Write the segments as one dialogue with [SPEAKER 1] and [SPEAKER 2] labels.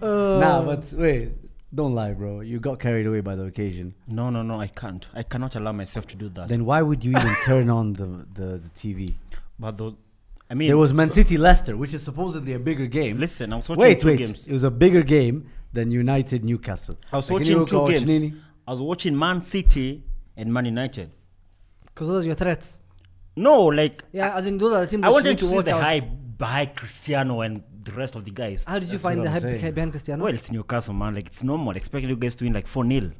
[SPEAKER 1] Uh.
[SPEAKER 2] wait, don't lie, bro. You got carried away by the occasion.
[SPEAKER 1] No, no, no. I can't. I cannot allow myself to do that.
[SPEAKER 2] Then why would you even turn on the, the, the TV?
[SPEAKER 1] but those, I mean,
[SPEAKER 2] There was Man City Leicester, which is supposedly a bigger game.
[SPEAKER 1] listen. I was watching
[SPEAKER 2] wait,
[SPEAKER 1] two
[SPEAKER 2] wait.
[SPEAKER 1] games.
[SPEAKER 2] It was a bigger game than United Newcastle.
[SPEAKER 1] I was
[SPEAKER 2] Lakini
[SPEAKER 1] watching
[SPEAKER 2] ulikuwa
[SPEAKER 1] two
[SPEAKER 2] watch
[SPEAKER 1] games.
[SPEAKER 2] nini?
[SPEAKER 1] I was watching Man City and Man United.
[SPEAKER 3] Because those are your threats.
[SPEAKER 1] No, like
[SPEAKER 3] Yeah, as in those are the teams
[SPEAKER 1] I
[SPEAKER 3] that you
[SPEAKER 1] wanted
[SPEAKER 3] need
[SPEAKER 1] to see
[SPEAKER 3] watch
[SPEAKER 1] the
[SPEAKER 3] out.
[SPEAKER 1] hype by Cristiano and the rest of the guys.
[SPEAKER 3] How did you
[SPEAKER 2] That's
[SPEAKER 3] find
[SPEAKER 2] what
[SPEAKER 3] the
[SPEAKER 2] I'm
[SPEAKER 3] hype
[SPEAKER 2] saying.
[SPEAKER 3] behind behind Cristiano?
[SPEAKER 1] Well, it's Newcastle, man. Like it's normal. Expected you guys to win like four 0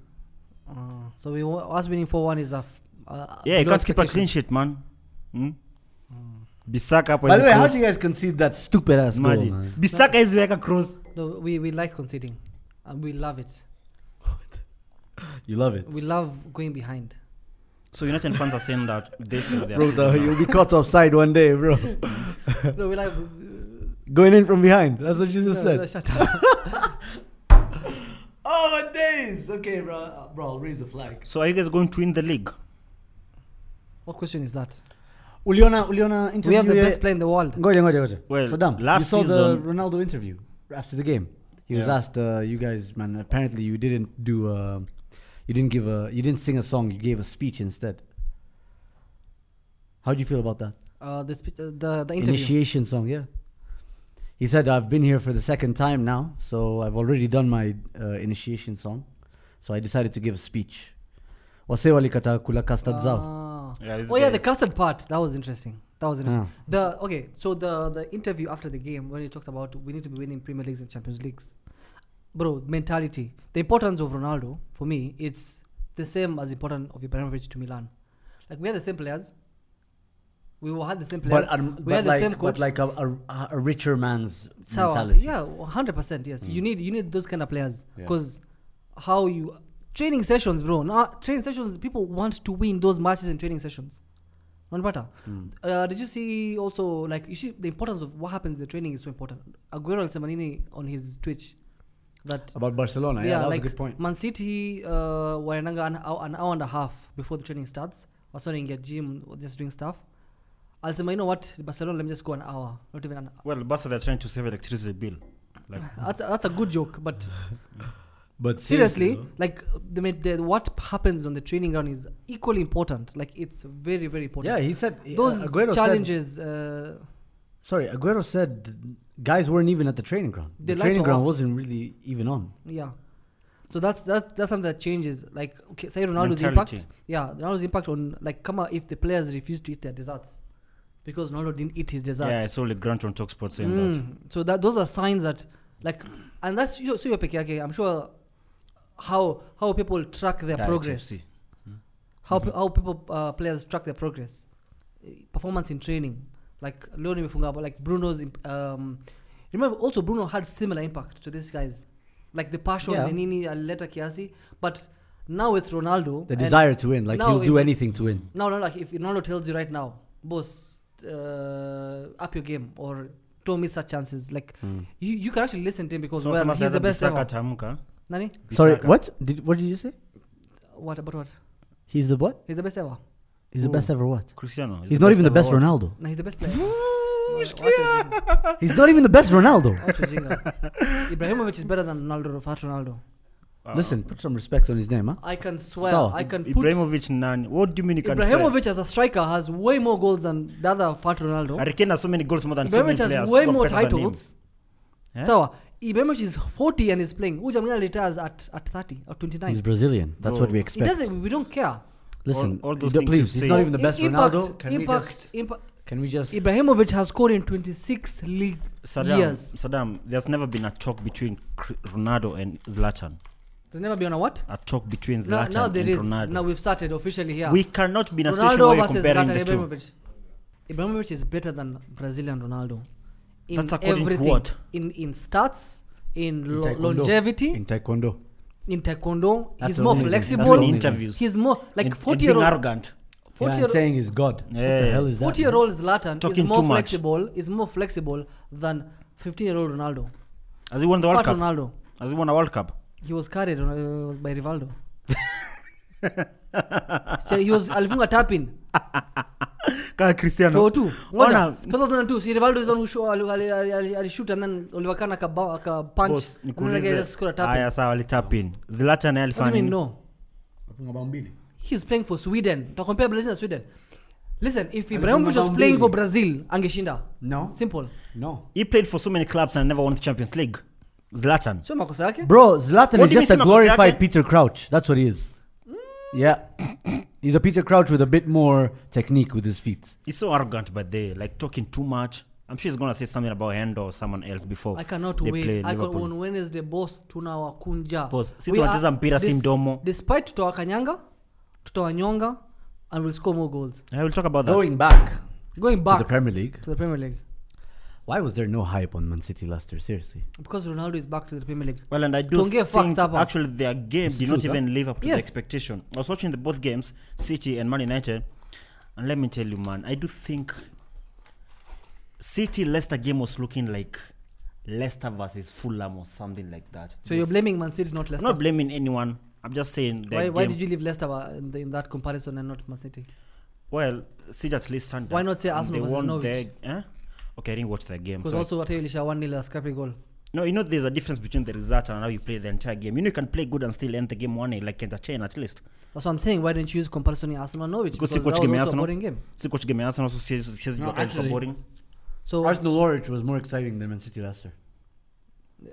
[SPEAKER 3] Uh, so we wa- us winning four one is a. F- uh,
[SPEAKER 1] Yeah, you
[SPEAKER 3] below
[SPEAKER 1] can't keep a clean
[SPEAKER 3] expectations.
[SPEAKER 1] sheet, man. Hmm? Bissaka hapo
[SPEAKER 2] By the way, how
[SPEAKER 1] cross.
[SPEAKER 2] do you guys concede that stupid ass goal?
[SPEAKER 1] Imagine.
[SPEAKER 2] man?
[SPEAKER 1] Bissaka hiziweka cross.
[SPEAKER 3] No, we we like conceding, and we love it.
[SPEAKER 2] You love it.
[SPEAKER 3] We love going behind.
[SPEAKER 1] So United fans are saying that this is their
[SPEAKER 2] Bro,
[SPEAKER 1] season
[SPEAKER 2] the-
[SPEAKER 1] now.
[SPEAKER 2] you'll be caught offside one day, bro.
[SPEAKER 3] no, we like.
[SPEAKER 2] Going in from behind. That's what you just
[SPEAKER 3] No,
[SPEAKER 2] said.
[SPEAKER 3] no, shut up.
[SPEAKER 2] Oh my days! Okay, bro, Uh, bro, I'll raise the flag.
[SPEAKER 1] So are you guys going to win the league?
[SPEAKER 3] what question is that?
[SPEAKER 2] Uliona, uliona interview.
[SPEAKER 3] we have the
[SPEAKER 2] ya-
[SPEAKER 3] best player in the world.
[SPEAKER 2] Ngoja, ngoja, ngoja.
[SPEAKER 1] Well,
[SPEAKER 2] Saddam,
[SPEAKER 1] last
[SPEAKER 2] you saw
[SPEAKER 1] season-
[SPEAKER 2] the Ronaldo interview after the game. He was
[SPEAKER 1] Yeah.
[SPEAKER 2] asked, uh, "You guys, man, apparently you didn't do, uh, you didn't give a, you didn't sing a song. You gave a speech instead. How do you feel about that
[SPEAKER 3] Uh, the, spe- uh, the the interview.
[SPEAKER 2] initiation song? Yeah." He said, "I've been here for the second time now, so I've already done my uh, initiation song, so I decided to give a speech." Wase walikataa kula custard zao.
[SPEAKER 3] Ah.
[SPEAKER 1] Yeah, this
[SPEAKER 3] oh yeah,
[SPEAKER 1] guy
[SPEAKER 3] the
[SPEAKER 1] is-
[SPEAKER 3] custard part that was interesting. That was interesting.
[SPEAKER 2] Yeah.
[SPEAKER 3] The okay, so the the interview after the game when you talked about we need to be winning Premier Leagues and Champions Leagues, bro, mentality. The importance of Ronaldo for me, it's the same as important of Ibrahimovic to Milan. Like we had the same players, we were- had the same players,
[SPEAKER 2] But, um,
[SPEAKER 3] we
[SPEAKER 2] but
[SPEAKER 3] had
[SPEAKER 2] like,
[SPEAKER 3] the same
[SPEAKER 2] but
[SPEAKER 3] coach.
[SPEAKER 2] like a, a, a richer man's
[SPEAKER 3] So,
[SPEAKER 2] mentality. Hmm.
[SPEAKER 3] yeah, hundred percent. Yes, you need you need those kind of players
[SPEAKER 2] Yeah.
[SPEAKER 3] because how you training sessions, bro. Now training sessions, people want to win those matches in training sessions. Not matter.
[SPEAKER 2] Hmm.
[SPEAKER 3] Uh, did you see also like you see the importance of what happens in the training is so important. Aguero and Semanini on his Twitch that
[SPEAKER 2] About Barcelona, Oh, yeah, that was
[SPEAKER 3] like
[SPEAKER 2] a good point.
[SPEAKER 3] Man City uh, were an hour, an hour and a half before the training starts. I was in at gym just doing stuff. I'll say, you know what, Barcelona, let me just go an hour, not even an
[SPEAKER 1] Well, Barca they're trying to save electricity bill. Like
[SPEAKER 3] that's a, that's a good joke, but
[SPEAKER 2] But
[SPEAKER 3] seriously, like the, ma- the what happens on the training ground is equally important. Like it's very very important.
[SPEAKER 2] yeah, he said
[SPEAKER 3] those
[SPEAKER 2] uh, Aguero Said,
[SPEAKER 3] challenges. uh,
[SPEAKER 2] sorry, Aguero said guys weren't even at the training ground.
[SPEAKER 3] The
[SPEAKER 2] The,
[SPEAKER 3] lights
[SPEAKER 2] training
[SPEAKER 3] were
[SPEAKER 2] ground
[SPEAKER 3] off.
[SPEAKER 2] wasn't really even on.
[SPEAKER 3] yeah, so that's that that's something that changes. Like okay, say Ronaldo's
[SPEAKER 1] Mentality.
[SPEAKER 3] impact. Yeah, Ronaldo's impact on like come out if the players refuse to eat their desserts because Ronaldo didn't eat his desserts.
[SPEAKER 1] yeah, I saw Legrand on Talksport saying that.
[SPEAKER 3] Mm, So that those are signs that like, and that's you, so your peke yake. I'm sure how how people track their
[SPEAKER 1] Yeah,
[SPEAKER 3] progress,
[SPEAKER 1] HFC.
[SPEAKER 3] how pe- how people uh, players track their progress, Eh, performance in training. Like Leo nimefunga but like Bruno's. imp- Um, remember also Bruno had similar impact to these guys, like the passion,
[SPEAKER 2] Yeah.
[SPEAKER 3] the nini, alileta kiasi. But now with Ronaldo,
[SPEAKER 2] The
[SPEAKER 3] and-
[SPEAKER 2] desire to win, like
[SPEAKER 3] now
[SPEAKER 2] he'll do
[SPEAKER 3] if-
[SPEAKER 2] anything to win.
[SPEAKER 3] no, no, like if Ronaldo tells you right now, boss, uh, up your game or don't miss such chances. Like you, you can actually listen to him because
[SPEAKER 1] So
[SPEAKER 3] well,
[SPEAKER 1] someone
[SPEAKER 3] he's
[SPEAKER 1] said that
[SPEAKER 3] the best
[SPEAKER 1] Bissaka
[SPEAKER 3] ever.
[SPEAKER 1] ataamka.
[SPEAKER 3] Nani?
[SPEAKER 2] Sorry,
[SPEAKER 1] Bissaka.
[SPEAKER 2] what did what did you say?
[SPEAKER 3] What about what?
[SPEAKER 2] He's the what?
[SPEAKER 3] He's the best ever.
[SPEAKER 2] He's the
[SPEAKER 1] Who?
[SPEAKER 2] best ever what?
[SPEAKER 1] Cristiano. is
[SPEAKER 2] He's not even the
[SPEAKER 1] ever
[SPEAKER 2] best
[SPEAKER 1] what?
[SPEAKER 2] Ronaldo.
[SPEAKER 3] No, he's the best player. Watch Ojinga.
[SPEAKER 2] He's not even the best Ronaldo.
[SPEAKER 3] Watch Ojinga. Ibrahimovic is better than Ronaldo, fat Ronaldo.
[SPEAKER 1] Uh,
[SPEAKER 2] Listen, put some respect on his name, huh?
[SPEAKER 3] I can swear,
[SPEAKER 2] So,
[SPEAKER 3] I can put
[SPEAKER 1] Ibrahimovic nani? What do you mean you can
[SPEAKER 3] Ibrahimovic as a striker has way more goals than the other fat Ronaldo.
[SPEAKER 1] say? Hurricane has so many goals more than so many
[SPEAKER 3] Ibrahimovic
[SPEAKER 1] players.
[SPEAKER 3] has
[SPEAKER 1] who are
[SPEAKER 3] way more
[SPEAKER 1] better than him.
[SPEAKER 3] titles.
[SPEAKER 1] Eh?
[SPEAKER 3] Sawa. Ibrahimovic is 40 and is playing. Uja Mgala retires at, at 30 or 29.
[SPEAKER 2] He's Brazilian. That's
[SPEAKER 1] Bro.
[SPEAKER 2] what we
[SPEAKER 1] He
[SPEAKER 3] It
[SPEAKER 2] expect.
[SPEAKER 3] doesn't. We don't care.
[SPEAKER 2] Listen,
[SPEAKER 1] All- all those
[SPEAKER 2] d-
[SPEAKER 1] things
[SPEAKER 2] please,
[SPEAKER 1] you've
[SPEAKER 2] he's
[SPEAKER 1] seen.
[SPEAKER 2] not even the
[SPEAKER 3] I-
[SPEAKER 2] best
[SPEAKER 3] impact,
[SPEAKER 2] Ronaldo. Can
[SPEAKER 3] impact,
[SPEAKER 2] we just
[SPEAKER 3] impa-
[SPEAKER 2] can we just
[SPEAKER 3] Ibrahimovic has scored in 26 league
[SPEAKER 1] Saddam,
[SPEAKER 3] years.
[SPEAKER 1] Saddam, there's never been a talk between Cr- Ronaldo and Zlatan.
[SPEAKER 3] There's never been a what?
[SPEAKER 1] A talk between
[SPEAKER 3] Now,
[SPEAKER 1] Zlatan
[SPEAKER 3] now there
[SPEAKER 1] and
[SPEAKER 3] is.
[SPEAKER 1] Ronaldo.
[SPEAKER 3] Now we've started officially here.
[SPEAKER 1] We cannot be in a situation
[SPEAKER 3] Ronaldo
[SPEAKER 1] where you're
[SPEAKER 3] versus
[SPEAKER 1] comparing
[SPEAKER 3] Zlatan
[SPEAKER 1] the two.
[SPEAKER 3] Ibrahimovic. Ibrahimovic is better than Brazilian Ronaldo. In
[SPEAKER 1] That's according to
[SPEAKER 3] everything.
[SPEAKER 1] what?
[SPEAKER 3] In in stats, in,
[SPEAKER 2] In
[SPEAKER 3] lo-
[SPEAKER 2] taekwondo.
[SPEAKER 3] longevity,
[SPEAKER 2] in taekwondo?
[SPEAKER 3] in taekwondo.
[SPEAKER 2] That's
[SPEAKER 3] he's
[SPEAKER 2] the
[SPEAKER 3] more
[SPEAKER 2] only thing. That's the
[SPEAKER 3] flexible.
[SPEAKER 2] only thing.
[SPEAKER 1] Interviews.
[SPEAKER 3] He's more like
[SPEAKER 1] And- and
[SPEAKER 3] 40 year
[SPEAKER 1] being
[SPEAKER 3] old.
[SPEAKER 1] arrogant.
[SPEAKER 3] 40
[SPEAKER 2] Yeah,
[SPEAKER 3] year
[SPEAKER 2] and saying is God. What the
[SPEAKER 1] Yeah.
[SPEAKER 2] hell is that?
[SPEAKER 3] 40 year old Zlatan is
[SPEAKER 1] Talking
[SPEAKER 3] more
[SPEAKER 1] too much.
[SPEAKER 3] flexible is more flexible than 15 year old Ronaldo.
[SPEAKER 1] Has he won the World
[SPEAKER 3] Fat
[SPEAKER 1] Cup?
[SPEAKER 3] Ronaldo.
[SPEAKER 1] Has he won a World Cup?
[SPEAKER 3] He was carried uh, by Rivaldo. so he was alifunga tapin.
[SPEAKER 1] kaa cristiano
[SPEAKER 3] Two, two. Ngoja.
[SPEAKER 1] Ona-
[SPEAKER 3] 2002, si Rivaldo is the one who show- ali- ali- ali- ali- alishoot and then Olivakana akaba- aka punch.
[SPEAKER 1] Boss,
[SPEAKER 3] And then the guy just scored a
[SPEAKER 1] nikuulize-
[SPEAKER 3] tap in.
[SPEAKER 1] haya sawa litapin zilata naye
[SPEAKER 3] What do you mean,
[SPEAKER 1] alifanya
[SPEAKER 3] no? He's playing for Sweden. Tunacompare Brazil na Sweden. Listen, if
[SPEAKER 2] Alifunga
[SPEAKER 3] Ibrahimovic was
[SPEAKER 2] bao
[SPEAKER 3] playing
[SPEAKER 2] mbili.
[SPEAKER 3] for Brazil, angeshinda.
[SPEAKER 2] No.
[SPEAKER 3] Simple.
[SPEAKER 2] No.
[SPEAKER 1] he played for so many clubs and never won the champions league zlatan
[SPEAKER 3] Sio makosa yake.
[SPEAKER 2] Bro, Zlatan
[SPEAKER 1] What
[SPEAKER 2] is
[SPEAKER 1] do you
[SPEAKER 2] just a
[SPEAKER 1] mean, Sima
[SPEAKER 2] glorified
[SPEAKER 1] Koscielny?
[SPEAKER 2] Peter Crouch. That's what he is. Yeah. He's a Peter Crouch with a bit more technique with his feet.
[SPEAKER 1] he's so arrogant but they like talking too much i'm sure he's gonna say something about hendo or someone else before
[SPEAKER 3] I cannot
[SPEAKER 1] they play
[SPEAKER 3] wait. I got
[SPEAKER 1] Liverpool.
[SPEAKER 3] on Wednesday boss tunawakunja.
[SPEAKER 1] Boss, si
[SPEAKER 3] We
[SPEAKER 1] tunacheza
[SPEAKER 3] are-
[SPEAKER 1] mpira, si
[SPEAKER 3] des-
[SPEAKER 1] mdomo.
[SPEAKER 3] Despite tutawakanyanga, tutawanyonga and we'll score more goals.
[SPEAKER 1] I will talk about that.
[SPEAKER 2] Going back
[SPEAKER 3] Going
[SPEAKER 2] to
[SPEAKER 3] back
[SPEAKER 2] the Premier League,
[SPEAKER 3] to the Premier League
[SPEAKER 2] why was there no hype on Man City last year? Seriously.
[SPEAKER 3] because Ronaldo is back to the Premier League.
[SPEAKER 1] Well, and I do
[SPEAKER 3] Tuongee
[SPEAKER 1] think
[SPEAKER 3] facts hapa.
[SPEAKER 1] actually their game
[SPEAKER 2] It's
[SPEAKER 1] did
[SPEAKER 2] true,
[SPEAKER 1] not
[SPEAKER 2] sir.
[SPEAKER 1] even live up to
[SPEAKER 3] Yes.
[SPEAKER 1] the expectation. I was watching the both games, City and Man United, and let me tell you, man, I do think City Leicester game was looking like Leicester versus Fulham or something like that.
[SPEAKER 3] So you're blaming Man City, not
[SPEAKER 1] I'm
[SPEAKER 3] Leicester.
[SPEAKER 1] not blaming anyone. I'm just saying their
[SPEAKER 3] why,
[SPEAKER 1] game.
[SPEAKER 3] why did you leave Leicester uh, in, the, in that comparison and not Man City?
[SPEAKER 1] well, City at least stand
[SPEAKER 3] Why
[SPEAKER 1] up,
[SPEAKER 3] not say
[SPEAKER 1] and
[SPEAKER 3] Arsenal
[SPEAKER 1] they
[SPEAKER 3] versus
[SPEAKER 1] won
[SPEAKER 3] Norwich?
[SPEAKER 1] their- eh? Okay, I didn't watch their game.
[SPEAKER 3] Because
[SPEAKER 1] so I
[SPEAKER 3] also Wateo ilisha 1 0 uh, Scrappy goal.
[SPEAKER 1] No, you know, there's a difference between the result and how you play the entire game. You know, you can play good and still end the game 1 0, like entertain at least.
[SPEAKER 3] That's what I'm saying. Why didn't you use comparison in Arsenal and Norwich?
[SPEAKER 1] Because
[SPEAKER 3] that
[SPEAKER 1] sikuwa
[SPEAKER 3] was
[SPEAKER 1] game ya
[SPEAKER 3] also a
[SPEAKER 1] Arsenal.
[SPEAKER 3] boring game.
[SPEAKER 1] Si coach game ya Arsenal, so siwezi- siwezi
[SPEAKER 2] No,
[SPEAKER 1] jua kama
[SPEAKER 2] actually-
[SPEAKER 1] iko boring.
[SPEAKER 3] So
[SPEAKER 2] Arsenal Norwich was more exciting than Man City last year.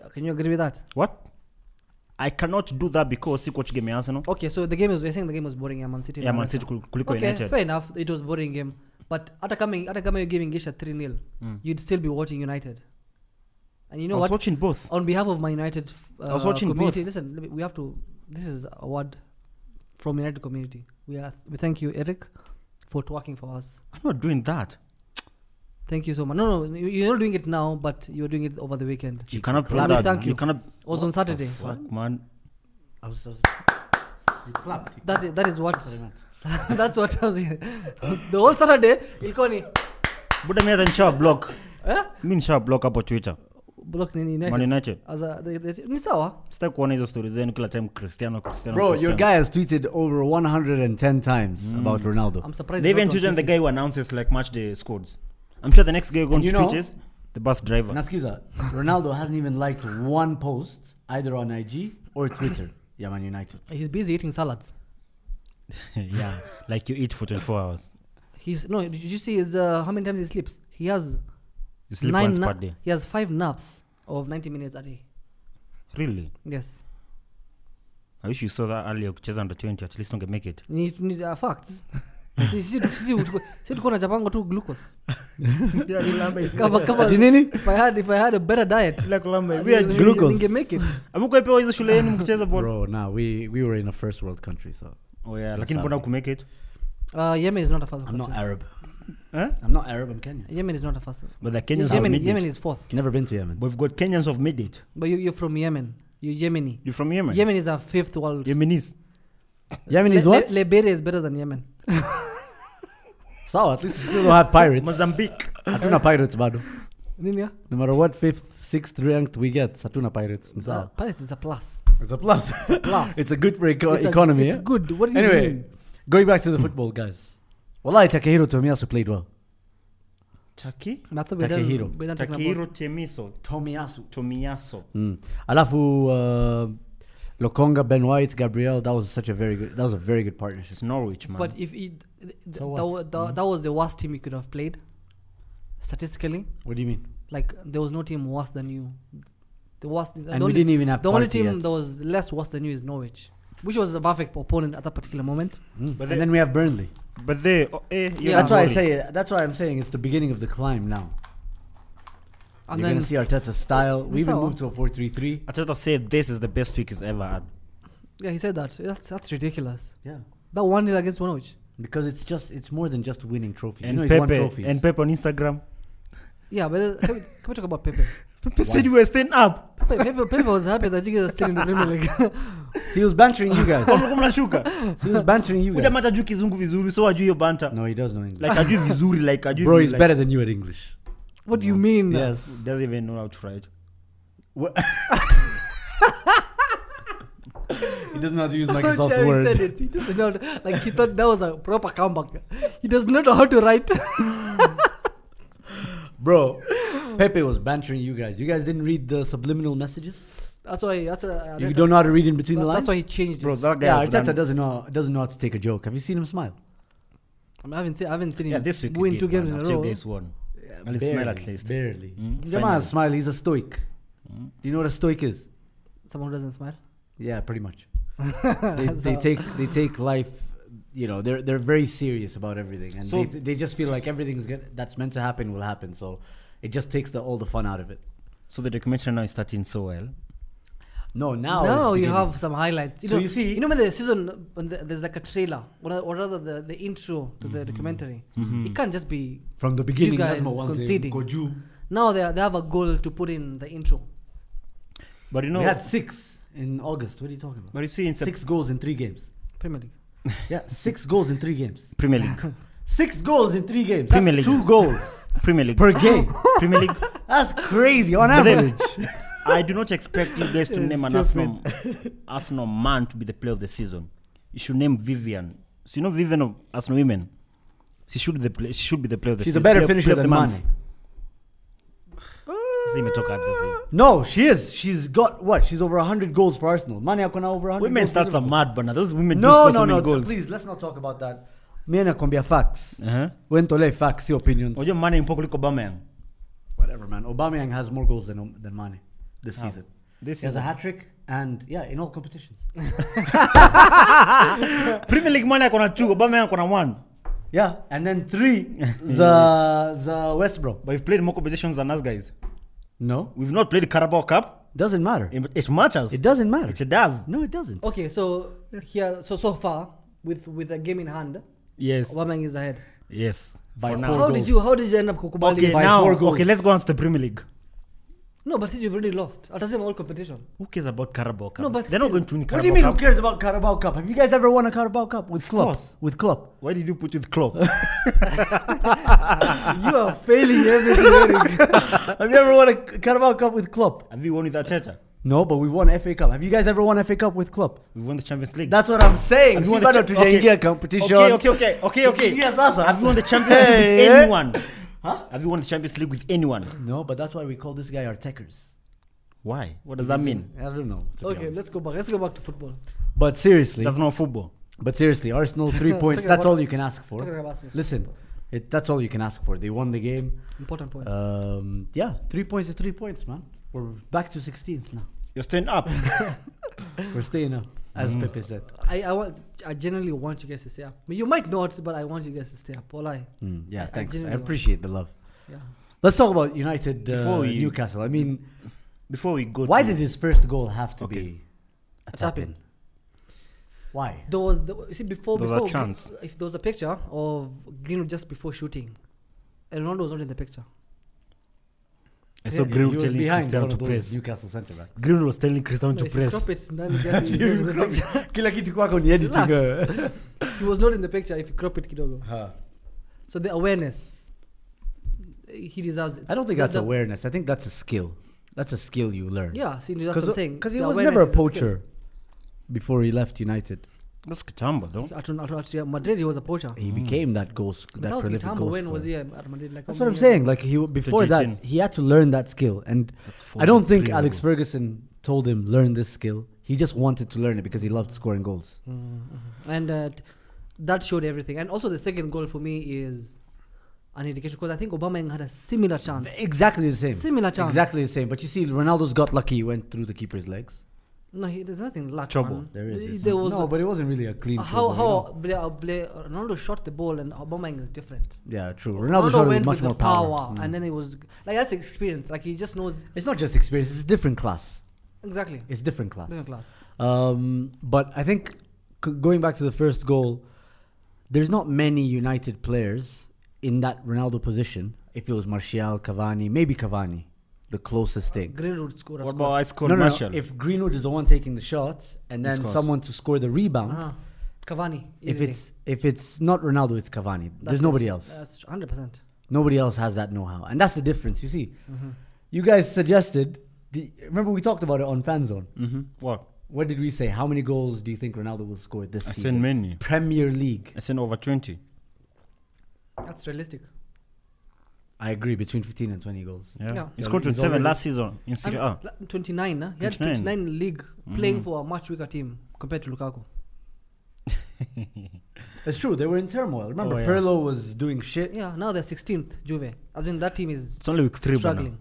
[SPEAKER 3] uh, can you agree with that?
[SPEAKER 1] What? I cannot do that because si coach game ya Arsenal.
[SPEAKER 3] Okay, so the game is. You're saying the game was boring. Yeah, Man City.
[SPEAKER 1] Yeah,
[SPEAKER 3] na
[SPEAKER 1] Man
[SPEAKER 3] Leicester.
[SPEAKER 1] City kul- kuliko
[SPEAKER 3] okay,
[SPEAKER 1] United.
[SPEAKER 3] fair enough. It was boring game, but hata kama hata kama you're giving Gisha 3 0 you'd still be watching United. And you know
[SPEAKER 1] Hmm. I was
[SPEAKER 3] what?
[SPEAKER 1] watching both.
[SPEAKER 3] on behalf of my United uh,
[SPEAKER 1] I was watching
[SPEAKER 3] community,
[SPEAKER 1] both.
[SPEAKER 3] listen, let me- we have to. This is a word from United community. We are. We thank you, Eric, for working for us.
[SPEAKER 1] I'm not doing that.
[SPEAKER 3] Thank you so much. No, no, you- you're not doing it now, but you're doing it over the weekend.
[SPEAKER 1] You cannot
[SPEAKER 3] Let
[SPEAKER 1] play
[SPEAKER 3] me
[SPEAKER 1] that.
[SPEAKER 3] thank
[SPEAKER 1] man. You
[SPEAKER 3] you.
[SPEAKER 1] cannot.
[SPEAKER 3] It was on Saturday.
[SPEAKER 1] Fuck, man.
[SPEAKER 2] I was, I was, you clapped.
[SPEAKER 3] That is, that is what. that's what I was. the whole Saturday ilikuwa ni
[SPEAKER 1] Buda mimi hata nishawa block.
[SPEAKER 3] Eh?
[SPEAKER 1] Mimi nishawa block hapo Twitter.
[SPEAKER 3] block nini
[SPEAKER 1] Man
[SPEAKER 3] United.
[SPEAKER 1] United.
[SPEAKER 3] As a, the, the, ni sawa.
[SPEAKER 1] Sitaki kuona hizo stories zenu kila time Cristiano Cristiano.
[SPEAKER 2] Bro, your
[SPEAKER 1] Cristiano.
[SPEAKER 2] guy has tweeted over 110 times about Ronaldo.
[SPEAKER 3] I'm surprised.
[SPEAKER 1] They
[SPEAKER 3] it's
[SPEAKER 1] even
[SPEAKER 3] not on
[SPEAKER 1] tweeted the
[SPEAKER 3] TV.
[SPEAKER 1] guy who announces like match day squads. I'm sure the next guy going
[SPEAKER 2] you
[SPEAKER 1] to
[SPEAKER 2] know-
[SPEAKER 1] tweet is the bus driver.
[SPEAKER 2] Naskiza, Ronaldo hasn't even liked one post either on IG or Twitter. Yeah, Man United.
[SPEAKER 3] He's busy eating salads.
[SPEAKER 1] yeah, like you eat for 24 hours.
[SPEAKER 3] He's no. Did you see his uh, how many times he sleeps? He has
[SPEAKER 1] You sleep
[SPEAKER 3] nine
[SPEAKER 1] once
[SPEAKER 3] na-
[SPEAKER 1] per day.
[SPEAKER 3] He has five naps of 90 minutes a day.
[SPEAKER 1] Really?
[SPEAKER 3] Yes.
[SPEAKER 1] I wish you saw that earlier ukicheza under 20 at least unge make it.
[SPEAKER 3] Ni, ni uh, facts. Si- si- sisi utuko- sisi tulikuwa na chapango tu glucose. Kama kama
[SPEAKER 2] Ati nini?
[SPEAKER 3] if I had if I had a better diet. ninge-
[SPEAKER 2] glucose.
[SPEAKER 3] ninge make it.
[SPEAKER 1] amekuwa pewa hizo shule yenu mkicheza ball
[SPEAKER 2] Bro, nah, we, we were in a first world country, so
[SPEAKER 1] oh yeah
[SPEAKER 2] That's
[SPEAKER 1] lakini mbona
[SPEAKER 2] happening.
[SPEAKER 1] kumake it
[SPEAKER 3] Uh, Yemen is not a fast
[SPEAKER 2] I'm not
[SPEAKER 3] country.
[SPEAKER 2] Arab.
[SPEAKER 1] eh?
[SPEAKER 2] I'm not Arab, I'm Kenyan.
[SPEAKER 3] Yemen is not a fast.
[SPEAKER 1] but the Kenyans have
[SPEAKER 3] Yemen,
[SPEAKER 1] made
[SPEAKER 3] Yemen
[SPEAKER 1] it
[SPEAKER 3] is fourth.
[SPEAKER 2] Never been to Yemen.
[SPEAKER 1] we've got Kenyans have made it
[SPEAKER 3] But you you're from Yemen. You're Yemeni.
[SPEAKER 1] you from Yemen
[SPEAKER 3] Yemen is a fifth world.
[SPEAKER 1] Yemenis
[SPEAKER 2] Yemen is
[SPEAKER 3] Le-
[SPEAKER 2] what?
[SPEAKER 3] Le- Liberia is better than Yemen.
[SPEAKER 2] So at least we still don't have pirates.
[SPEAKER 1] Mozambique
[SPEAKER 2] Hatuna pirates bado.
[SPEAKER 3] Nini ya?
[SPEAKER 2] No matter what fifth, sixth ranked we get, Hatuna pirates. It's,
[SPEAKER 3] Uh, Pirates is a plus.
[SPEAKER 2] it's a plus.
[SPEAKER 3] Plus.
[SPEAKER 2] it's a good for eco-
[SPEAKER 3] It's a-
[SPEAKER 2] economy.
[SPEAKER 3] It's
[SPEAKER 2] eh?
[SPEAKER 3] good. What do you
[SPEAKER 2] Anyway,
[SPEAKER 3] mean?
[SPEAKER 2] going back to the football, guys. Wallahi, Takehiro Tomiyasu played well.
[SPEAKER 1] Taki
[SPEAKER 3] I thought we're done-
[SPEAKER 2] Takehiro.
[SPEAKER 3] we're done talking about-
[SPEAKER 1] Takiro Temiso
[SPEAKER 2] Tomiyasu.
[SPEAKER 1] Tomiyaso
[SPEAKER 2] Mm. Alafu uh, Lokonga, Ben White, Gabriel. That was such a very good. That was a very good partnership.
[SPEAKER 1] it's Norwich man
[SPEAKER 3] But if it, th- th-
[SPEAKER 2] So what?
[SPEAKER 3] that,
[SPEAKER 2] Hmm?
[SPEAKER 3] wa- tha- that was the worst team you could have played, statistically,
[SPEAKER 2] What do you mean?
[SPEAKER 3] like there was no team worse than you. The worst. the
[SPEAKER 2] and we
[SPEAKER 3] only,
[SPEAKER 2] didn't even have
[SPEAKER 3] the only
[SPEAKER 2] Partey
[SPEAKER 3] team
[SPEAKER 2] yet.
[SPEAKER 3] that was less worse than you is Norwich, which was the perfect opponent at that particular moment.
[SPEAKER 2] Mm.
[SPEAKER 1] But
[SPEAKER 2] and
[SPEAKER 1] they-
[SPEAKER 2] then we have Burnley.
[SPEAKER 1] but they oh, eh, you
[SPEAKER 3] Yeah.
[SPEAKER 2] That's why I
[SPEAKER 1] Norwich.
[SPEAKER 2] say. That's why I'm saying it's the beginning of the climb now.
[SPEAKER 3] And
[SPEAKER 2] You're
[SPEAKER 3] then
[SPEAKER 2] gonna see Arteta's style. We even
[SPEAKER 3] Sawa.
[SPEAKER 2] moved to a 4-3-3.
[SPEAKER 1] Arteta said this is the best week he's ever had
[SPEAKER 3] yeah, he said that. That's, that's ridiculous.
[SPEAKER 2] Yeah,
[SPEAKER 3] That one nil against Norwich.
[SPEAKER 2] because it's just it's more than just winning trophies.
[SPEAKER 1] and
[SPEAKER 2] you know, he's won
[SPEAKER 1] Pepe
[SPEAKER 2] trophies.
[SPEAKER 1] and Pepe on Instagram
[SPEAKER 3] Yeah, but uh, can, we, can we talk about Pepe?
[SPEAKER 1] Pepe said you were staying up
[SPEAKER 3] Pepe, Pepe? Pepe was happy that you guys are still in the Premier League.
[SPEAKER 2] he was bantering you guys.
[SPEAKER 1] Ulikuwa mnashuka
[SPEAKER 2] he was bantering you
[SPEAKER 1] Huyu
[SPEAKER 2] guys.
[SPEAKER 1] jamaa hata hajui kizungu vizuri so hajui hiyo banta
[SPEAKER 2] No, he does know English.
[SPEAKER 1] like hajui vizuri like hajui
[SPEAKER 2] Bro,
[SPEAKER 1] vi-
[SPEAKER 2] he's
[SPEAKER 1] like-
[SPEAKER 2] better than you at English.
[SPEAKER 3] what do you mean?
[SPEAKER 2] Mm. Yes.
[SPEAKER 1] doesn't even know how to write
[SPEAKER 2] What- He doesn't know how to use
[SPEAKER 3] How
[SPEAKER 2] Microsoft
[SPEAKER 3] shall we
[SPEAKER 2] Word.
[SPEAKER 3] send it? He doesn't know. Like he thought that was a proper comeback. He does not know how to write.
[SPEAKER 2] Bro, Pepe was bantering you guys. You guys didn't read the subliminal messages?
[SPEAKER 3] that's why. That's why. I
[SPEAKER 2] You
[SPEAKER 3] read
[SPEAKER 2] don't know how to read in
[SPEAKER 3] that-
[SPEAKER 2] between the lines?
[SPEAKER 3] That's why he changed
[SPEAKER 1] Bro,
[SPEAKER 3] it.
[SPEAKER 1] that guy
[SPEAKER 2] yeah,
[SPEAKER 1] has
[SPEAKER 2] Arteta
[SPEAKER 1] done-
[SPEAKER 2] doesn't know doesn't know how to take a joke. Have you seen him smile?
[SPEAKER 3] I, mean, I haven't seen. I haven't seen him
[SPEAKER 1] yeah, this week. he
[SPEAKER 3] win
[SPEAKER 1] did,
[SPEAKER 3] two
[SPEAKER 1] man,
[SPEAKER 3] games in a
[SPEAKER 1] after
[SPEAKER 3] row.
[SPEAKER 1] You guys won. At least smile at least.
[SPEAKER 2] Barely.
[SPEAKER 1] Mm,
[SPEAKER 2] Jamal
[SPEAKER 1] finally.
[SPEAKER 2] smile. He's a stoic.
[SPEAKER 1] Mm.
[SPEAKER 2] Do you know what a stoic is?
[SPEAKER 3] Someone who doesn't smile.
[SPEAKER 2] Yeah, pretty much. they, they
[SPEAKER 3] So-
[SPEAKER 2] take they take life. You know, they're they're very serious about everything, and
[SPEAKER 1] So-
[SPEAKER 2] they they just feel like everything's gonna, that's meant to happen will happen. So it just takes the all the fun out of it.
[SPEAKER 1] So the documentary now is starting so well.
[SPEAKER 2] No, now is
[SPEAKER 3] now
[SPEAKER 2] the
[SPEAKER 3] you
[SPEAKER 2] beginning.
[SPEAKER 3] have some highlights. You
[SPEAKER 2] So
[SPEAKER 3] know,
[SPEAKER 2] you see-
[SPEAKER 3] you know when the season when the, there's like a trailer or, or rather the, the intro to the documentary. It can't just be
[SPEAKER 2] from the beginning.
[SPEAKER 3] guys
[SPEAKER 2] Lazima uanze
[SPEAKER 3] conceding.
[SPEAKER 2] Goju.
[SPEAKER 3] now they they have a goal to put in the intro.
[SPEAKER 1] But you know,
[SPEAKER 2] We had six in August. What are you talking about?
[SPEAKER 1] but you see, in Sep-
[SPEAKER 2] Six goals in three games.
[SPEAKER 3] Premier League.
[SPEAKER 2] Yeah, six goals in three games.
[SPEAKER 1] Premier League,
[SPEAKER 2] Six goals in three games.
[SPEAKER 1] Premier
[SPEAKER 2] That's
[SPEAKER 1] League.
[SPEAKER 2] two goals
[SPEAKER 1] Premier League,
[SPEAKER 2] per game.
[SPEAKER 1] Premier League.
[SPEAKER 2] That's crazy on
[SPEAKER 1] But
[SPEAKER 2] average.
[SPEAKER 1] then- I do not expect you guys to
[SPEAKER 2] It's
[SPEAKER 1] name an Arsenal,
[SPEAKER 2] stupid.
[SPEAKER 1] Arsenal man to be the player of the season. You should name Vivian. So you know Vivian of Arsenal women. She should be the play, she should be the player of the
[SPEAKER 2] She's a
[SPEAKER 1] season.
[SPEAKER 2] better
[SPEAKER 1] player-
[SPEAKER 2] finisher
[SPEAKER 1] player of
[SPEAKER 2] than
[SPEAKER 1] the month.
[SPEAKER 2] Mane.
[SPEAKER 1] Sasa imetoka hapo sasa.
[SPEAKER 2] No, she is. She's got what? She's over 100 goals for Arsenal. Mane ako na over 100.
[SPEAKER 1] Women
[SPEAKER 2] goals for
[SPEAKER 1] stats are
[SPEAKER 2] Liverpool.
[SPEAKER 1] mad, but those women
[SPEAKER 2] No,
[SPEAKER 1] do score so
[SPEAKER 2] no,
[SPEAKER 1] many
[SPEAKER 2] no.
[SPEAKER 1] goals.
[SPEAKER 2] Please, let's not talk about that. Mimi nakwambia facts.
[SPEAKER 1] Uh-huh.
[SPEAKER 2] Wentole facts, your opinions.
[SPEAKER 1] Unajua Mane mpo kuliko Aubameyang.
[SPEAKER 2] Whatever, man. Aubameyang has more goals than than Mane this
[SPEAKER 1] Ah.
[SPEAKER 2] season.
[SPEAKER 1] This
[SPEAKER 2] he has a
[SPEAKER 1] season.
[SPEAKER 2] hat trick and yeah, in all competitions.
[SPEAKER 1] Premier League Mane ako na 2, Aubameyang ako na 1.
[SPEAKER 2] yeah, and then three the the West Brom.
[SPEAKER 1] But we've played more competitions than us guys.
[SPEAKER 2] No,
[SPEAKER 1] We've not played Carabao Cup.
[SPEAKER 2] doesn't matter.
[SPEAKER 1] It, it matters.
[SPEAKER 2] It doesn't matter.
[SPEAKER 1] It does.
[SPEAKER 2] No, it doesn't.
[SPEAKER 3] Okay, so here so so far with with a game in hand,
[SPEAKER 1] Yes.
[SPEAKER 3] Aubameyang is ahead.
[SPEAKER 1] Yes.
[SPEAKER 2] By
[SPEAKER 1] For
[SPEAKER 2] four
[SPEAKER 1] now.
[SPEAKER 3] How did
[SPEAKER 2] goals.
[SPEAKER 3] you how did you end up kukubali?
[SPEAKER 1] Okay,
[SPEAKER 2] by
[SPEAKER 1] now
[SPEAKER 2] four
[SPEAKER 1] okay,
[SPEAKER 2] goals.
[SPEAKER 1] let's go on to the Premier League.
[SPEAKER 3] No, but since you've already lost, atasema all competition.
[SPEAKER 1] Who cares about Carabao Cup?
[SPEAKER 3] No, but
[SPEAKER 1] they're not
[SPEAKER 3] still-
[SPEAKER 2] What
[SPEAKER 1] going to win
[SPEAKER 2] do
[SPEAKER 1] Carabao
[SPEAKER 2] you mean? Who
[SPEAKER 1] Cup.
[SPEAKER 2] cares about Carabao Cup? Have you guys ever won a Carabao Cup with club?
[SPEAKER 1] course.
[SPEAKER 2] With club.
[SPEAKER 1] Why did you put with Klopp?
[SPEAKER 2] you are failing everything. Eric. Have you ever won a Carabao Cup with club?
[SPEAKER 1] Have you won with Arteta?
[SPEAKER 2] No, but we won FA Cup. Have you guys ever won FA Cup with club?
[SPEAKER 1] We won the Champions League.
[SPEAKER 2] That's what I'm saying.
[SPEAKER 1] Have you
[SPEAKER 2] Si
[SPEAKER 1] won
[SPEAKER 2] bado
[SPEAKER 1] cha-
[SPEAKER 2] tujaingia competition.
[SPEAKER 1] Okay, okay, okay, okay, okay.
[SPEAKER 2] Tukiingia sasa.
[SPEAKER 1] Have you won the Champions League
[SPEAKER 2] Hey,
[SPEAKER 1] with
[SPEAKER 2] eh?
[SPEAKER 1] anyone? ah. Huh? Have you won the Champions League with anyone?
[SPEAKER 2] No, but that's why we call this guy our techers.
[SPEAKER 1] Why? What does that mean?
[SPEAKER 2] I don't know. to be
[SPEAKER 3] Okay,
[SPEAKER 2] honest.
[SPEAKER 3] let's go back. Let's go back to football.
[SPEAKER 2] But seriously,
[SPEAKER 1] That's not football.
[SPEAKER 2] but seriously, Arsenal three points.
[SPEAKER 3] Talking
[SPEAKER 2] That's
[SPEAKER 3] about-
[SPEAKER 2] all you can ask
[SPEAKER 3] talking about
[SPEAKER 2] for.
[SPEAKER 3] Arsenal.
[SPEAKER 2] Listen, it, that's all you can ask for. They won the game.
[SPEAKER 3] Important points.
[SPEAKER 2] Um, yeah, three points is three points, man. We're back to 16th now.
[SPEAKER 1] You're staying up.
[SPEAKER 2] We're staying up, as Pepe said.
[SPEAKER 3] I, I want I generally want you guys to stay up. But you might not, but I want you guys to stay up. All I
[SPEAKER 2] Mm, yeah,
[SPEAKER 3] I
[SPEAKER 2] thanks. I,
[SPEAKER 3] genuinely-
[SPEAKER 2] appreciate the love.
[SPEAKER 3] yeah.
[SPEAKER 2] Let's talk about United uh,
[SPEAKER 1] Before we-
[SPEAKER 2] Newcastle. I mean,
[SPEAKER 1] Before we go
[SPEAKER 2] why
[SPEAKER 1] to
[SPEAKER 2] did his first goal have to
[SPEAKER 1] Okay.
[SPEAKER 2] be a
[SPEAKER 3] A
[SPEAKER 2] tap
[SPEAKER 3] tap-in.
[SPEAKER 2] in? Why?
[SPEAKER 3] There was the, you see before
[SPEAKER 1] There was a
[SPEAKER 3] before
[SPEAKER 1] chance.
[SPEAKER 3] if there was a picture of Greenwood just before shooting, and Ronaldo was not in the picture.
[SPEAKER 1] I saw
[SPEAKER 2] He-
[SPEAKER 1] Greenwood
[SPEAKER 2] he was
[SPEAKER 1] telling
[SPEAKER 2] behind
[SPEAKER 1] Cristiano
[SPEAKER 2] one
[SPEAKER 1] to
[SPEAKER 2] of those
[SPEAKER 1] press.
[SPEAKER 2] Newcastle centre back.
[SPEAKER 1] Greenwood was telling Cristiano
[SPEAKER 3] No,
[SPEAKER 1] to
[SPEAKER 3] if you
[SPEAKER 1] press.
[SPEAKER 3] crop it, then you guys- he was not in the picture.
[SPEAKER 2] Kila kitu kwako ni editing.
[SPEAKER 3] Relax.
[SPEAKER 2] uh,
[SPEAKER 3] He was not in the picture. If you crop it, kidogo.
[SPEAKER 2] huh.
[SPEAKER 3] So the awareness, he deserves it.
[SPEAKER 2] I don't think
[SPEAKER 3] The-
[SPEAKER 2] that's
[SPEAKER 3] the-
[SPEAKER 2] awareness. I think that's a skill. That's a skill you learn.
[SPEAKER 3] Yeah, see, that's what I'm saying.
[SPEAKER 2] because uh, he
[SPEAKER 3] The
[SPEAKER 2] was
[SPEAKER 3] awareness
[SPEAKER 2] never a
[SPEAKER 3] is the skill.
[SPEAKER 2] poacher before he left United.
[SPEAKER 1] That's Kitamba, though.
[SPEAKER 3] At, at, at Real Madrid, he was a poacher.
[SPEAKER 2] He became that goal sc-
[SPEAKER 3] But
[SPEAKER 2] that,
[SPEAKER 3] that was
[SPEAKER 2] prolific
[SPEAKER 3] Kitambo.
[SPEAKER 2] goal
[SPEAKER 3] When was
[SPEAKER 2] scorer.
[SPEAKER 3] he at Madrid? Like,
[SPEAKER 2] That's
[SPEAKER 3] how
[SPEAKER 2] what I'm
[SPEAKER 3] many years?
[SPEAKER 2] saying. Like he before that,
[SPEAKER 1] 18.
[SPEAKER 2] he had to learn that skill, and
[SPEAKER 1] That's
[SPEAKER 2] I don't think
[SPEAKER 1] 43
[SPEAKER 2] Alex
[SPEAKER 1] ago.
[SPEAKER 2] Ferguson told him learn this skill. He just wanted to learn it because he loved scoring goals.
[SPEAKER 3] and uh, t- that showed everything. And also the second goal for me is an indication because I think Aubameyang had a similar chance.
[SPEAKER 2] Exactly the same.
[SPEAKER 3] Similar chance.
[SPEAKER 2] Exactly the same. But you see, Ronaldo's got lucky. He went through the keeper's legs.
[SPEAKER 3] No, he, there's nothing luck.
[SPEAKER 1] Trouble.
[SPEAKER 3] man.
[SPEAKER 2] There
[SPEAKER 3] Th-
[SPEAKER 2] is.
[SPEAKER 3] Mm. There was
[SPEAKER 2] no, but it wasn't really a clean.
[SPEAKER 3] how
[SPEAKER 2] trouble, you
[SPEAKER 3] how
[SPEAKER 2] know?
[SPEAKER 3] Bla- Bla- Ronaldo shot the ball and Aubameyang is different.
[SPEAKER 2] Yeah, true. Ronaldo, shot it with
[SPEAKER 3] went
[SPEAKER 2] much
[SPEAKER 3] with
[SPEAKER 2] more
[SPEAKER 3] the power,
[SPEAKER 2] power. Mm.
[SPEAKER 3] and then it was like that's experience. Like he just knows
[SPEAKER 2] It's not just experience. It's a different class.
[SPEAKER 3] exactly.
[SPEAKER 2] It's different class.
[SPEAKER 3] Different class.
[SPEAKER 2] Um, but I think c- going back to the first goal, there's not many United players in that Ronaldo position. If it was Martial, Cavani, maybe Cavani, the closest thing.
[SPEAKER 3] Greenwood scored.
[SPEAKER 1] What about I scored
[SPEAKER 2] No, no, no.
[SPEAKER 1] Martial?
[SPEAKER 2] If Greenwood is the one taking the shots and
[SPEAKER 1] He
[SPEAKER 2] then
[SPEAKER 1] scores.
[SPEAKER 2] someone to score the rebound,
[SPEAKER 3] uh Cavani?
[SPEAKER 2] if
[SPEAKER 3] easily.
[SPEAKER 2] it's if it's not Ronaldo, it's Cavani.
[SPEAKER 3] That's
[SPEAKER 2] there's nobody
[SPEAKER 3] it.
[SPEAKER 2] else.
[SPEAKER 3] That's hundred percent.
[SPEAKER 2] Nobody else has that know-how, and that's the difference.
[SPEAKER 3] Mm-hmm.
[SPEAKER 2] You see, you guys suggested. The, remember, we talked about it on Fanzone.
[SPEAKER 1] Mm-hmm. What?
[SPEAKER 2] What did we say? How many goals do you think Ronaldo will score this
[SPEAKER 1] I
[SPEAKER 2] season?
[SPEAKER 1] said many.
[SPEAKER 2] Premier League.
[SPEAKER 1] I said over 20.
[SPEAKER 3] That's realistic.
[SPEAKER 2] I agree. Between 15 and 20 goals.
[SPEAKER 1] Yeah.
[SPEAKER 3] Yeah.
[SPEAKER 1] He
[SPEAKER 2] Yeah,
[SPEAKER 1] scored
[SPEAKER 2] he's
[SPEAKER 1] 27
[SPEAKER 2] already-
[SPEAKER 1] last season in Serie A.
[SPEAKER 2] ah.
[SPEAKER 3] I'm- la- 29, huh? he had
[SPEAKER 1] 29.
[SPEAKER 3] 29 league
[SPEAKER 2] Mm-hmm.
[SPEAKER 3] playing
[SPEAKER 1] Mm.
[SPEAKER 3] for a much weaker team compared to Lukaku.
[SPEAKER 2] It's true. They were in turmoil. Remember,
[SPEAKER 1] Oh, yeah.
[SPEAKER 2] Perlo was doing shit. Yeah.
[SPEAKER 3] Yeah, now they're 16th, Juve. As in, that team is
[SPEAKER 1] It's only week three, bwana.
[SPEAKER 3] struggling.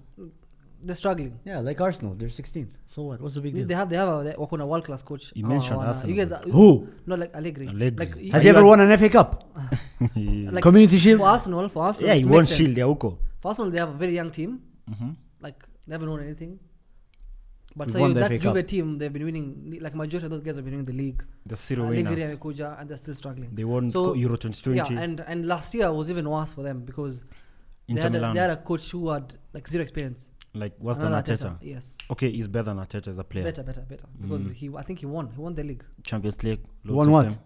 [SPEAKER 3] They're struggling.
[SPEAKER 2] like Arsenal. They're 16th. So what? What's the big deal?
[SPEAKER 3] They have they have a, they work on a world class coach.
[SPEAKER 1] You
[SPEAKER 3] Ah,
[SPEAKER 1] mentioned
[SPEAKER 3] wana-
[SPEAKER 1] Arsenal,
[SPEAKER 3] You guys,
[SPEAKER 1] but-
[SPEAKER 3] are,
[SPEAKER 2] Who?
[SPEAKER 3] No, like Allegri.
[SPEAKER 1] Allegri.
[SPEAKER 3] Like,
[SPEAKER 2] Has
[SPEAKER 1] Are
[SPEAKER 2] he
[SPEAKER 1] you
[SPEAKER 2] ever
[SPEAKER 1] a-
[SPEAKER 2] won an FA Cup?
[SPEAKER 3] Like-
[SPEAKER 2] Community Shield?
[SPEAKER 3] for Arsenal, for Arsenal,
[SPEAKER 1] yeah, he
[SPEAKER 3] it
[SPEAKER 1] won
[SPEAKER 3] makes sense.
[SPEAKER 1] shield ya huko.
[SPEAKER 3] For Arsenal, they have a very young team.
[SPEAKER 1] Mhm.
[SPEAKER 3] Like they haven't won anything. But
[SPEAKER 2] We've
[SPEAKER 3] so
[SPEAKER 2] won
[SPEAKER 3] you,
[SPEAKER 2] the
[SPEAKER 3] that
[SPEAKER 2] FA
[SPEAKER 3] Juve
[SPEAKER 2] Cup.
[SPEAKER 3] team, they've been winning. Like majority of those guys have been winning the league.
[SPEAKER 1] The serial
[SPEAKER 3] Allegri
[SPEAKER 1] winners.
[SPEAKER 3] and Kuja, and they're still struggling.
[SPEAKER 1] They won
[SPEAKER 3] So,
[SPEAKER 1] co- Euro 2020.
[SPEAKER 3] Yeah, and and last year was even worse for them because they
[SPEAKER 1] Inter
[SPEAKER 3] had, a,
[SPEAKER 1] Milan.
[SPEAKER 3] they had a coach who had like zero experience.
[SPEAKER 1] like, what's the
[SPEAKER 3] Another
[SPEAKER 1] Ateta?
[SPEAKER 3] Yes,
[SPEAKER 1] Okay, he's better than Ateta as a player.
[SPEAKER 3] better, better, better. Because
[SPEAKER 1] Mm.
[SPEAKER 3] he, I think he won. He won the league.
[SPEAKER 1] Champions League. lots
[SPEAKER 2] Won
[SPEAKER 1] of
[SPEAKER 2] what?
[SPEAKER 1] them.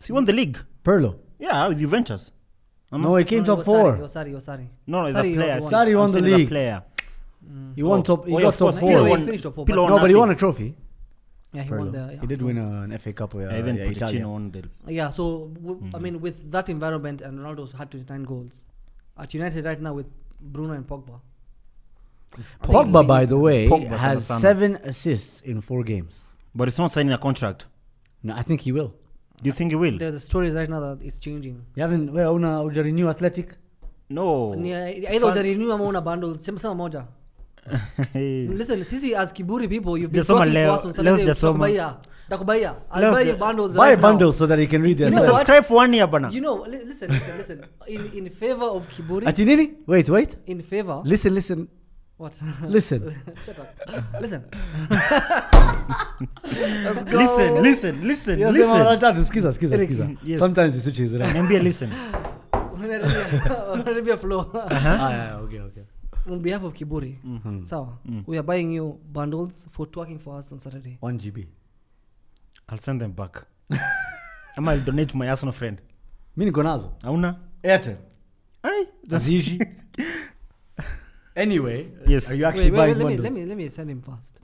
[SPEAKER 1] So he won the league.
[SPEAKER 2] Perlo.
[SPEAKER 1] Yeah, with Juventus. I'm
[SPEAKER 2] No, he came
[SPEAKER 3] No,
[SPEAKER 2] top
[SPEAKER 3] no,
[SPEAKER 2] four.
[SPEAKER 3] Sorry, oh, sorry, oh, sorry.
[SPEAKER 1] No, no, he's
[SPEAKER 3] Sarri
[SPEAKER 1] a player.
[SPEAKER 3] won.
[SPEAKER 2] Sarri
[SPEAKER 1] I'm
[SPEAKER 2] won the
[SPEAKER 1] saying he's a
[SPEAKER 2] league.
[SPEAKER 1] player.
[SPEAKER 2] He won
[SPEAKER 1] Oh,
[SPEAKER 2] top. He
[SPEAKER 1] oh, yeah,
[SPEAKER 2] got
[SPEAKER 1] of course.
[SPEAKER 2] top
[SPEAKER 3] No, either
[SPEAKER 2] four.
[SPEAKER 3] way,
[SPEAKER 1] Won-
[SPEAKER 3] he finished top four.
[SPEAKER 1] Pillow
[SPEAKER 3] but-
[SPEAKER 1] or
[SPEAKER 2] No, but he
[SPEAKER 1] nothing.
[SPEAKER 2] won a trophy.
[SPEAKER 3] Yeah, he
[SPEAKER 2] Pirlo.
[SPEAKER 3] won the. yeah,
[SPEAKER 2] he did
[SPEAKER 3] won.
[SPEAKER 2] win an FA Cup. Yeah,
[SPEAKER 1] Yeah, even
[SPEAKER 2] yeah,
[SPEAKER 1] Pochettino
[SPEAKER 2] Italia.
[SPEAKER 1] won the.
[SPEAKER 3] Yeah, so w- I
[SPEAKER 1] Mm.
[SPEAKER 3] mean, with that environment, and Ronaldo's had 29 goals. At United right now with Bruno and Pogba.
[SPEAKER 2] Pogba, by the way,
[SPEAKER 1] Pogba,
[SPEAKER 2] has
[SPEAKER 1] sana sana.
[SPEAKER 2] seven assists in four games.
[SPEAKER 1] But it's not signing a contract.
[SPEAKER 2] No, I think he will.
[SPEAKER 1] Do you think he will?
[SPEAKER 3] There's the stories right now that it's changing.
[SPEAKER 2] You haven't. Well, una ujarinu Athletic.
[SPEAKER 1] No.
[SPEAKER 3] Ni- Either ujarenew ama una bundle, sema- sema moja. Listen, sisi as Kiburi people, you've been
[SPEAKER 1] Sijasoma
[SPEAKER 3] talking to
[SPEAKER 1] leo,
[SPEAKER 3] us on
[SPEAKER 1] leo
[SPEAKER 3] Saturday,
[SPEAKER 1] sijasoma.
[SPEAKER 3] "Takubaia, takubaia, I'll
[SPEAKER 1] Leo
[SPEAKER 3] buy
[SPEAKER 1] sija-
[SPEAKER 3] you bundles
[SPEAKER 2] Buy a
[SPEAKER 3] right now."
[SPEAKER 2] bundle so that he can read the.
[SPEAKER 3] You know
[SPEAKER 2] Athletic.
[SPEAKER 3] what?
[SPEAKER 1] Subscribe for one year, bana.
[SPEAKER 3] You know, li- listen, listen, listen. In in favor of Kiburi,
[SPEAKER 2] Atinini? Wait, wait.
[SPEAKER 3] in favor.
[SPEAKER 2] Listen, listen,
[SPEAKER 3] What?
[SPEAKER 2] listen.
[SPEAKER 3] Shut up. Listen.
[SPEAKER 1] Listen, listen, listen,
[SPEAKER 2] Yes,
[SPEAKER 1] listen.
[SPEAKER 2] wanataka tusikiza, sikiza,
[SPEAKER 1] Eric,
[SPEAKER 2] sikiza.
[SPEAKER 1] yes.
[SPEAKER 2] Sometimes he switches around.
[SPEAKER 1] Niambie listen.
[SPEAKER 3] Unaharibia- unaharibia flow.
[SPEAKER 2] Ah, yeah, okay, okay.
[SPEAKER 3] on behalf of Kiburi,
[SPEAKER 1] Mm-hmm.
[SPEAKER 3] sawa,
[SPEAKER 1] Mm.
[SPEAKER 3] we are buying you bundles for twerking for us on Saturday.
[SPEAKER 2] 1 GB.
[SPEAKER 1] I'll send them back. Ama I'll donate to my Arsenal friend.
[SPEAKER 2] Mi niko nazo.
[SPEAKER 1] Hauna?
[SPEAKER 2] Airtel.
[SPEAKER 1] Ai,
[SPEAKER 2] Azizi. Anyway,
[SPEAKER 1] Yes.
[SPEAKER 2] are you actually buying
[SPEAKER 3] let me,
[SPEAKER 2] bundles?
[SPEAKER 3] let me let me send him first.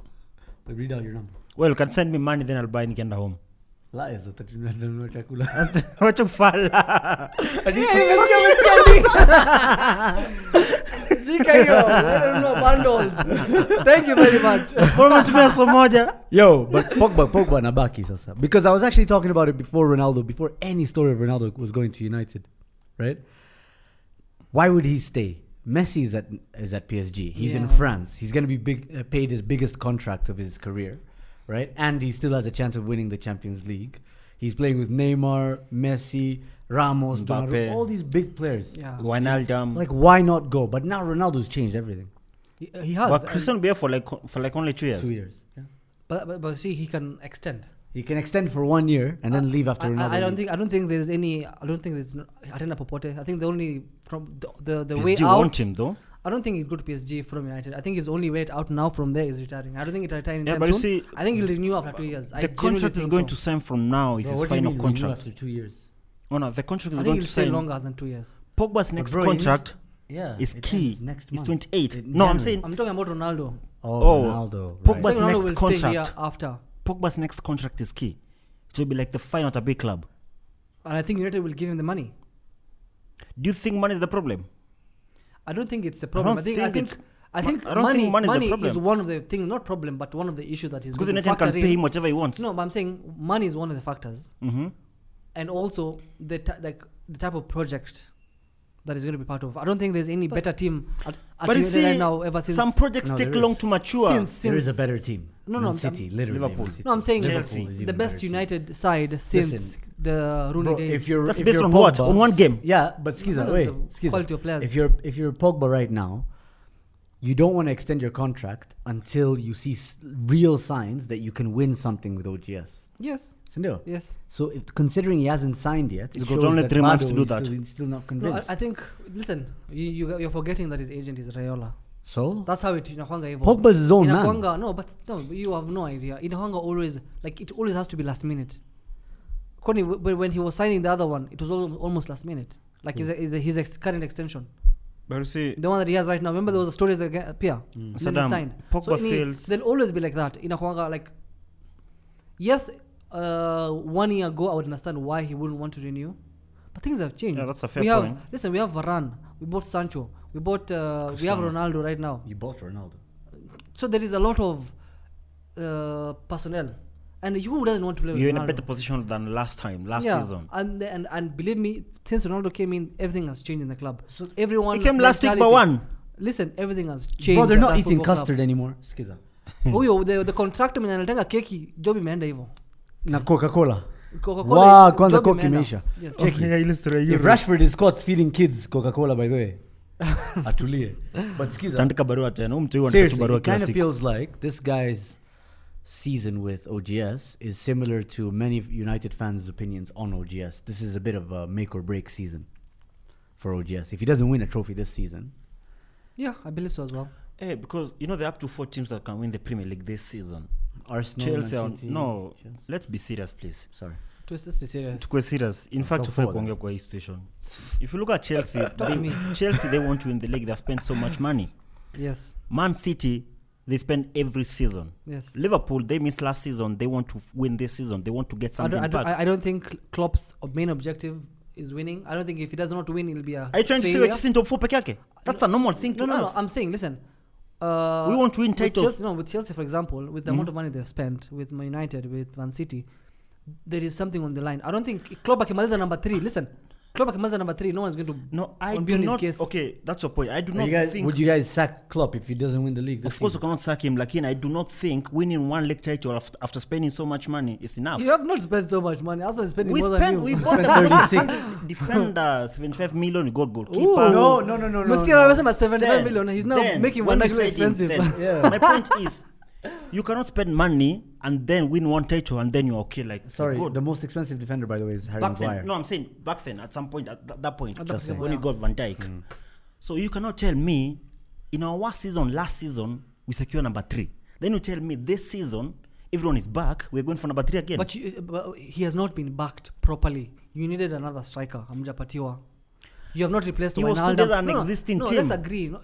[SPEAKER 2] Read out your number.
[SPEAKER 1] Well, you can send me money then I'll buy nikienda home.
[SPEAKER 2] La hizo tunanunua chakula.
[SPEAKER 1] Wacha ufala.
[SPEAKER 3] Shika hiyo, wewe unanunua bundles. Thank you very much.
[SPEAKER 1] Mbona umetumia so moja?
[SPEAKER 2] Yo, but Pogba, Pogba anabaki sasa. Because I was actually talking about it before Ronaldo, before any story of Ronaldo was going to United, right? Why would he stay? Messi is at is at PSG. He's in
[SPEAKER 3] Yeah.
[SPEAKER 2] France. He's going to be big, uh, paid his biggest contract of his career, right? And he still has a chance of winning the Champions League. He's playing with Neymar, Messi, Ramos,
[SPEAKER 1] Mbappe.
[SPEAKER 2] Donnarumma, all these big players.
[SPEAKER 3] Yeah,
[SPEAKER 1] Wijnaldum.
[SPEAKER 2] Like, why not go? But now Ronaldo's changed everything.
[SPEAKER 3] he, he has.
[SPEAKER 1] But
[SPEAKER 3] and-
[SPEAKER 1] Christian Bale for like for like only two years.
[SPEAKER 2] Two years. Yeah.
[SPEAKER 3] but, but but see, he can extend.
[SPEAKER 2] He can extend for one year and then leave after
[SPEAKER 3] I,
[SPEAKER 2] Ronaldo.
[SPEAKER 3] I, I don't
[SPEAKER 2] leaves.
[SPEAKER 3] think I don't think there's any. I don't think there's no, Atena Popote. I think the only from the the, the
[SPEAKER 1] PSG
[SPEAKER 3] way
[SPEAKER 1] want
[SPEAKER 3] out.
[SPEAKER 1] him though.
[SPEAKER 3] I don't think he'd go to PSG from United. I think his only way out now from there is retiring. I don't think he'll retire anytime
[SPEAKER 1] but you
[SPEAKER 3] soon.
[SPEAKER 1] see,
[SPEAKER 3] I think he'll renew after two years. I
[SPEAKER 1] the contract is going to sign from now. Is
[SPEAKER 2] Bro,
[SPEAKER 1] his
[SPEAKER 2] what do you
[SPEAKER 1] final
[SPEAKER 2] mean renew
[SPEAKER 1] contract.
[SPEAKER 2] after two years.
[SPEAKER 1] Oh no, the contract
[SPEAKER 3] I
[SPEAKER 1] is
[SPEAKER 3] think
[SPEAKER 1] going
[SPEAKER 3] he'll
[SPEAKER 1] to
[SPEAKER 3] stay
[SPEAKER 1] sign.
[SPEAKER 3] longer than two years.
[SPEAKER 1] Pogba's next
[SPEAKER 2] bro, he needs-
[SPEAKER 1] contract
[SPEAKER 2] Yeah,
[SPEAKER 1] is
[SPEAKER 2] it
[SPEAKER 1] key.
[SPEAKER 2] ends next
[SPEAKER 1] It's
[SPEAKER 2] month.
[SPEAKER 1] 28.
[SPEAKER 2] In
[SPEAKER 1] no, I'm
[SPEAKER 2] January.
[SPEAKER 1] saying
[SPEAKER 3] I'm talking about Ronaldo.
[SPEAKER 2] Oh,
[SPEAKER 1] Oh,
[SPEAKER 2] Ronaldo.
[SPEAKER 1] Pogba's
[SPEAKER 2] right.
[SPEAKER 3] Saying Ronaldo
[SPEAKER 1] next
[SPEAKER 3] will stay here
[SPEAKER 1] contract.
[SPEAKER 3] after,
[SPEAKER 1] Pogba's next contract is key. It will be like the final at a big club.
[SPEAKER 3] and I think United will give him the money.
[SPEAKER 1] Do you think money is the problem?
[SPEAKER 3] I don't think it's a problem. I,
[SPEAKER 1] don't
[SPEAKER 3] think, I
[SPEAKER 1] think
[SPEAKER 3] think
[SPEAKER 1] it's-
[SPEAKER 3] I
[SPEAKER 1] Ma-
[SPEAKER 3] think
[SPEAKER 1] I don't
[SPEAKER 3] money
[SPEAKER 1] think money is the
[SPEAKER 3] money is
[SPEAKER 1] problem.
[SPEAKER 3] one of the things, not problem, but one of the issue that he's
[SPEAKER 1] Because
[SPEAKER 3] going to
[SPEAKER 1] United
[SPEAKER 3] factor
[SPEAKER 1] can pay
[SPEAKER 3] in.
[SPEAKER 1] him whatever he wants.
[SPEAKER 3] No, but I'm saying money is one of the factors,
[SPEAKER 1] hmm
[SPEAKER 3] and also the t- like the type of project that is going to be part of. I don't think there's any better team at, at
[SPEAKER 1] But you
[SPEAKER 3] United
[SPEAKER 1] see,
[SPEAKER 3] right now ever since.
[SPEAKER 1] some projects
[SPEAKER 2] No,
[SPEAKER 1] take
[SPEAKER 2] there
[SPEAKER 1] long
[SPEAKER 2] is.
[SPEAKER 1] to mature.
[SPEAKER 3] Since-
[SPEAKER 2] there is a
[SPEAKER 3] since-
[SPEAKER 2] better team.
[SPEAKER 3] No,
[SPEAKER 2] No, no,
[SPEAKER 3] no,
[SPEAKER 2] Man City,
[SPEAKER 3] I'm-
[SPEAKER 2] literally.
[SPEAKER 1] Liverpool.
[SPEAKER 2] Man City.
[SPEAKER 3] no, I'm saying
[SPEAKER 2] Liverpool
[SPEAKER 1] Chelsea,
[SPEAKER 2] is even
[SPEAKER 3] the best
[SPEAKER 2] better team.
[SPEAKER 3] United side since
[SPEAKER 2] Listen,
[SPEAKER 3] the Rooney
[SPEAKER 2] Bro,
[SPEAKER 3] days.
[SPEAKER 2] if you're,
[SPEAKER 1] That's
[SPEAKER 2] if
[SPEAKER 1] based
[SPEAKER 2] you're
[SPEAKER 1] on what?
[SPEAKER 2] Pogba-
[SPEAKER 1] On one game?
[SPEAKER 2] Yeah, but Skiza,
[SPEAKER 3] Because
[SPEAKER 2] wait,
[SPEAKER 3] of the
[SPEAKER 2] Skiza.
[SPEAKER 3] quality of players.
[SPEAKER 2] If you're if you're Pogba right now, you don't want to extend your contract until you see s- real signs that you can win something with OGS.
[SPEAKER 3] yes,
[SPEAKER 2] Sindio.
[SPEAKER 3] yes.
[SPEAKER 2] So if, considering he hasn't signed yet, it
[SPEAKER 1] He's got
[SPEAKER 2] shows
[SPEAKER 1] only
[SPEAKER 2] that
[SPEAKER 1] three months to
[SPEAKER 2] Mado
[SPEAKER 1] do
[SPEAKER 2] is
[SPEAKER 1] that.
[SPEAKER 2] Still, he's still not
[SPEAKER 3] No, I,
[SPEAKER 2] convinced.
[SPEAKER 3] I think. Listen, you, you you're forgetting that his agent is Rayola.
[SPEAKER 2] so
[SPEAKER 3] That's how it inakwanga hivyo.
[SPEAKER 2] Pogba's his own man.
[SPEAKER 3] Inakwanga no, but no, you have no idea. Inakwanga always like it always has to be last minute. Kwani w- but when he was signing the other one, it was al- almost last minute. Like
[SPEAKER 2] Hmm.
[SPEAKER 3] his, his, his ex- current extension,
[SPEAKER 1] But you see,
[SPEAKER 3] the one that he has right now. Remember there was a story against Pia, then he
[SPEAKER 1] Mm. Saddam,
[SPEAKER 3] signed.
[SPEAKER 1] Pogba
[SPEAKER 3] ini-
[SPEAKER 1] fails.
[SPEAKER 3] They'll always be like that. Inakwanga like Yes, uh, one year ago I would understand why he wouldn't want to renew, but things have changed.
[SPEAKER 1] Yeah, that's a fair
[SPEAKER 3] we have,
[SPEAKER 1] point.
[SPEAKER 3] Listen, we have Varane, we bought Sancho, we bought uh, we have
[SPEAKER 1] Cristiano.
[SPEAKER 3] Ronaldo right now.
[SPEAKER 2] You bought Ronaldo.
[SPEAKER 3] So there is a lot of uh, personnel, and who doesn't want to play with
[SPEAKER 1] You're in
[SPEAKER 3] Ronaldo?
[SPEAKER 1] a better position than last time, last
[SPEAKER 3] yeah.
[SPEAKER 1] season.
[SPEAKER 3] And, and and believe me, since Ronaldo came in, everything has changed in the club. So everyone
[SPEAKER 1] He came last week by
[SPEAKER 3] mentality-
[SPEAKER 1] one.
[SPEAKER 3] Listen, everything has changed.
[SPEAKER 2] Bro, they're
[SPEAKER 3] at
[SPEAKER 2] not
[SPEAKER 3] that
[SPEAKER 2] eating
[SPEAKER 3] football club.
[SPEAKER 2] custard anymore. Skiza.
[SPEAKER 3] huyo the, the contractor mwenye analetanga keki job imeenda hivyo
[SPEAKER 2] Na Coca-Cola.
[SPEAKER 3] Coca-Cola,
[SPEAKER 2] Wow,
[SPEAKER 3] job
[SPEAKER 2] kwanza Coke
[SPEAKER 3] imeenda.
[SPEAKER 2] imeisha.
[SPEAKER 3] Yes.
[SPEAKER 2] Cheki. If Rashford is caught feeding kids Coca-Cola by the way.
[SPEAKER 3] Ah,
[SPEAKER 2] Atulie. But Skiza.
[SPEAKER 1] Taandika barua tena. Huyu mtu huyu anataka
[SPEAKER 2] Seriously,
[SPEAKER 1] barua
[SPEAKER 2] it
[SPEAKER 1] kila
[SPEAKER 2] kind of
[SPEAKER 1] siku.
[SPEAKER 2] feels like this guy's season with OGS is similar to many United fans' opinions on OGS. This is a bit of a make or break season for OGS. If he doesn't win a trophy this season,
[SPEAKER 3] Yeah, I believe so as well.
[SPEAKER 1] Eh, because you know there are up to four teams that can win the Premier League this season.
[SPEAKER 2] Arsenal,
[SPEAKER 1] Chelsea,
[SPEAKER 2] Man
[SPEAKER 1] are-
[SPEAKER 2] City-
[SPEAKER 1] no.
[SPEAKER 2] Chelsea.
[SPEAKER 1] Let's be serious, please.
[SPEAKER 2] Sorry.
[SPEAKER 3] Twist this be serious.
[SPEAKER 1] tukwe serious in fact
[SPEAKER 2] Top
[SPEAKER 1] ufai
[SPEAKER 2] four,
[SPEAKER 1] kuongea kwa hii situation if you look at chelsea
[SPEAKER 3] to me.
[SPEAKER 1] they, chelsea they want to win the league they have spent so much money
[SPEAKER 3] Yes.
[SPEAKER 1] man city they spend every season
[SPEAKER 3] Yes.
[SPEAKER 1] liverpool they missed last season they want to win this season they want to get
[SPEAKER 3] I
[SPEAKER 1] something
[SPEAKER 3] don't, I, don't,
[SPEAKER 1] back
[SPEAKER 3] I I don't think Klopp's main objective is winning. I don't think if he does not win, it'll be a
[SPEAKER 1] are you trying to say
[SPEAKER 3] failure.
[SPEAKER 1] we're just in top four peke yake that's a normal thing to
[SPEAKER 3] No, no, no.
[SPEAKER 1] us
[SPEAKER 3] I'm saying, listen. Uh,
[SPEAKER 1] We want to win
[SPEAKER 3] with
[SPEAKER 1] titles. Mm-hmm.
[SPEAKER 3] Chelsea, no, with Chelsea, for example, with the amount of money they've spent, with Man United, with Man City, there is something on the line. I don't think Klopp akimaliza number three. Listen, Klopp akimaliza number three, no one's going to
[SPEAKER 1] no i
[SPEAKER 3] on
[SPEAKER 1] do
[SPEAKER 3] Bion's
[SPEAKER 1] not
[SPEAKER 3] case.
[SPEAKER 1] okay that's your point i do
[SPEAKER 2] Are
[SPEAKER 1] not
[SPEAKER 2] you guys,
[SPEAKER 1] think
[SPEAKER 2] would you guys sack Klopp if he doesn't win the league? This
[SPEAKER 1] of course
[SPEAKER 2] season?
[SPEAKER 1] you cannot sack him lakini i do not think winning one league title after, after spending so much money is enough
[SPEAKER 3] You have not spent so much money. I was spending
[SPEAKER 1] we
[SPEAKER 3] more
[SPEAKER 1] spent
[SPEAKER 3] than
[SPEAKER 1] we
[SPEAKER 3] you.
[SPEAKER 1] bought the
[SPEAKER 2] 36.
[SPEAKER 1] defender 75 million we got goalkeeper
[SPEAKER 2] No, no, no, no, no.
[SPEAKER 3] Maskira
[SPEAKER 2] no.
[SPEAKER 3] amesema 75 million. He's now
[SPEAKER 1] then,
[SPEAKER 3] making
[SPEAKER 1] when
[SPEAKER 3] one
[SPEAKER 1] you
[SPEAKER 3] look
[SPEAKER 1] said him,
[SPEAKER 3] expensive.
[SPEAKER 1] then.
[SPEAKER 2] Yeah.
[SPEAKER 1] My point is, you cannot spend money and then win one title and then you're okay. Like
[SPEAKER 2] Sorry,
[SPEAKER 1] good.
[SPEAKER 2] the most expensive defender by the way is Harry
[SPEAKER 1] back then,
[SPEAKER 2] Maguire.
[SPEAKER 1] no, I'm saying back then at some point at that, that point
[SPEAKER 3] At that
[SPEAKER 2] Just
[SPEAKER 3] point,
[SPEAKER 1] when you
[SPEAKER 3] yeah.
[SPEAKER 1] got Van Dyke. So you cannot tell me in our worst season last season we secure number three. Then you tell me this season everyone is back. We're going for number three again.
[SPEAKER 3] But, you, but he has not been backed properly. You needed another striker. Hamjapatiwa. You have not replaced
[SPEAKER 1] He was
[SPEAKER 3] Wijnaldum.
[SPEAKER 1] together an
[SPEAKER 3] no, no,
[SPEAKER 1] existing
[SPEAKER 3] no,
[SPEAKER 1] team.
[SPEAKER 3] let's agree. No,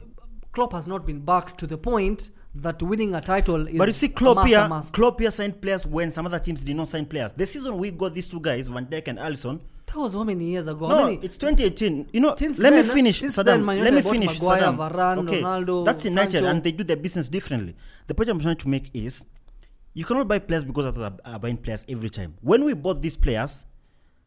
[SPEAKER 3] Klopp has not been backed to the point that winning a title is
[SPEAKER 1] But you see,
[SPEAKER 3] a
[SPEAKER 1] Klopp
[SPEAKER 3] must,
[SPEAKER 1] here,
[SPEAKER 3] a must.
[SPEAKER 1] Klopp here signed players when some other teams did not sign players. The season we got these two guys, Van Dijk and Allison,
[SPEAKER 3] That was how many years ago? how
[SPEAKER 1] No,
[SPEAKER 3] many?
[SPEAKER 1] it's 2018. You know,
[SPEAKER 3] Since
[SPEAKER 1] let
[SPEAKER 3] then,
[SPEAKER 1] me finish,
[SPEAKER 3] since
[SPEAKER 1] Saddam.
[SPEAKER 3] then, Man
[SPEAKER 1] let me
[SPEAKER 3] United bought
[SPEAKER 1] finish,
[SPEAKER 3] Maguire,
[SPEAKER 1] Saddam.
[SPEAKER 3] Varane,
[SPEAKER 1] okay,
[SPEAKER 3] Ronaldo,
[SPEAKER 1] that's United,
[SPEAKER 3] Sancho.
[SPEAKER 1] and they do their business differently. The point I'm trying to make is, you cannot buy players because others are- are buying players every time. When we bought these players,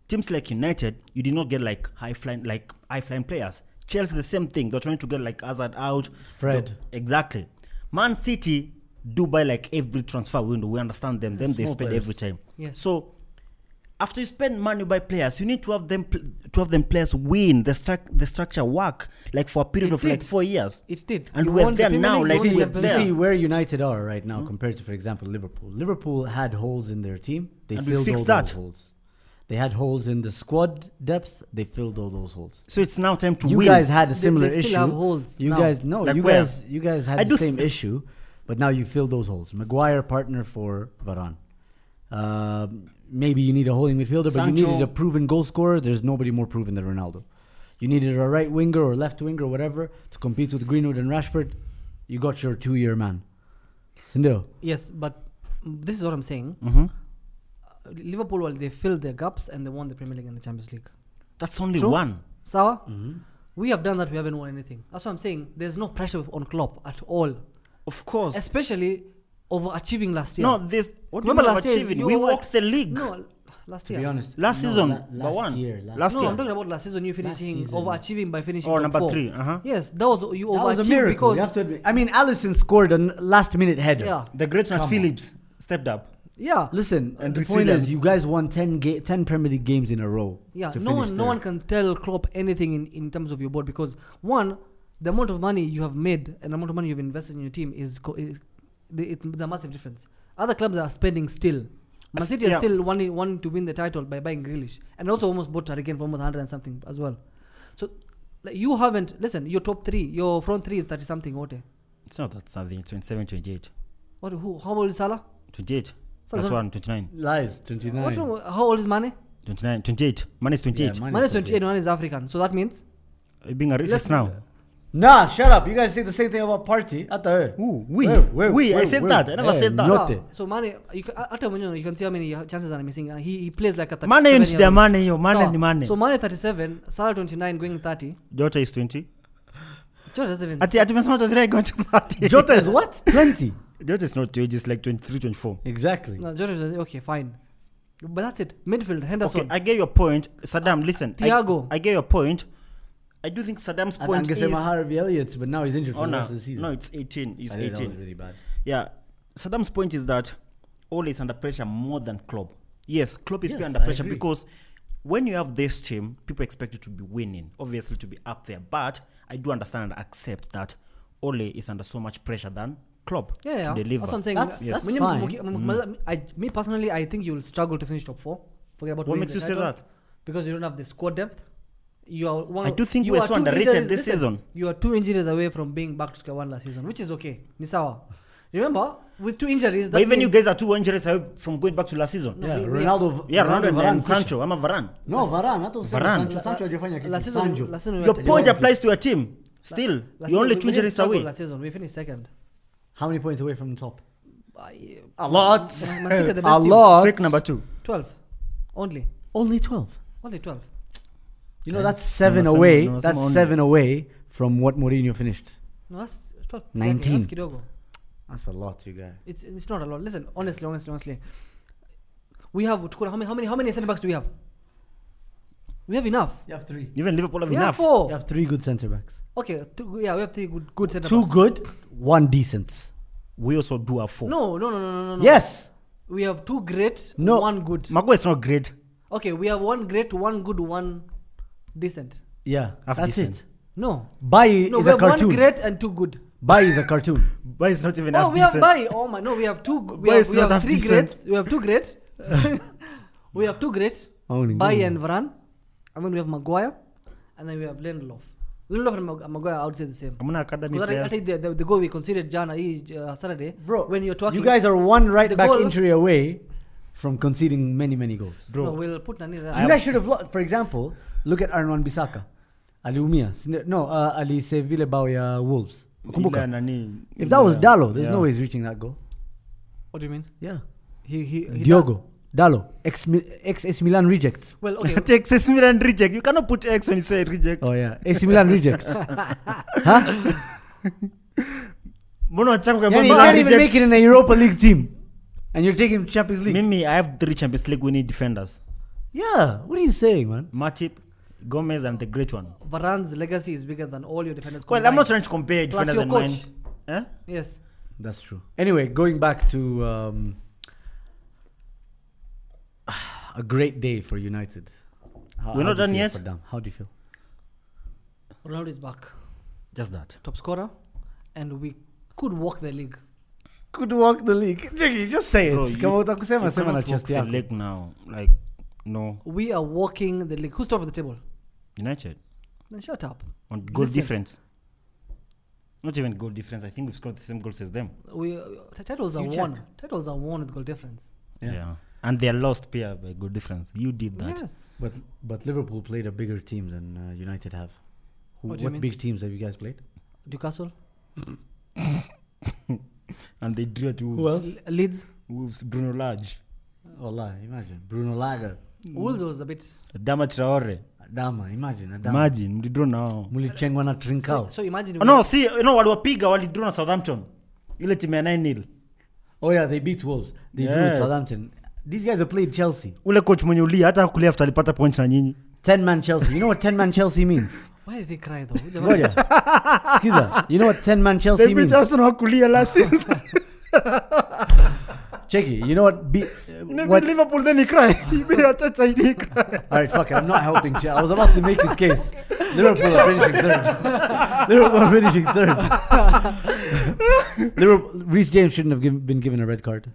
[SPEAKER 1] teams like United, you did not get like high flying, like high flying players. Chelsea, the same thing. They're trying to get like Hazard out.
[SPEAKER 2] Fred.
[SPEAKER 1] The- exactly. Man City do buy like every transfer window. We understand them. Them they
[SPEAKER 2] Small
[SPEAKER 1] spend
[SPEAKER 2] players.
[SPEAKER 1] every time.
[SPEAKER 3] Yes.
[SPEAKER 1] So after you spend money by players, you need to have them pl- to have them players win the struc- the structure work like for a period
[SPEAKER 3] It
[SPEAKER 1] of like
[SPEAKER 3] did.
[SPEAKER 1] four years.
[SPEAKER 3] It did.
[SPEAKER 1] And
[SPEAKER 3] You
[SPEAKER 1] we're
[SPEAKER 3] won the
[SPEAKER 1] there
[SPEAKER 3] Premier
[SPEAKER 1] now,
[SPEAKER 3] League,
[SPEAKER 1] like
[SPEAKER 3] you won the
[SPEAKER 1] we're
[SPEAKER 2] You
[SPEAKER 3] Champions
[SPEAKER 1] there. Hmm?
[SPEAKER 3] League.
[SPEAKER 2] see where United are right now compared to, for example, Liverpool. Liverpool had holes in their team. They
[SPEAKER 1] And we
[SPEAKER 2] filled all
[SPEAKER 1] fixed
[SPEAKER 2] those
[SPEAKER 1] that.
[SPEAKER 2] holes. They had holes in the squad depth. They filled all those holes.
[SPEAKER 1] So it's now time to
[SPEAKER 2] you
[SPEAKER 1] win.
[SPEAKER 2] guys had a
[SPEAKER 3] They-
[SPEAKER 2] similar
[SPEAKER 3] they still
[SPEAKER 2] issue.
[SPEAKER 3] have holes
[SPEAKER 2] you
[SPEAKER 3] now.
[SPEAKER 2] guys no,
[SPEAKER 1] Like
[SPEAKER 2] you
[SPEAKER 1] where?
[SPEAKER 2] guys you guys had
[SPEAKER 1] I
[SPEAKER 2] the
[SPEAKER 1] do
[SPEAKER 2] same
[SPEAKER 1] th-
[SPEAKER 2] issue, but now you fill those holes. Maguire partner for Varane. Um maybe you need a holding midfielder, but you
[SPEAKER 1] Sancho.
[SPEAKER 2] needed a proven goal scorer. There's nobody more proven than Ronaldo. You needed a right winger or left winger or whatever to compete with Greenwood and Rashford. You got your two year man. Sindo.
[SPEAKER 3] Yes, but mm, this is what I'm saying.
[SPEAKER 1] Mhm.
[SPEAKER 3] Liverpool, well, they filled their gaps and they won the Premier League and the Champions League.
[SPEAKER 1] That's only
[SPEAKER 3] True.
[SPEAKER 1] one.
[SPEAKER 3] Sawa?
[SPEAKER 1] Mm-hmm.
[SPEAKER 3] We have done that, we haven't won anything. That's what I'm saying. There's no pressure on Klopp at all.
[SPEAKER 1] Of course.
[SPEAKER 3] Especially overachieving last year.
[SPEAKER 1] No, this. What
[SPEAKER 3] Remember
[SPEAKER 1] do you mean
[SPEAKER 3] last year,
[SPEAKER 1] overachieving?
[SPEAKER 3] you
[SPEAKER 1] We
[SPEAKER 3] were-
[SPEAKER 1] walked the league.
[SPEAKER 3] No, last
[SPEAKER 2] To
[SPEAKER 3] year.
[SPEAKER 2] be honest.
[SPEAKER 1] Last
[SPEAKER 2] no,
[SPEAKER 1] season,
[SPEAKER 2] la-
[SPEAKER 1] by one.
[SPEAKER 2] last year. Last,
[SPEAKER 1] Last
[SPEAKER 3] no,
[SPEAKER 1] year.
[SPEAKER 3] I'm talking about last season you finishing
[SPEAKER 2] season.
[SPEAKER 3] overachieving by finishing
[SPEAKER 1] Or
[SPEAKER 3] top
[SPEAKER 1] number
[SPEAKER 3] four.
[SPEAKER 1] three, uh-huh.
[SPEAKER 3] Yes, that was you
[SPEAKER 2] that
[SPEAKER 3] overachieved
[SPEAKER 2] was a miracle.
[SPEAKER 3] because
[SPEAKER 2] you have to admit. I mean, Allison scored a n- last minute header.
[SPEAKER 3] yeah,
[SPEAKER 1] The great
[SPEAKER 2] Come
[SPEAKER 1] Nat
[SPEAKER 2] on.
[SPEAKER 1] Phillips stepped up.
[SPEAKER 3] yeah,
[SPEAKER 2] Listen,
[SPEAKER 1] And
[SPEAKER 2] the
[SPEAKER 1] we see
[SPEAKER 2] point
[SPEAKER 1] them-
[SPEAKER 2] is, you guys won 10, ga- 10 Premier League games in a row.
[SPEAKER 3] yeah.
[SPEAKER 2] to
[SPEAKER 3] No
[SPEAKER 2] finish
[SPEAKER 3] one, no
[SPEAKER 2] third.
[SPEAKER 3] one can tell Klopp anything in, in terms of your board because one, the amount of money you have made and the amount of money you've invested in your team is, co- is the, it's a massive difference. Other clubs are spending still. Man City
[SPEAKER 1] yeah.
[SPEAKER 3] are still wanting, wanting to win the title by buying Grealish and also almost bought again for almost 100 and something as well. So like, you haven't listen. Your top three, your front three is 30 something. What? eh?
[SPEAKER 1] It's not that something. 27, 28.
[SPEAKER 3] What? Who? How old is Salah?
[SPEAKER 1] 28.
[SPEAKER 3] Salah-
[SPEAKER 1] That's one, 29.
[SPEAKER 2] Lies, 29.
[SPEAKER 3] What's wrong? with- How old is Mane?
[SPEAKER 1] 29. 28. Minus 28.
[SPEAKER 2] Yeah, Mane-
[SPEAKER 3] Mane is 28, Mane is African. So that means
[SPEAKER 1] You're being a racist now.
[SPEAKER 2] Nah, shut up. You guys say the same thing about party. Hata wewe.
[SPEAKER 1] Ooh, we.
[SPEAKER 2] Wewe, wewe,
[SPEAKER 1] We, I
[SPEAKER 2] wewe,
[SPEAKER 1] said
[SPEAKER 2] wewe.
[SPEAKER 1] that. I never
[SPEAKER 2] Eh,
[SPEAKER 1] said that.
[SPEAKER 2] Nyote.
[SPEAKER 3] So Mane, you can, hata mwenyewe you can see how many chances are missing. And he, he plays like a
[SPEAKER 1] Mane
[SPEAKER 3] 37
[SPEAKER 1] is
[SPEAKER 3] year
[SPEAKER 1] their
[SPEAKER 3] old.
[SPEAKER 1] Mane, yo. Mane
[SPEAKER 3] Sawa.
[SPEAKER 1] ni Mane.
[SPEAKER 3] So Mane 37, Salah 29 going 30.
[SPEAKER 1] Jota is 20.
[SPEAKER 3] Jota doesn't even
[SPEAKER 1] Ati ati umesema Jota is going to party.
[SPEAKER 2] Jota is what? 20.
[SPEAKER 1] Jota is not 20, it's like 23, 24.
[SPEAKER 2] Exactly.
[SPEAKER 3] No, Jota doesn't okay, fine. But that's it. Midfield Henderson.
[SPEAKER 1] Okay, I get your point. Saddam, listen. I-
[SPEAKER 3] Thiago.
[SPEAKER 1] I, get your point. I do think Saddam's
[SPEAKER 2] And
[SPEAKER 1] point is
[SPEAKER 2] Angesema Harvey Elliott, but now he's injured for
[SPEAKER 1] Oh,
[SPEAKER 2] the
[SPEAKER 1] no.
[SPEAKER 2] rest of the season.
[SPEAKER 1] No, it's 18. He's
[SPEAKER 2] I think that was
[SPEAKER 1] 18.
[SPEAKER 2] really bad.
[SPEAKER 1] Yeah. Saddam's point is that Ole is under pressure more than Klopp. Yes, Klopp is still
[SPEAKER 2] Yes,
[SPEAKER 1] under
[SPEAKER 2] I
[SPEAKER 1] pressure
[SPEAKER 2] agree.
[SPEAKER 1] because when you have this team, people expect you to be winning, obviously to be up there. But I do understand and accept that Ole is under so much pressure than Klopp
[SPEAKER 3] yeah, yeah.
[SPEAKER 1] to deliver.
[SPEAKER 3] That's what I'm saying.
[SPEAKER 2] That's-
[SPEAKER 3] Yes.
[SPEAKER 2] that's
[SPEAKER 3] Mwenye
[SPEAKER 2] fine.
[SPEAKER 3] mki- mki-
[SPEAKER 1] Mm.
[SPEAKER 3] mki- I, me personally, I think you'll struggle to finish top four. Forget about
[SPEAKER 1] What
[SPEAKER 3] winning
[SPEAKER 1] makes
[SPEAKER 3] the
[SPEAKER 1] you say
[SPEAKER 3] title,
[SPEAKER 1] that?
[SPEAKER 3] Because you don't have the squad depth. You are one.
[SPEAKER 1] I
[SPEAKER 3] of-
[SPEAKER 1] do think
[SPEAKER 3] you
[SPEAKER 1] we're
[SPEAKER 3] are
[SPEAKER 1] so
[SPEAKER 3] two
[SPEAKER 1] underrated
[SPEAKER 3] injuries-
[SPEAKER 1] this season.
[SPEAKER 3] You are two injuries away from being back to square one last season, which is okay. Ni sawa. Remember, with two injuries, that
[SPEAKER 1] but even you
[SPEAKER 3] means
[SPEAKER 1] guys are two injuries away from going back to last season.
[SPEAKER 3] No,
[SPEAKER 2] Yeah,
[SPEAKER 3] we- we-
[SPEAKER 2] Ronaldo-
[SPEAKER 1] Yeah,
[SPEAKER 2] Ronaldo
[SPEAKER 1] Ronaldo
[SPEAKER 2] Varane
[SPEAKER 1] and
[SPEAKER 2] Sancho.
[SPEAKER 1] Sancho. I'm a Varane.
[SPEAKER 2] No, Varane, hata useme
[SPEAKER 1] Varane.
[SPEAKER 2] Sancho. Sancho hajafanya kitu.
[SPEAKER 3] last season,
[SPEAKER 2] Sancho.
[SPEAKER 3] last season we
[SPEAKER 1] Your
[SPEAKER 3] were-
[SPEAKER 1] point
[SPEAKER 3] yeah,
[SPEAKER 1] applies to your team. Still,
[SPEAKER 3] last
[SPEAKER 1] you're only two
[SPEAKER 3] season we- we didn't
[SPEAKER 1] injuries
[SPEAKER 3] struggle
[SPEAKER 1] away.
[SPEAKER 3] Last season we finished second.
[SPEAKER 2] How many points away from the top?
[SPEAKER 3] By-
[SPEAKER 2] A lot.
[SPEAKER 3] Man- Man City are the
[SPEAKER 2] A
[SPEAKER 3] best team.
[SPEAKER 2] lot.
[SPEAKER 1] Fake number two.
[SPEAKER 3] 12 only
[SPEAKER 2] Only 12.
[SPEAKER 3] only 12
[SPEAKER 2] You know,
[SPEAKER 1] Yeah.
[SPEAKER 2] that's seven
[SPEAKER 1] Unasema-
[SPEAKER 2] away.
[SPEAKER 1] unasema
[SPEAKER 2] that's
[SPEAKER 1] only.
[SPEAKER 2] seven away from what Mourinho finished.
[SPEAKER 3] no that's 12
[SPEAKER 2] 19.
[SPEAKER 3] that's kidogo
[SPEAKER 2] That's a lot, you guys.
[SPEAKER 3] it's, it's not a lot listen honestly honestly honestly we have Tukura, how many how many how many centre backs do we have we have enough
[SPEAKER 2] You have three.
[SPEAKER 1] Even Liverpool have
[SPEAKER 3] we have
[SPEAKER 1] enough.
[SPEAKER 2] You
[SPEAKER 3] four
[SPEAKER 2] have three good centre backs.
[SPEAKER 3] okay two, yeah we have three good good centre
[SPEAKER 2] Two
[SPEAKER 3] backs
[SPEAKER 2] good, one decent.
[SPEAKER 1] We also do have four.
[SPEAKER 3] no no no no no no
[SPEAKER 2] Yes.
[SPEAKER 3] we have two great
[SPEAKER 2] No.
[SPEAKER 3] one good
[SPEAKER 1] Maguire is not great.
[SPEAKER 3] okay we have one great one good one decent
[SPEAKER 2] Yeah.
[SPEAKER 1] Half
[SPEAKER 2] that's
[SPEAKER 1] decent.
[SPEAKER 2] it.
[SPEAKER 3] no
[SPEAKER 2] Bai
[SPEAKER 3] no
[SPEAKER 2] is
[SPEAKER 3] we
[SPEAKER 2] a
[SPEAKER 3] have one
[SPEAKER 2] cartoon.
[SPEAKER 3] great and two good
[SPEAKER 2] Bai is a cartoon.
[SPEAKER 1] But it's not even
[SPEAKER 3] Oh,
[SPEAKER 1] half
[SPEAKER 3] we have
[SPEAKER 1] decent.
[SPEAKER 3] buy. Oh my, no, we have two. We
[SPEAKER 1] Buy
[SPEAKER 3] have,
[SPEAKER 1] is
[SPEAKER 3] we
[SPEAKER 1] not
[SPEAKER 3] have
[SPEAKER 1] half
[SPEAKER 3] three
[SPEAKER 1] decent.
[SPEAKER 3] greats. We have two greats. we have two greats.
[SPEAKER 2] Only
[SPEAKER 3] Buy
[SPEAKER 2] good.
[SPEAKER 3] and Varane, and then we have Maguire, and then we have Lindelof. Lindelof and Mag- Maguire, I would say the same.
[SPEAKER 1] I'm an academy
[SPEAKER 3] Because I think- I
[SPEAKER 1] player.
[SPEAKER 3] think the, the, the goal we considered Jana is uh, Saturday.
[SPEAKER 2] Bro,
[SPEAKER 3] when you're talking,
[SPEAKER 2] You guys are one right
[SPEAKER 3] The
[SPEAKER 2] back
[SPEAKER 3] goal-
[SPEAKER 2] injury away from conceding many, many goals.
[SPEAKER 1] Bro,
[SPEAKER 3] No, we'll put Nani there.
[SPEAKER 2] You guys should have, lo- for example, look at Aaron Wan-Bissaka. Aliumia. Sin- No, uh, alise vile bao ya Wolves.
[SPEAKER 1] Ile
[SPEAKER 2] Kumbuka.
[SPEAKER 1] nani-
[SPEAKER 2] If that was
[SPEAKER 1] ile-
[SPEAKER 2] Dalo, there's no
[SPEAKER 1] yeah.
[SPEAKER 2] way he's reaching that goal.
[SPEAKER 3] what do you mean?
[SPEAKER 2] Yeah.
[SPEAKER 3] He he, he
[SPEAKER 2] Diogo. Dalo. Ex ex Milan reject.
[SPEAKER 3] Does. Well, okay.
[SPEAKER 1] Ati X is Milan reject. You cannot put X when you say reject.
[SPEAKER 2] Oh yeah, AC Milan reject. huh?
[SPEAKER 1] Mbona wachaku kwa
[SPEAKER 2] Yeah, you
[SPEAKER 1] Mbona
[SPEAKER 2] can't even
[SPEAKER 1] reject?
[SPEAKER 2] make it in a Europa League team, and you're taking Champions League.
[SPEAKER 1] Mimi, I have three Champions League winning defenders.
[SPEAKER 2] Yeah, what are you saying, man?
[SPEAKER 1] Matip, Gomez and the great one.
[SPEAKER 3] Varane's legacy is bigger than all your defenders.
[SPEAKER 1] Well, I'm not
[SPEAKER 3] combined.
[SPEAKER 1] trying to compare
[SPEAKER 3] Plus
[SPEAKER 1] defenders
[SPEAKER 3] your
[SPEAKER 1] and
[SPEAKER 3] coach.
[SPEAKER 1] mine. Eh?
[SPEAKER 3] Yes.
[SPEAKER 2] That's true. Anyway, going back to um, a great day for United. How, how
[SPEAKER 1] We're not
[SPEAKER 2] do you
[SPEAKER 1] done
[SPEAKER 2] feel
[SPEAKER 1] yet?
[SPEAKER 2] for them? How do you feel?
[SPEAKER 3] Ronaldo is back,
[SPEAKER 1] Just that.
[SPEAKER 3] top scorer, and we could walk the league.
[SPEAKER 2] Could walk the league. Jiggy, just say
[SPEAKER 1] Bro,
[SPEAKER 2] it.
[SPEAKER 1] you-
[SPEAKER 2] Kama utakusema sema na
[SPEAKER 1] you cannot walk
[SPEAKER 2] chest
[SPEAKER 1] the
[SPEAKER 2] yako.
[SPEAKER 1] leg now. Like, no.
[SPEAKER 3] We are walking the league. Who's top of the table?
[SPEAKER 1] United.
[SPEAKER 3] Then shut up.
[SPEAKER 1] On goal
[SPEAKER 3] Listen.
[SPEAKER 1] difference. Not even goal difference. I think we've scored the same goals as them.
[SPEAKER 3] We uh, t- titles are
[SPEAKER 2] You
[SPEAKER 3] won. Titles are won with goal difference.
[SPEAKER 2] Yeah.
[SPEAKER 1] And they're lost pair by goal difference. You did that.
[SPEAKER 3] Yes.
[SPEAKER 2] But but Liverpool played a bigger team than uh, United have. Who,
[SPEAKER 3] What
[SPEAKER 2] what
[SPEAKER 3] do you mean?
[SPEAKER 2] big teams have you guys played?
[SPEAKER 3] Newcastle.
[SPEAKER 1] And they drew at Wolves.
[SPEAKER 3] Le- Leeds.
[SPEAKER 1] Wolves, Bruno Large.
[SPEAKER 2] Wallah, imagine Bruno Lager,
[SPEAKER 1] Mm.
[SPEAKER 3] Wolves was a bit.
[SPEAKER 1] Adama Traore.
[SPEAKER 2] Adama, imagine Adama.
[SPEAKER 1] Imagine, mlidraw nao.
[SPEAKER 2] Mulichengwa na
[SPEAKER 3] So,
[SPEAKER 2] Trinkao.
[SPEAKER 3] so imagine.
[SPEAKER 1] Oh, no, see, you know, waliwapiga, walidraw na Southampton. Ile timu ya 9-0.
[SPEAKER 2] Oh yeah, they beat Wolves. They drew
[SPEAKER 1] Yeah.
[SPEAKER 2] with Southampton. These guys have played Chelsea.
[SPEAKER 1] Ule coach mwenye ulia hata hakulia after alipata point na nyinyi.
[SPEAKER 2] Ten man Chelsea. You know what ten man Chelsea means?
[SPEAKER 3] Why did he cry though? Jamani,
[SPEAKER 2] Ngoja. Skiza. You know what ten man
[SPEAKER 1] They
[SPEAKER 2] Chelsea
[SPEAKER 1] beat
[SPEAKER 2] means?
[SPEAKER 1] Arsenal hakulia last season.
[SPEAKER 2] Checky. You know what? Be-
[SPEAKER 1] They beat
[SPEAKER 2] what?
[SPEAKER 1] Liverpool then he cry. He beat Arteta he cry.
[SPEAKER 2] All right, fuck it. I'm not helping. Che- I was about to make his case. Liverpool are finishing third. Liverpool are finishing third. Liverpool. Reece James shouldn't have given, been given a red card.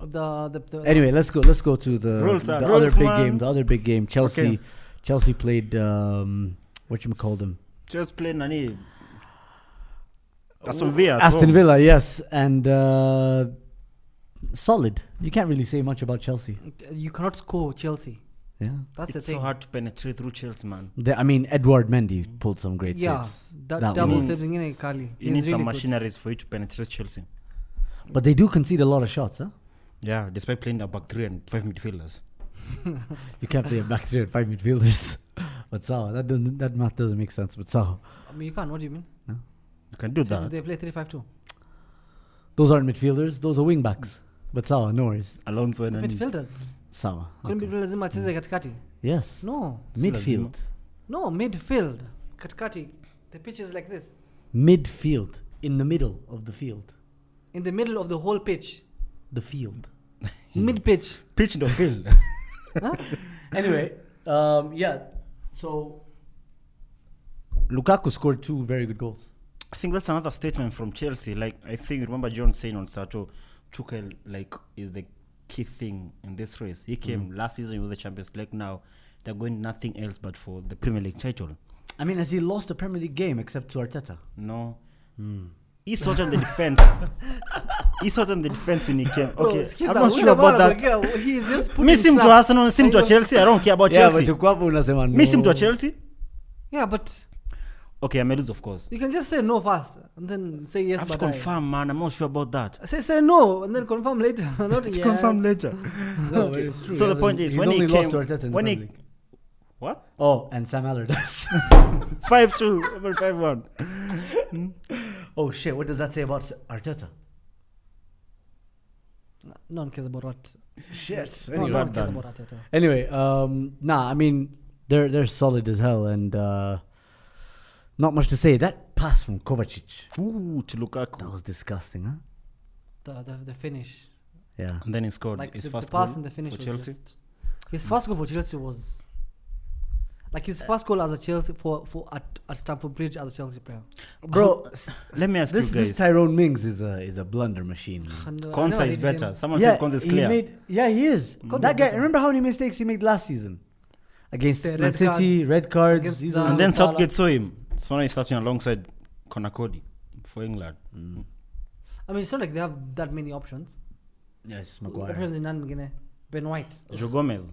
[SPEAKER 3] the, the, the,
[SPEAKER 2] Anyway, let's go. Let's go to the
[SPEAKER 1] Rules
[SPEAKER 2] the
[SPEAKER 1] are-
[SPEAKER 2] other
[SPEAKER 1] rules,
[SPEAKER 2] big
[SPEAKER 1] man.
[SPEAKER 2] game. The other big game. Chelsea.
[SPEAKER 1] Okay.
[SPEAKER 2] Chelsea played. Um, what you call them?
[SPEAKER 1] Just play nani. Aston Villa. at
[SPEAKER 2] Aston
[SPEAKER 1] home.
[SPEAKER 2] Villa, yes, and uh, solid. You can't really say much about Chelsea.
[SPEAKER 3] you cannot score Chelsea.
[SPEAKER 2] Yeah.
[SPEAKER 3] That's the
[SPEAKER 1] it's
[SPEAKER 3] thing.
[SPEAKER 1] so hard to penetrate through Chelsea, man.
[SPEAKER 2] The, I mean, Edward Mendy pulled some great
[SPEAKER 3] yeah,
[SPEAKER 2] saves.
[SPEAKER 3] that,
[SPEAKER 2] That
[SPEAKER 3] double
[SPEAKER 1] was-
[SPEAKER 3] saves zingine ni kali.
[SPEAKER 1] You
[SPEAKER 3] He's
[SPEAKER 1] need some
[SPEAKER 3] really good.
[SPEAKER 1] machineries for you to penetrate Chelsea.
[SPEAKER 2] But they do concede a lot of shots, huh?
[SPEAKER 1] Yeah, despite playing a back three and five midfielders.
[SPEAKER 2] You can't play a back three and five midfielders. but so that doesn't, that math doesn't make sense. But so
[SPEAKER 3] I mean, you can. What do you mean?
[SPEAKER 1] You can do
[SPEAKER 3] Since
[SPEAKER 1] that.
[SPEAKER 3] they play three-five-two.
[SPEAKER 2] those aren't midfielders; those are wing backs. But so no worries.
[SPEAKER 1] Alonso and
[SPEAKER 3] Midfielders.
[SPEAKER 2] Sawa.
[SPEAKER 3] Couldn't be
[SPEAKER 2] Okay.
[SPEAKER 1] Mm.
[SPEAKER 3] lazima acheze katikati.
[SPEAKER 2] Yes,
[SPEAKER 3] No,
[SPEAKER 2] midfield,
[SPEAKER 3] no, midfield. Katikati. The pitch is like this.
[SPEAKER 2] midfield, in the middle of the field,
[SPEAKER 3] In the middle of the whole pitch.
[SPEAKER 2] the field.
[SPEAKER 1] Hmm.
[SPEAKER 3] Mid pitch.
[SPEAKER 1] pitch the field.
[SPEAKER 2] anyway, um, yeah. So Lukaku scored two very good goals.
[SPEAKER 1] I think that's another statement from Chelsea. Like I think remember John saying on Sato, Tuchel like is the key thing in this race. He came
[SPEAKER 3] Mm.
[SPEAKER 1] last season with the Champions League. Now they're going nothing else but for the Premier League title.
[SPEAKER 2] I mean, has he lost a Premier League game except to Arteta?
[SPEAKER 1] No,
[SPEAKER 2] Hmm.
[SPEAKER 1] he sorted the defense. he sorted the defense when he came. Okay, I'm not sure about that.
[SPEAKER 3] He's just putting
[SPEAKER 1] Me sim to
[SPEAKER 3] traps.
[SPEAKER 1] Arsenal, sim
[SPEAKER 3] And
[SPEAKER 1] to
[SPEAKER 3] you're-
[SPEAKER 1] Chelsea. I don't care about Chelsea.
[SPEAKER 2] Kwapo unasema
[SPEAKER 1] Me sim to Chelsea.
[SPEAKER 3] Yeah, but
[SPEAKER 1] Okay, I'm lose of course.
[SPEAKER 3] you can just say no first and then say
[SPEAKER 1] I
[SPEAKER 3] yes.
[SPEAKER 1] have to
[SPEAKER 3] baadaye.
[SPEAKER 1] confirm, man. I'm not sure about that.
[SPEAKER 3] Say say no and then confirm later. Not yes.
[SPEAKER 1] later.
[SPEAKER 2] No, but it's true.
[SPEAKER 1] So
[SPEAKER 2] He
[SPEAKER 1] the point
[SPEAKER 2] hasn't-
[SPEAKER 1] is,
[SPEAKER 2] he's
[SPEAKER 1] when he
[SPEAKER 2] only
[SPEAKER 1] came,
[SPEAKER 2] lost to Arteta in
[SPEAKER 1] when
[SPEAKER 2] the
[SPEAKER 1] he,
[SPEAKER 2] Premier League.
[SPEAKER 1] what?
[SPEAKER 2] Oh, and Sam Allardyce.
[SPEAKER 1] Five two, five one.
[SPEAKER 2] oh shit! What does that say about Arteta?
[SPEAKER 3] No one cares about what.
[SPEAKER 2] Shit.
[SPEAKER 3] No, no
[SPEAKER 2] Anyway,
[SPEAKER 3] one cares about Arteta.
[SPEAKER 2] anyway, um, nah. I mean, they're they're solid as hell, and uh, not much to say. That pass from Kovacic
[SPEAKER 1] Ooh, to Lukaku,
[SPEAKER 2] that was disgusting, huh?
[SPEAKER 3] The, the, the finish.
[SPEAKER 2] Yeah.
[SPEAKER 1] and then he scored
[SPEAKER 3] Like
[SPEAKER 1] his
[SPEAKER 3] the,
[SPEAKER 1] first
[SPEAKER 3] the pass
[SPEAKER 1] goal
[SPEAKER 3] and the finish
[SPEAKER 1] for
[SPEAKER 3] was
[SPEAKER 1] Chelsea.
[SPEAKER 3] just. His first goal for Chelsea was. Like
[SPEAKER 1] Uh,
[SPEAKER 3] his first goal as a Chelsea for, for at, at Stamford Bridge as a Chelsea player.
[SPEAKER 2] Bro, s-
[SPEAKER 1] Let me ask
[SPEAKER 2] this
[SPEAKER 1] you guys.
[SPEAKER 2] this Tyrone Mings is a is a blunder machine. man.
[SPEAKER 3] And, uh, I know I
[SPEAKER 1] Konsa is
[SPEAKER 3] hated
[SPEAKER 1] better.
[SPEAKER 3] him.
[SPEAKER 1] Someone said Konsa is
[SPEAKER 2] he
[SPEAKER 1] clear. Mm-hmm.
[SPEAKER 2] made- yeah, he is.
[SPEAKER 3] Konsa
[SPEAKER 2] That
[SPEAKER 3] is
[SPEAKER 2] guy.
[SPEAKER 3] better.
[SPEAKER 2] Remember how many mistakes he made last season against
[SPEAKER 3] The
[SPEAKER 2] Man
[SPEAKER 3] red
[SPEAKER 2] City,
[SPEAKER 3] cards,
[SPEAKER 2] red cards.
[SPEAKER 3] against
[SPEAKER 2] these
[SPEAKER 3] Zaha.
[SPEAKER 2] are-
[SPEAKER 1] and then
[SPEAKER 3] Salah.
[SPEAKER 1] Southgate saw him. So now he's starting alongside Connor Cody for England.
[SPEAKER 3] I mean, it's not like they have that many options.
[SPEAKER 2] yes,
[SPEAKER 3] Options in nani mwingine? Ben White.
[SPEAKER 1] Joe Gomez.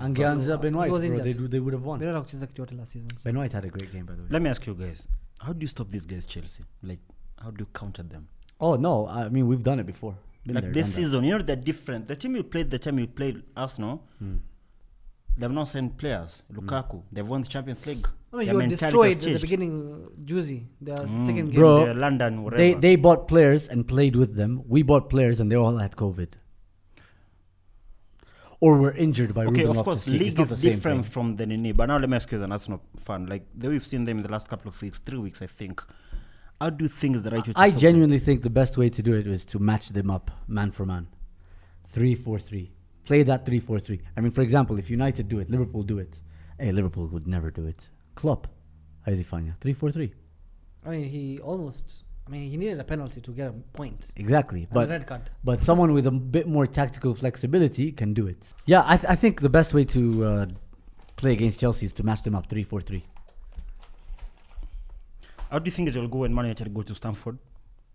[SPEAKER 2] Angianza Ben
[SPEAKER 3] He
[SPEAKER 2] White,
[SPEAKER 3] was
[SPEAKER 2] bro,
[SPEAKER 3] injured.
[SPEAKER 2] they, do- they would have won.
[SPEAKER 3] Benatia hakucheza kitu yote last season. so-
[SPEAKER 2] Ben White had a great game, by the way.
[SPEAKER 1] Let me ask you guys. How do you stop these guys, Chelsea? Like, how do you counter them?
[SPEAKER 2] Oh no, I mean we've done it before. Been
[SPEAKER 1] like
[SPEAKER 2] there,
[SPEAKER 1] this
[SPEAKER 2] done that.
[SPEAKER 1] season, you know, they're different. The team you played, the time you played Arsenal,
[SPEAKER 2] Hmm.
[SPEAKER 1] they've not signed players. Lukaku, they've won the Champions League.
[SPEAKER 3] I
[SPEAKER 1] Their
[SPEAKER 3] mean, Oh, you were
[SPEAKER 1] mentality has
[SPEAKER 3] destroyed at the
[SPEAKER 1] changed. Hmm.
[SPEAKER 3] beginning, uh, Juicy, the second game.
[SPEAKER 2] Mm. Bro,
[SPEAKER 1] They're London, whatever.
[SPEAKER 2] They they bought players and played with them. We bought players and they all had COVID. Or were injured by
[SPEAKER 1] okay,
[SPEAKER 2] Ruben
[SPEAKER 1] of course,
[SPEAKER 2] Loftus-Cheek. It's
[SPEAKER 1] league
[SPEAKER 2] not
[SPEAKER 1] is
[SPEAKER 2] the same
[SPEAKER 1] different
[SPEAKER 2] thing.
[SPEAKER 1] from the Nene. But now let me ask you as an Arsenal fan, like the way we've seen them in the last couple of weeks, three weeks, I think. How do you think is the right way? To
[SPEAKER 2] I
[SPEAKER 1] stop them?
[SPEAKER 2] genuinely think the best way to do it is to match them up man for man. Three four three. Play that three four three. I mean, for example, if United do it, Liverpool do it. Hey, Liverpool would never do it. Klopp, how is he finding Three four three.
[SPEAKER 3] I mean, he almost. I mean, he needed a penalty to get a point.
[SPEAKER 2] Exactly,
[SPEAKER 3] And
[SPEAKER 2] but
[SPEAKER 3] a red card.
[SPEAKER 2] but someone with a bit more tactical flexibility can do it. Yeah, I, th- I think the best way to uh, play against Chelsea is to match them up 3 4 3.
[SPEAKER 1] How do you think it will go when Man United go to Stamford?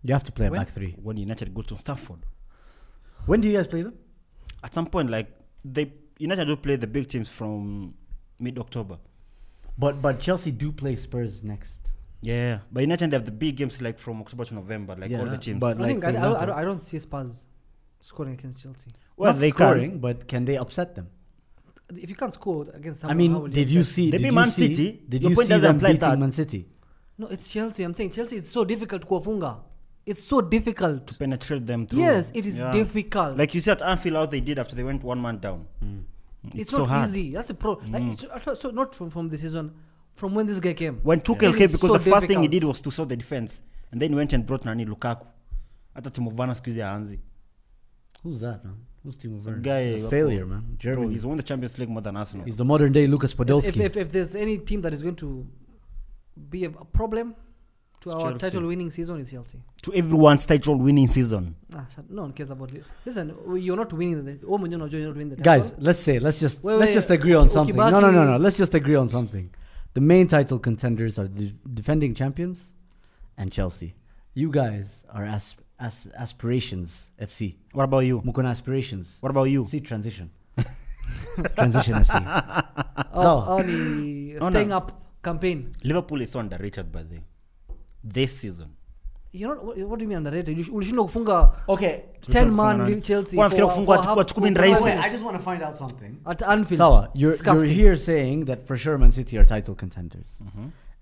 [SPEAKER 2] You have to play a
[SPEAKER 3] When?
[SPEAKER 2] back three.
[SPEAKER 1] When United go to Stamford,
[SPEAKER 2] When do you guys play them?
[SPEAKER 1] at some point, like they United do play the big teams from mid-October.
[SPEAKER 2] But but Chelsea do play Spurs next.
[SPEAKER 1] Yeah, but United they have the big games like from October to November, like all
[SPEAKER 2] Yeah,
[SPEAKER 1] the teams.
[SPEAKER 2] but-
[SPEAKER 3] I
[SPEAKER 2] like,
[SPEAKER 3] think
[SPEAKER 2] for
[SPEAKER 3] I, I, don't- I,
[SPEAKER 2] example-
[SPEAKER 3] don't, I don't see Spurs scoring against Chelsea.
[SPEAKER 1] well,
[SPEAKER 2] Not
[SPEAKER 1] they
[SPEAKER 2] scoring,
[SPEAKER 1] can.
[SPEAKER 2] but can they upset them?
[SPEAKER 3] If you can't score against
[SPEAKER 2] I
[SPEAKER 3] someone, how
[SPEAKER 2] mean,
[SPEAKER 3] will
[SPEAKER 2] did you
[SPEAKER 3] upset-
[SPEAKER 2] see?
[SPEAKER 1] They
[SPEAKER 2] Did
[SPEAKER 1] beat
[SPEAKER 2] you
[SPEAKER 1] Man
[SPEAKER 2] see,
[SPEAKER 1] City.
[SPEAKER 2] Did
[SPEAKER 1] Your
[SPEAKER 2] you
[SPEAKER 1] point
[SPEAKER 2] see
[SPEAKER 1] doesn't
[SPEAKER 2] them
[SPEAKER 1] apply
[SPEAKER 2] beating
[SPEAKER 1] that.
[SPEAKER 2] Man City?
[SPEAKER 3] No, it's Chelsea. I'm saying Chelsea. It's so difficult kuwafunga. It's so difficult.
[SPEAKER 1] penetrate them through.
[SPEAKER 3] Yes, it is
[SPEAKER 1] Yeah.
[SPEAKER 3] difficult. Mm.
[SPEAKER 1] Like you see at Anfield how they did after they went one man down. Mm.
[SPEAKER 3] it's,
[SPEAKER 1] so
[SPEAKER 3] not
[SPEAKER 1] hard.
[SPEAKER 3] easy. That's a pro. Like,
[SPEAKER 2] Mm.
[SPEAKER 3] it's, so not from from the season, from when this guy came.
[SPEAKER 1] When Tuchel
[SPEAKER 3] It
[SPEAKER 1] came,
[SPEAKER 3] is
[SPEAKER 1] because
[SPEAKER 3] so
[SPEAKER 1] the first thing he
[SPEAKER 3] difficult.
[SPEAKER 1] did was to sort the defense, and then he went and brought Nani Lukaku. Hata Timo Werner siku hizi haanzi.
[SPEAKER 2] Who's that, man? Who's Timo Werner?
[SPEAKER 1] guy
[SPEAKER 2] He's a
[SPEAKER 1] wa-
[SPEAKER 2] failure, man.
[SPEAKER 1] Bro,
[SPEAKER 2] Germany.
[SPEAKER 1] he's won the Champions League more than Arsenal.
[SPEAKER 2] he's the modern day Lucas
[SPEAKER 3] If-
[SPEAKER 2] Podolski.
[SPEAKER 3] If, if, if there's any team that is going to be a, a problem to
[SPEAKER 1] It's
[SPEAKER 3] our
[SPEAKER 1] Chelsea.
[SPEAKER 3] title winning season is Chelsea.
[SPEAKER 1] To everyone's title winning season.
[SPEAKER 3] Ah, shut- no one cares about it. Listen, w- you're not winning the oh, you're not, you're not winning the
[SPEAKER 2] guys
[SPEAKER 3] title.
[SPEAKER 2] let's say let's just
[SPEAKER 3] Wait,
[SPEAKER 2] let's
[SPEAKER 3] wait,
[SPEAKER 2] just agree on
[SPEAKER 3] Uki-
[SPEAKER 2] something no no no no
[SPEAKER 3] Ukibaki-
[SPEAKER 2] let's just agree on something the main title contenders are the defending champions and chelsea you guys are as, as aspirations fc
[SPEAKER 1] What about you?
[SPEAKER 2] mukona aspirations
[SPEAKER 1] What about you?
[SPEAKER 2] see transition Transition FC.
[SPEAKER 3] Au- au ni
[SPEAKER 1] Oh, no.
[SPEAKER 3] Uh, staying up campaign
[SPEAKER 1] liverpool is so underrated by the this season
[SPEAKER 3] You're not- what- what do you mean underrated? You sh- ulishindwa kufunga
[SPEAKER 1] okay
[SPEAKER 3] 10 man Chelsea
[SPEAKER 1] wanafikira
[SPEAKER 3] for-
[SPEAKER 1] kufungwa
[SPEAKER 3] for half-
[SPEAKER 1] kwa 10 ni
[SPEAKER 3] for half-
[SPEAKER 1] rahisi
[SPEAKER 2] just want to find out something.
[SPEAKER 3] at Anfield.
[SPEAKER 2] Sawa, you're, you're
[SPEAKER 3] Disgusting.
[SPEAKER 2] here saying that for sure Man City are title contenders,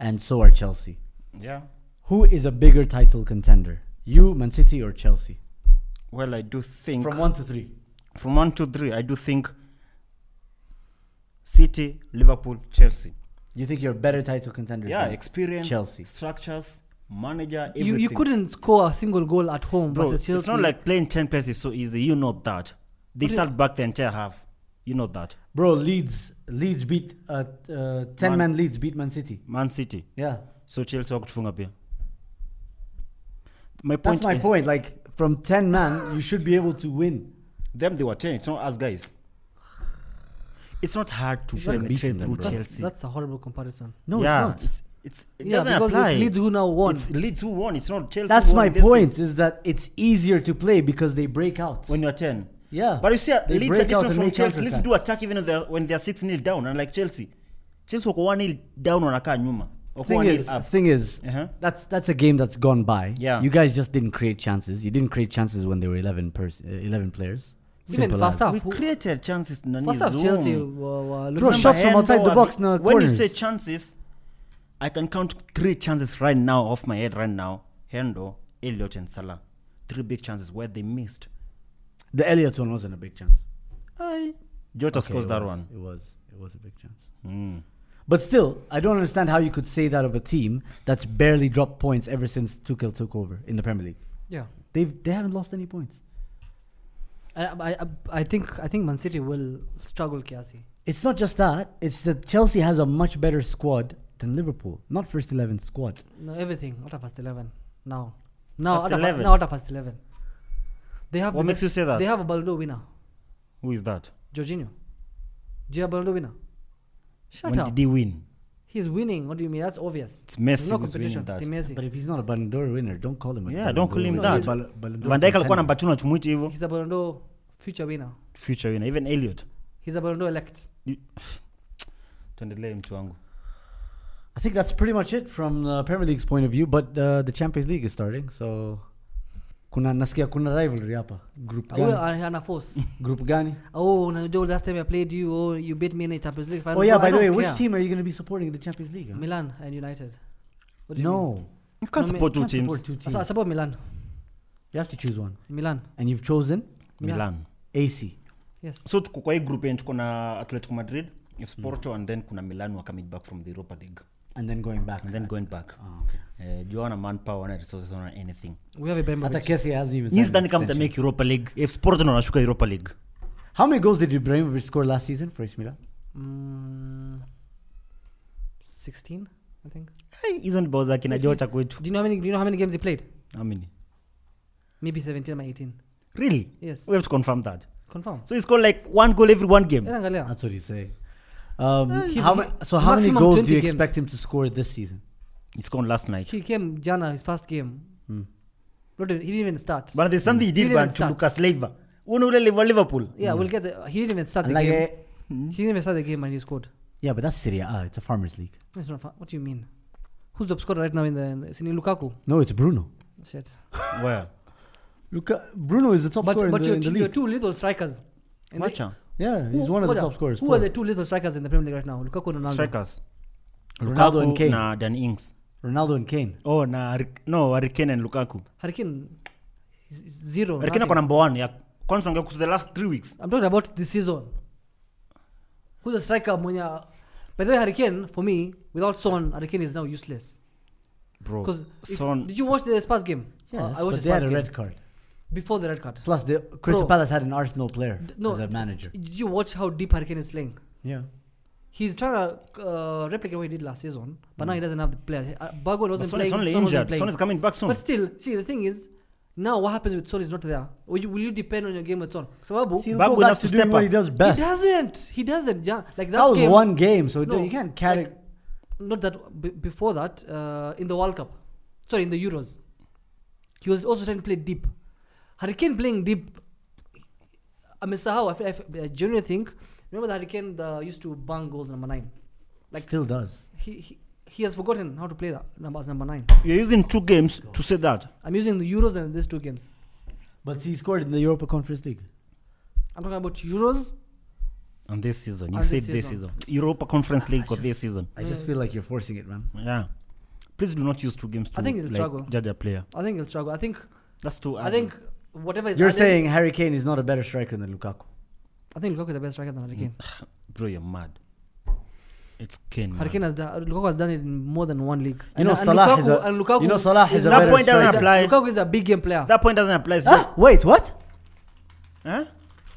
[SPEAKER 2] and so are Chelsea.
[SPEAKER 1] yeah
[SPEAKER 2] Who is a bigger title contender? You, Man City, or Chelsea?
[SPEAKER 1] well i do think
[SPEAKER 2] From one to three.
[SPEAKER 1] from one to three, I do think City, Liverpool, Chelsea.
[SPEAKER 2] You think you're better title contenders?
[SPEAKER 1] Yeah,
[SPEAKER 2] than
[SPEAKER 1] experience,
[SPEAKER 2] Chelsea.
[SPEAKER 1] structures, manager, everything.
[SPEAKER 3] You, you couldn't score a single goal at home
[SPEAKER 1] Bro,
[SPEAKER 3] versus Chelsea.
[SPEAKER 1] it's not like playing 10 players is so easy. You know that. They start back the entire half. You know that.
[SPEAKER 2] Bro, Leeds, Leeds beat uh, uh, ten man Leeds beat Man City.
[SPEAKER 1] Man City.
[SPEAKER 2] Yeah,
[SPEAKER 1] So Chelsea wakutufunga pia. My point
[SPEAKER 2] that's my
[SPEAKER 1] eh,
[SPEAKER 2] point. Like from ten man, you should be able to win.
[SPEAKER 1] them they were 10. It's not us guys. It's not hard to
[SPEAKER 2] You shouldn't
[SPEAKER 1] play
[SPEAKER 2] beat
[SPEAKER 1] through
[SPEAKER 2] them, bro.
[SPEAKER 1] Chelsea.
[SPEAKER 3] That's a horrible comparison.
[SPEAKER 2] No,
[SPEAKER 1] yeah,
[SPEAKER 2] it's not.
[SPEAKER 1] It's, it's, it
[SPEAKER 3] yeah,
[SPEAKER 1] doesn't
[SPEAKER 3] because
[SPEAKER 1] apply.
[SPEAKER 3] it's Leeds who now won.
[SPEAKER 1] It's Leeds who won. It's not Chelsea.
[SPEAKER 2] That's
[SPEAKER 1] who won
[SPEAKER 2] my
[SPEAKER 1] in this case.
[SPEAKER 2] point. Is that it's easier to play because they break out.
[SPEAKER 1] when you're 10.
[SPEAKER 2] Yeah.
[SPEAKER 1] But you see,
[SPEAKER 2] They
[SPEAKER 1] Leeds are
[SPEAKER 2] break out
[SPEAKER 1] different
[SPEAKER 2] and
[SPEAKER 1] from
[SPEAKER 2] make
[SPEAKER 1] Chelsea. Leeds
[SPEAKER 2] counterattacks.
[SPEAKER 1] do attack even if they're, when they're 6 0 down, unlike Chelsea. Chelsea wako 1 0 down wanakaa nyuma. Wako
[SPEAKER 2] thing
[SPEAKER 1] 1
[SPEAKER 2] is,
[SPEAKER 1] 0 up.
[SPEAKER 2] thing is,
[SPEAKER 1] Uh-huh.
[SPEAKER 2] that's that's a game that's gone by.
[SPEAKER 1] Yeah.
[SPEAKER 2] you guys just didn't create chances. You didn't create chances when there were eleven pers- uh, eleven players.
[SPEAKER 3] Even
[SPEAKER 2] Simple
[SPEAKER 3] first
[SPEAKER 2] as.
[SPEAKER 3] half,
[SPEAKER 1] We created chances in
[SPEAKER 3] First half, Chelsea were, were looking
[SPEAKER 2] Bro,
[SPEAKER 3] Remember,
[SPEAKER 2] shots from outside the box, no
[SPEAKER 1] When
[SPEAKER 2] corners.
[SPEAKER 1] you say chances, I can count three chances right now off my head right now. Hendo, Elliot, and Salah. Three big chances where they missed.
[SPEAKER 2] The Elliott one wasn't a big chance.
[SPEAKER 1] Aye. Jota
[SPEAKER 2] Okay,
[SPEAKER 1] scores
[SPEAKER 2] it
[SPEAKER 1] that
[SPEAKER 2] was,
[SPEAKER 1] one.
[SPEAKER 2] It was it was a big chance.
[SPEAKER 1] Mm.
[SPEAKER 2] But still, I don't understand how you could say that of a team that's barely dropped points ever since Tuchel took over in the Premier League.
[SPEAKER 3] Yeah.
[SPEAKER 2] They've they haven't lost any points.
[SPEAKER 3] I, I, I- I think I think Man City will struggle Kiasi.
[SPEAKER 2] It's not just that. It's that Chelsea has a much better squad than Liverpool. Not first eleven squad.
[SPEAKER 3] No, everything. Out of first eleven now. Now,
[SPEAKER 1] First
[SPEAKER 3] out of,
[SPEAKER 1] 11.
[SPEAKER 3] now out of first eleven. They have
[SPEAKER 1] What
[SPEAKER 3] the
[SPEAKER 1] makes you
[SPEAKER 3] best-
[SPEAKER 1] say that?
[SPEAKER 3] They have a Ballon d'Or winner,
[SPEAKER 1] Who is that?
[SPEAKER 3] Jorginho. Do you have Ballon d'Or winner? Shut
[SPEAKER 1] when
[SPEAKER 3] up.
[SPEAKER 1] did they win?
[SPEAKER 3] He's winning. What do you mean? That's obvious.
[SPEAKER 1] It's
[SPEAKER 3] There's
[SPEAKER 1] Messi
[SPEAKER 3] no
[SPEAKER 1] who's
[SPEAKER 3] competition.
[SPEAKER 1] winning that.
[SPEAKER 3] Team Messi.
[SPEAKER 2] But if he's not a Ballon d'Or winner, don't call him. A
[SPEAKER 1] Yeah,
[SPEAKER 2] Ballon
[SPEAKER 1] don't
[SPEAKER 2] d'Or
[SPEAKER 1] call him
[SPEAKER 2] winner.
[SPEAKER 1] that.
[SPEAKER 2] He's a Bal- Ballon d'Or
[SPEAKER 1] Van Dijk
[SPEAKER 2] contender.
[SPEAKER 1] alikuwa na mbatu nachumuiti hivyo
[SPEAKER 3] He's a Ballon d'Or future winner.
[SPEAKER 1] future winner even Elliot
[SPEAKER 3] He's a Ballon d'Or elect.
[SPEAKER 1] tuendelee mtu wangu
[SPEAKER 2] I think that's pretty much it from the Premier League's point of view. But uh, the Champions League is starting, so kuna nasikia kuna rivalry hapa. Group
[SPEAKER 3] Awe
[SPEAKER 2] gani?
[SPEAKER 3] ana force.
[SPEAKER 2] Group gani?
[SPEAKER 3] Oh, no, dude, last time I played you, oh, you beat me in the Champions League final.
[SPEAKER 2] Oh yeah,
[SPEAKER 3] Bro, I
[SPEAKER 2] by the way,
[SPEAKER 3] don't
[SPEAKER 2] which
[SPEAKER 3] care.
[SPEAKER 2] team are you going to be supporting in the Champions League? huh?
[SPEAKER 3] Milan and United. What do you mean?
[SPEAKER 2] No,
[SPEAKER 1] you can't
[SPEAKER 3] No,
[SPEAKER 1] support two
[SPEAKER 2] Can't
[SPEAKER 1] teams
[SPEAKER 2] support two
[SPEAKER 3] I, su- I
[SPEAKER 2] teams.
[SPEAKER 3] support Milan.
[SPEAKER 2] You have to choose one,
[SPEAKER 3] Milan.
[SPEAKER 2] and you've chosen
[SPEAKER 1] Milan
[SPEAKER 2] AC.
[SPEAKER 3] Yes.
[SPEAKER 1] so tuko kwa hii group yenye tuko na Atletico Madrid
[SPEAKER 2] Mm.
[SPEAKER 1] if Porto and then kuna Milan who are coming back from the Europa League
[SPEAKER 2] And then going back.
[SPEAKER 1] and then going back
[SPEAKER 2] Oh, okay.
[SPEAKER 1] Eh, juu wana manpower wana resources wana anything
[SPEAKER 3] We have a
[SPEAKER 2] Hata
[SPEAKER 3] Ibrahimovic.
[SPEAKER 2] Kessie hasn't even.
[SPEAKER 1] Nyinyi
[SPEAKER 2] signed an
[SPEAKER 1] sidhani kama mta
[SPEAKER 2] extension.
[SPEAKER 1] make Europa League if Porto ndio wanashuka Europa League
[SPEAKER 2] How many goals did Ibrahimovic score last season for AC Milan?
[SPEAKER 3] Mm, 16, I think.
[SPEAKER 1] Eh, hizo ni bao za kina Jota kwetu
[SPEAKER 3] Do you know how many? Do you know how many games he played?
[SPEAKER 1] how many
[SPEAKER 3] Maybe 17 or 18.
[SPEAKER 1] really
[SPEAKER 3] Yes.
[SPEAKER 1] we have to confirm that
[SPEAKER 3] Confirm.
[SPEAKER 2] Hmm.
[SPEAKER 1] so he scored like one goal every one game
[SPEAKER 3] Eh, angalia.
[SPEAKER 2] That's what he's saying. Um,
[SPEAKER 3] he-
[SPEAKER 2] how
[SPEAKER 3] he-
[SPEAKER 2] ma- so how many
[SPEAKER 3] maximum
[SPEAKER 2] goals do
[SPEAKER 3] 20
[SPEAKER 2] you
[SPEAKER 3] games.
[SPEAKER 2] expect him to score this season?
[SPEAKER 1] he scored last night
[SPEAKER 3] He came Jana his first game. Not even- he didn't even start.
[SPEAKER 1] but there's something he
[SPEAKER 3] He
[SPEAKER 1] did
[SPEAKER 3] didn't
[SPEAKER 1] man, to
[SPEAKER 3] start.
[SPEAKER 1] Lucas Leiva una ule Leiva Liverpool
[SPEAKER 3] yeah, we'll get. The, he didn't even start the
[SPEAKER 2] Like,
[SPEAKER 3] game.
[SPEAKER 2] eh,
[SPEAKER 3] He didn't even start the game and he scored.
[SPEAKER 2] yeah, but that's Serie A. It's a farmers league.
[SPEAKER 3] That's not fun. What do you mean? Who's the scorer right now in the? In the is it Lukaku?
[SPEAKER 2] No, it's Bruno.
[SPEAKER 3] Shit.
[SPEAKER 1] where
[SPEAKER 2] Luca Bruno is the top
[SPEAKER 3] But
[SPEAKER 2] scorer
[SPEAKER 3] but
[SPEAKER 2] in the,
[SPEAKER 3] your,
[SPEAKER 2] in the
[SPEAKER 3] two-
[SPEAKER 2] league.
[SPEAKER 3] your two little strikers. And they-
[SPEAKER 1] Wacha.
[SPEAKER 2] yeah, he's
[SPEAKER 3] who-
[SPEAKER 2] one of the
[SPEAKER 3] what
[SPEAKER 2] top scorers.
[SPEAKER 3] Who
[SPEAKER 2] four.
[SPEAKER 3] are the two little strikers in the Premier League right now? Lukaku and Ronaldo.
[SPEAKER 1] strikers
[SPEAKER 2] Ronaldo and
[SPEAKER 1] Lukaku
[SPEAKER 2] Kane.
[SPEAKER 1] na Dan Ings
[SPEAKER 2] Ronaldo and Kane.
[SPEAKER 1] oh na Harry- no Harry Kane and Lukaku
[SPEAKER 3] Hurricane is- is zero.
[SPEAKER 1] Harry Kane
[SPEAKER 3] nothing.
[SPEAKER 1] ako number 1 ya kwanza ongea kuhusu the last 3 weeks
[SPEAKER 3] I'm talking about this season. Who's the striker mwenye by the way Hurricane for me without Son Hurricane is now useless.
[SPEAKER 1] bro
[SPEAKER 3] Because
[SPEAKER 1] Son
[SPEAKER 3] did you watch the Spurs game? Uh,
[SPEAKER 2] Yes,
[SPEAKER 3] Oh, I watched
[SPEAKER 2] but
[SPEAKER 3] the
[SPEAKER 2] they had
[SPEAKER 3] Spurs
[SPEAKER 2] a
[SPEAKER 3] game
[SPEAKER 2] red card.
[SPEAKER 3] before the red card.
[SPEAKER 2] Plus, the Crystal
[SPEAKER 3] Bro.
[SPEAKER 2] Palace had an Arsenal player
[SPEAKER 3] D- no,
[SPEAKER 2] as a manager.
[SPEAKER 3] Did you watch how deep Hurricane is playing?
[SPEAKER 2] Yeah.
[SPEAKER 3] He's trying to uh, replicate what he did last season, but
[SPEAKER 2] Hmm.
[SPEAKER 3] now he doesn't have the player. Uh, Bagwell
[SPEAKER 1] But
[SPEAKER 3] wasn't
[SPEAKER 1] Son is
[SPEAKER 3] playing.
[SPEAKER 1] only
[SPEAKER 3] Son wasn't
[SPEAKER 1] injured
[SPEAKER 3] playing.
[SPEAKER 1] Son is coming back soon
[SPEAKER 3] But still, see the thing is, now what happens with Son is not there. Will you, will you depend on your game with Son? Kwa Sababu
[SPEAKER 2] See, he'll
[SPEAKER 1] Babu
[SPEAKER 2] go
[SPEAKER 1] has
[SPEAKER 2] back to
[SPEAKER 1] to
[SPEAKER 2] doing
[SPEAKER 1] step
[SPEAKER 2] what
[SPEAKER 1] up.
[SPEAKER 2] he does
[SPEAKER 3] He
[SPEAKER 2] best.
[SPEAKER 3] doesn't. He doesn't. Yeah, like that,
[SPEAKER 2] that was
[SPEAKER 3] game,
[SPEAKER 2] one game, so it
[SPEAKER 3] No,
[SPEAKER 2] don't- you can't carry.
[SPEAKER 3] like- Not that b- before that, uh, in the World Cup, sorry, in the Euros, he was also trying to play deep. Hurricane playing deep. I mean, Sahau, I, feel, I, feel, I genuinely think Remember the Hurricane the, used to bang goals number nine. Like
[SPEAKER 2] Still does.
[SPEAKER 3] he, he he has forgotten how to play that number as number nine.
[SPEAKER 1] You're using two games to say that.
[SPEAKER 3] I'm using the Euros and these two games.
[SPEAKER 2] But he scored in the Europa Conference League.
[SPEAKER 3] I'm talking about Euros.
[SPEAKER 1] And this season, you
[SPEAKER 3] On
[SPEAKER 1] said
[SPEAKER 3] this
[SPEAKER 1] this
[SPEAKER 3] season.
[SPEAKER 1] season. Europa Conference League for this
[SPEAKER 2] just-
[SPEAKER 1] season.
[SPEAKER 2] I just feel like you're forcing it, man.
[SPEAKER 1] Yeah. Please do not use two games to
[SPEAKER 3] I think it's struggle.
[SPEAKER 1] like, judge a player.
[SPEAKER 3] I think he'll struggle. I think
[SPEAKER 1] That's too.
[SPEAKER 3] I think whatever is
[SPEAKER 2] You're
[SPEAKER 3] added-
[SPEAKER 2] saying Harry Kane is not a better striker than Lukaku.
[SPEAKER 3] I think Lukaku is the best striker than Hurricane.
[SPEAKER 1] bro, you're mad. It's Kane. man.
[SPEAKER 3] Hurricane has done Lukaku has done it in more than one league.
[SPEAKER 2] You know, Salah
[SPEAKER 3] Lukaku,
[SPEAKER 2] is a-
[SPEAKER 3] and Lukaku
[SPEAKER 2] you know Salah is a
[SPEAKER 1] That
[SPEAKER 2] better
[SPEAKER 1] point doesn't
[SPEAKER 2] striker.
[SPEAKER 1] apply.
[SPEAKER 3] Lukaku is a big game player.
[SPEAKER 1] That point doesn't apply. It's
[SPEAKER 2] Ah, wait, what?
[SPEAKER 1] Huh?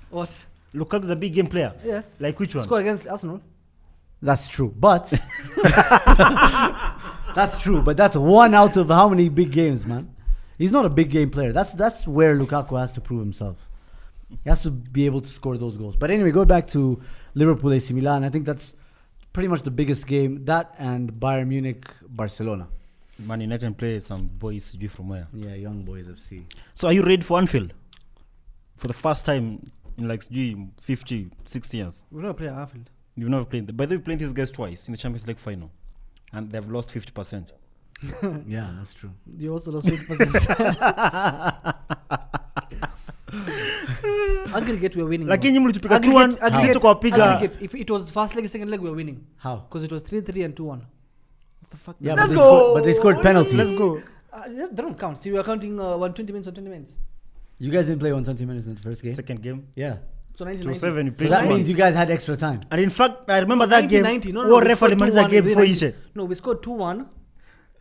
[SPEAKER 3] what?
[SPEAKER 1] Lukaku's a big game player.
[SPEAKER 3] Yes.
[SPEAKER 1] Like which one?
[SPEAKER 3] Score against Arsenal.
[SPEAKER 2] That's true, but that's true, but that's one out of how many big games, man. He's not a big game player. That's that's where Lukaku has to prove himself. He has to be able to score those goals. But anyway, go back to Liverpool AC Milan. I think that's pretty much the biggest game. That and Bayern Munich Barcelona.
[SPEAKER 1] Man United play some boys sijui from where.
[SPEAKER 2] Yeah, young boys FC.
[SPEAKER 1] So are you ready for Anfield? For the first time in like sijui 50, 60 years.
[SPEAKER 3] We never played at Anfield.
[SPEAKER 1] You've never played. By the way, we played these guys twice in the Champions League final. And they've lost 50%.
[SPEAKER 2] yeah, that's true.
[SPEAKER 3] You also lost 8%. aggregate we are winning.
[SPEAKER 1] lakini
[SPEAKER 3] now.
[SPEAKER 1] mlitupiga
[SPEAKER 3] Aggregate-
[SPEAKER 1] 2-1, sisi
[SPEAKER 3] aggregate-
[SPEAKER 1] tukawapiga
[SPEAKER 3] aggregate. If it was first leg, second leg, we are winning.
[SPEAKER 2] How?
[SPEAKER 3] Because it was 3 3 and 2 1.
[SPEAKER 2] Yeah,
[SPEAKER 3] Let's
[SPEAKER 2] but, They
[SPEAKER 3] go!
[SPEAKER 2] scored, but they scored penalties.
[SPEAKER 1] let's go
[SPEAKER 3] Uh, they they don't count. See, we are counting uh, 120 minutes on 20 minutes.
[SPEAKER 2] You guys didn't play 120 minutes in the first game.
[SPEAKER 1] second game
[SPEAKER 2] Yeah.
[SPEAKER 3] So 90
[SPEAKER 1] to seven you
[SPEAKER 2] So
[SPEAKER 1] played
[SPEAKER 2] that
[SPEAKER 1] two
[SPEAKER 2] means you guys had extra time.
[SPEAKER 1] and in fact i remember that game
[SPEAKER 3] 90, no, no,
[SPEAKER 1] huo
[SPEAKER 3] we
[SPEAKER 1] refa
[SPEAKER 3] scored
[SPEAKER 1] alimaliza
[SPEAKER 3] 2-1,
[SPEAKER 1] game
[SPEAKER 3] we
[SPEAKER 1] before
[SPEAKER 3] did-
[SPEAKER 1] ishe
[SPEAKER 3] No, we scored 2 1.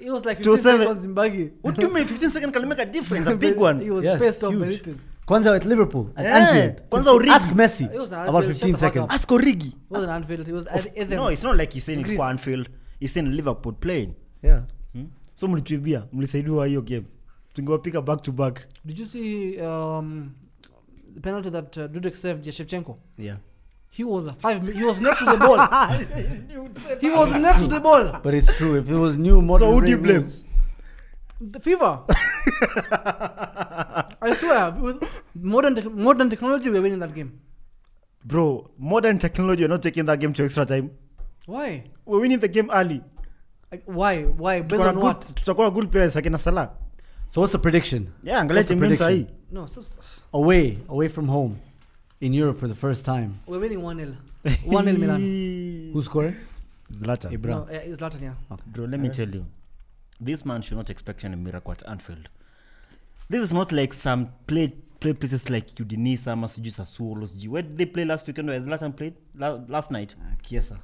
[SPEAKER 3] It was like
[SPEAKER 1] 2-7.
[SPEAKER 3] 15 seconds Zimbabwe.
[SPEAKER 1] what do you mean 15 second can make a difference a big one
[SPEAKER 3] He was
[SPEAKER 2] Yes,
[SPEAKER 3] pissed off
[SPEAKER 2] huge.
[SPEAKER 3] Benitez.
[SPEAKER 2] Kwanza at Liverpool, at
[SPEAKER 1] Yeah,
[SPEAKER 2] Anfield.
[SPEAKER 1] kwanza Origi.
[SPEAKER 2] Ask Messi
[SPEAKER 3] It was an
[SPEAKER 2] about
[SPEAKER 3] Anfield, shut
[SPEAKER 2] 15
[SPEAKER 3] the fuck
[SPEAKER 2] seconds.
[SPEAKER 3] up.
[SPEAKER 1] ask origi
[SPEAKER 3] It was an Anfield. He was at Athens.
[SPEAKER 1] no it's not like he's saying
[SPEAKER 3] Greece.
[SPEAKER 1] kwa anfield he's saying liverpool playing
[SPEAKER 2] Yeah.
[SPEAKER 1] Hmm? so mlituibia mlisaidiwa hiyo game tungewapika back to back
[SPEAKER 3] Did you see um, the penalty that uh, Dudek saved yeah, Shevchenko?
[SPEAKER 2] Yeah.
[SPEAKER 3] He was a five. mi- He was next to the ball. he was next to the ball.
[SPEAKER 2] But it's true. If it was new modern
[SPEAKER 1] who do you
[SPEAKER 2] day
[SPEAKER 1] blame?
[SPEAKER 2] rules-
[SPEAKER 3] The fever. I swear, with modern tech modern technology, we're winning that game.
[SPEAKER 1] bro modern technology you're not taking that game to extra time
[SPEAKER 3] Why?
[SPEAKER 1] we're winning the game early
[SPEAKER 3] Like, why? Why? Based
[SPEAKER 1] Tutakuwa
[SPEAKER 3] on
[SPEAKER 1] na good-
[SPEAKER 3] what?
[SPEAKER 1] tutakuwa na good players akina salah
[SPEAKER 2] So what's the prediction?
[SPEAKER 1] yeah angalia
[SPEAKER 2] What's the
[SPEAKER 1] timu yenu
[SPEAKER 2] prediction?
[SPEAKER 1] sahii
[SPEAKER 3] No, so, so-
[SPEAKER 2] Away, away from home, in Europe for the first time.
[SPEAKER 3] we're winning one 0 One 0 Milan.
[SPEAKER 2] Who's scoring?
[SPEAKER 1] Zlatan.
[SPEAKER 2] Ibra.
[SPEAKER 3] No, yeah, it's Latin, yeah.
[SPEAKER 1] Bro, let me tell you, this man should not expect any miracle at Anfield. This is not like some play play places like Udinese, ama sijui Sassuolo, sijui. Where did they play last weekend? Where Zlatan played La- last night?
[SPEAKER 3] Ah,
[SPEAKER 2] Kiesa.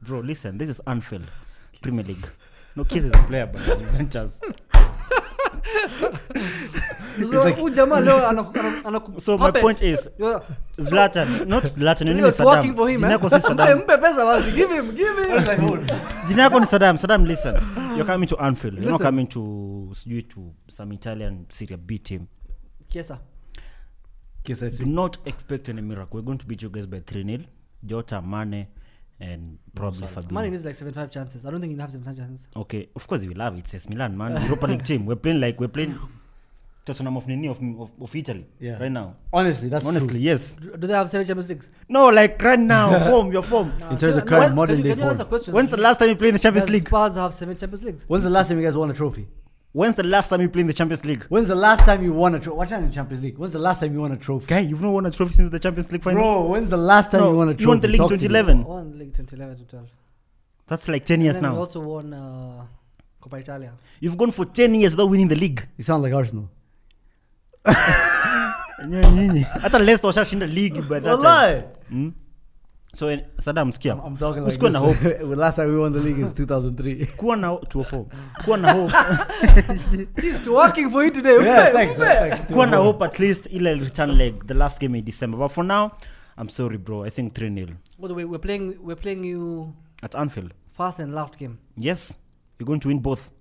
[SPEAKER 1] Bro, listen, this is Anfield, Premier League. No, Kies is a player, but Juventus.
[SPEAKER 2] like-
[SPEAKER 3] Huyu jamaa leo anaku- anaku- anaku-
[SPEAKER 1] So my
[SPEAKER 3] puppet.
[SPEAKER 1] point is,
[SPEAKER 3] You're-
[SPEAKER 1] Zlatan, not Zlatan.
[SPEAKER 3] He
[SPEAKER 1] Nini
[SPEAKER 3] was working
[SPEAKER 1] Saddam?
[SPEAKER 3] for him,
[SPEAKER 1] Jina
[SPEAKER 3] eh?
[SPEAKER 1] yako si
[SPEAKER 3] Mpe-
[SPEAKER 1] Saddam.
[SPEAKER 3] mpe pesa basi. Give him, give him.
[SPEAKER 1] Jina yako ni Saddam. Saddam, listen, you're coming to Anfield. You're not
[SPEAKER 3] Listen.
[SPEAKER 1] coming to sijui to some Italian Serie B team.
[SPEAKER 3] Kiesa.
[SPEAKER 2] Kiesa
[SPEAKER 1] Do
[SPEAKER 2] FC.
[SPEAKER 1] not expect any miracle. We're going to beat you guys by 3 0. Jota, Mane, and probably Fabinho.
[SPEAKER 3] Mane needs like 75 chances. I don't think he'll have 75 chances.
[SPEAKER 1] Okay, of course we love it. It's Milan, man. Europa League team. We're playing like we're playing Tottenham of Nini of, of, of Italy
[SPEAKER 2] Yeah.
[SPEAKER 1] right now.
[SPEAKER 2] Honestly, that's
[SPEAKER 1] Honestly,
[SPEAKER 2] true.
[SPEAKER 1] yes.
[SPEAKER 3] Do do they have seven Champions Leagues?
[SPEAKER 1] No, like right now, form, your form.
[SPEAKER 2] In terms of
[SPEAKER 3] No,
[SPEAKER 2] current
[SPEAKER 3] can
[SPEAKER 2] modern
[SPEAKER 3] you-
[SPEAKER 2] day
[SPEAKER 3] Can you
[SPEAKER 2] form.
[SPEAKER 3] ask a question?
[SPEAKER 1] When's the last time you played in the Champions
[SPEAKER 3] Does
[SPEAKER 1] League?
[SPEAKER 3] Spurs have seven Champions Leagues.
[SPEAKER 2] When's the last time you guys won a trophy?
[SPEAKER 1] When's the last time you played in the Champions League?
[SPEAKER 2] When's the last time you won a trophy? Watch out in Champions League. When's the last time you won a trophy?
[SPEAKER 1] Guy, you've not won a trophy since the Champions League final.
[SPEAKER 2] Bro, when's the last time
[SPEAKER 1] No,
[SPEAKER 2] you won a
[SPEAKER 1] you
[SPEAKER 2] trophy?
[SPEAKER 1] won the league
[SPEAKER 2] Talk to me.
[SPEAKER 1] 2011.
[SPEAKER 3] Won League 2011 to 12.
[SPEAKER 1] That's like 10
[SPEAKER 3] And
[SPEAKER 1] years
[SPEAKER 3] then we
[SPEAKER 1] now.
[SPEAKER 3] also won uh, Coppa Italia.
[SPEAKER 1] You've gone for 10 years without winning the league.
[SPEAKER 2] You sound like Arsenal.
[SPEAKER 1] Hata Leicester washashinda league by that time.
[SPEAKER 2] Wallahi.
[SPEAKER 1] Mm. So eh, Saddam
[SPEAKER 2] I'm,
[SPEAKER 1] sikia.
[SPEAKER 2] I'm talking like
[SPEAKER 1] Usikuwa na hope.
[SPEAKER 2] this. last time we won the league is 2003.
[SPEAKER 1] Kuwa na 204. Kuwa na hope.
[SPEAKER 3] He's working for you today.
[SPEAKER 2] yeah, thanks. thanks.
[SPEAKER 1] Kuwa na hope at least ile return leg the last game in December. But for now, I'm sorry bro. I think 3-0
[SPEAKER 3] By the way, we're playing, we're playing you
[SPEAKER 1] at Anfield.
[SPEAKER 3] first and last game.
[SPEAKER 1] Yes. You're going to win both.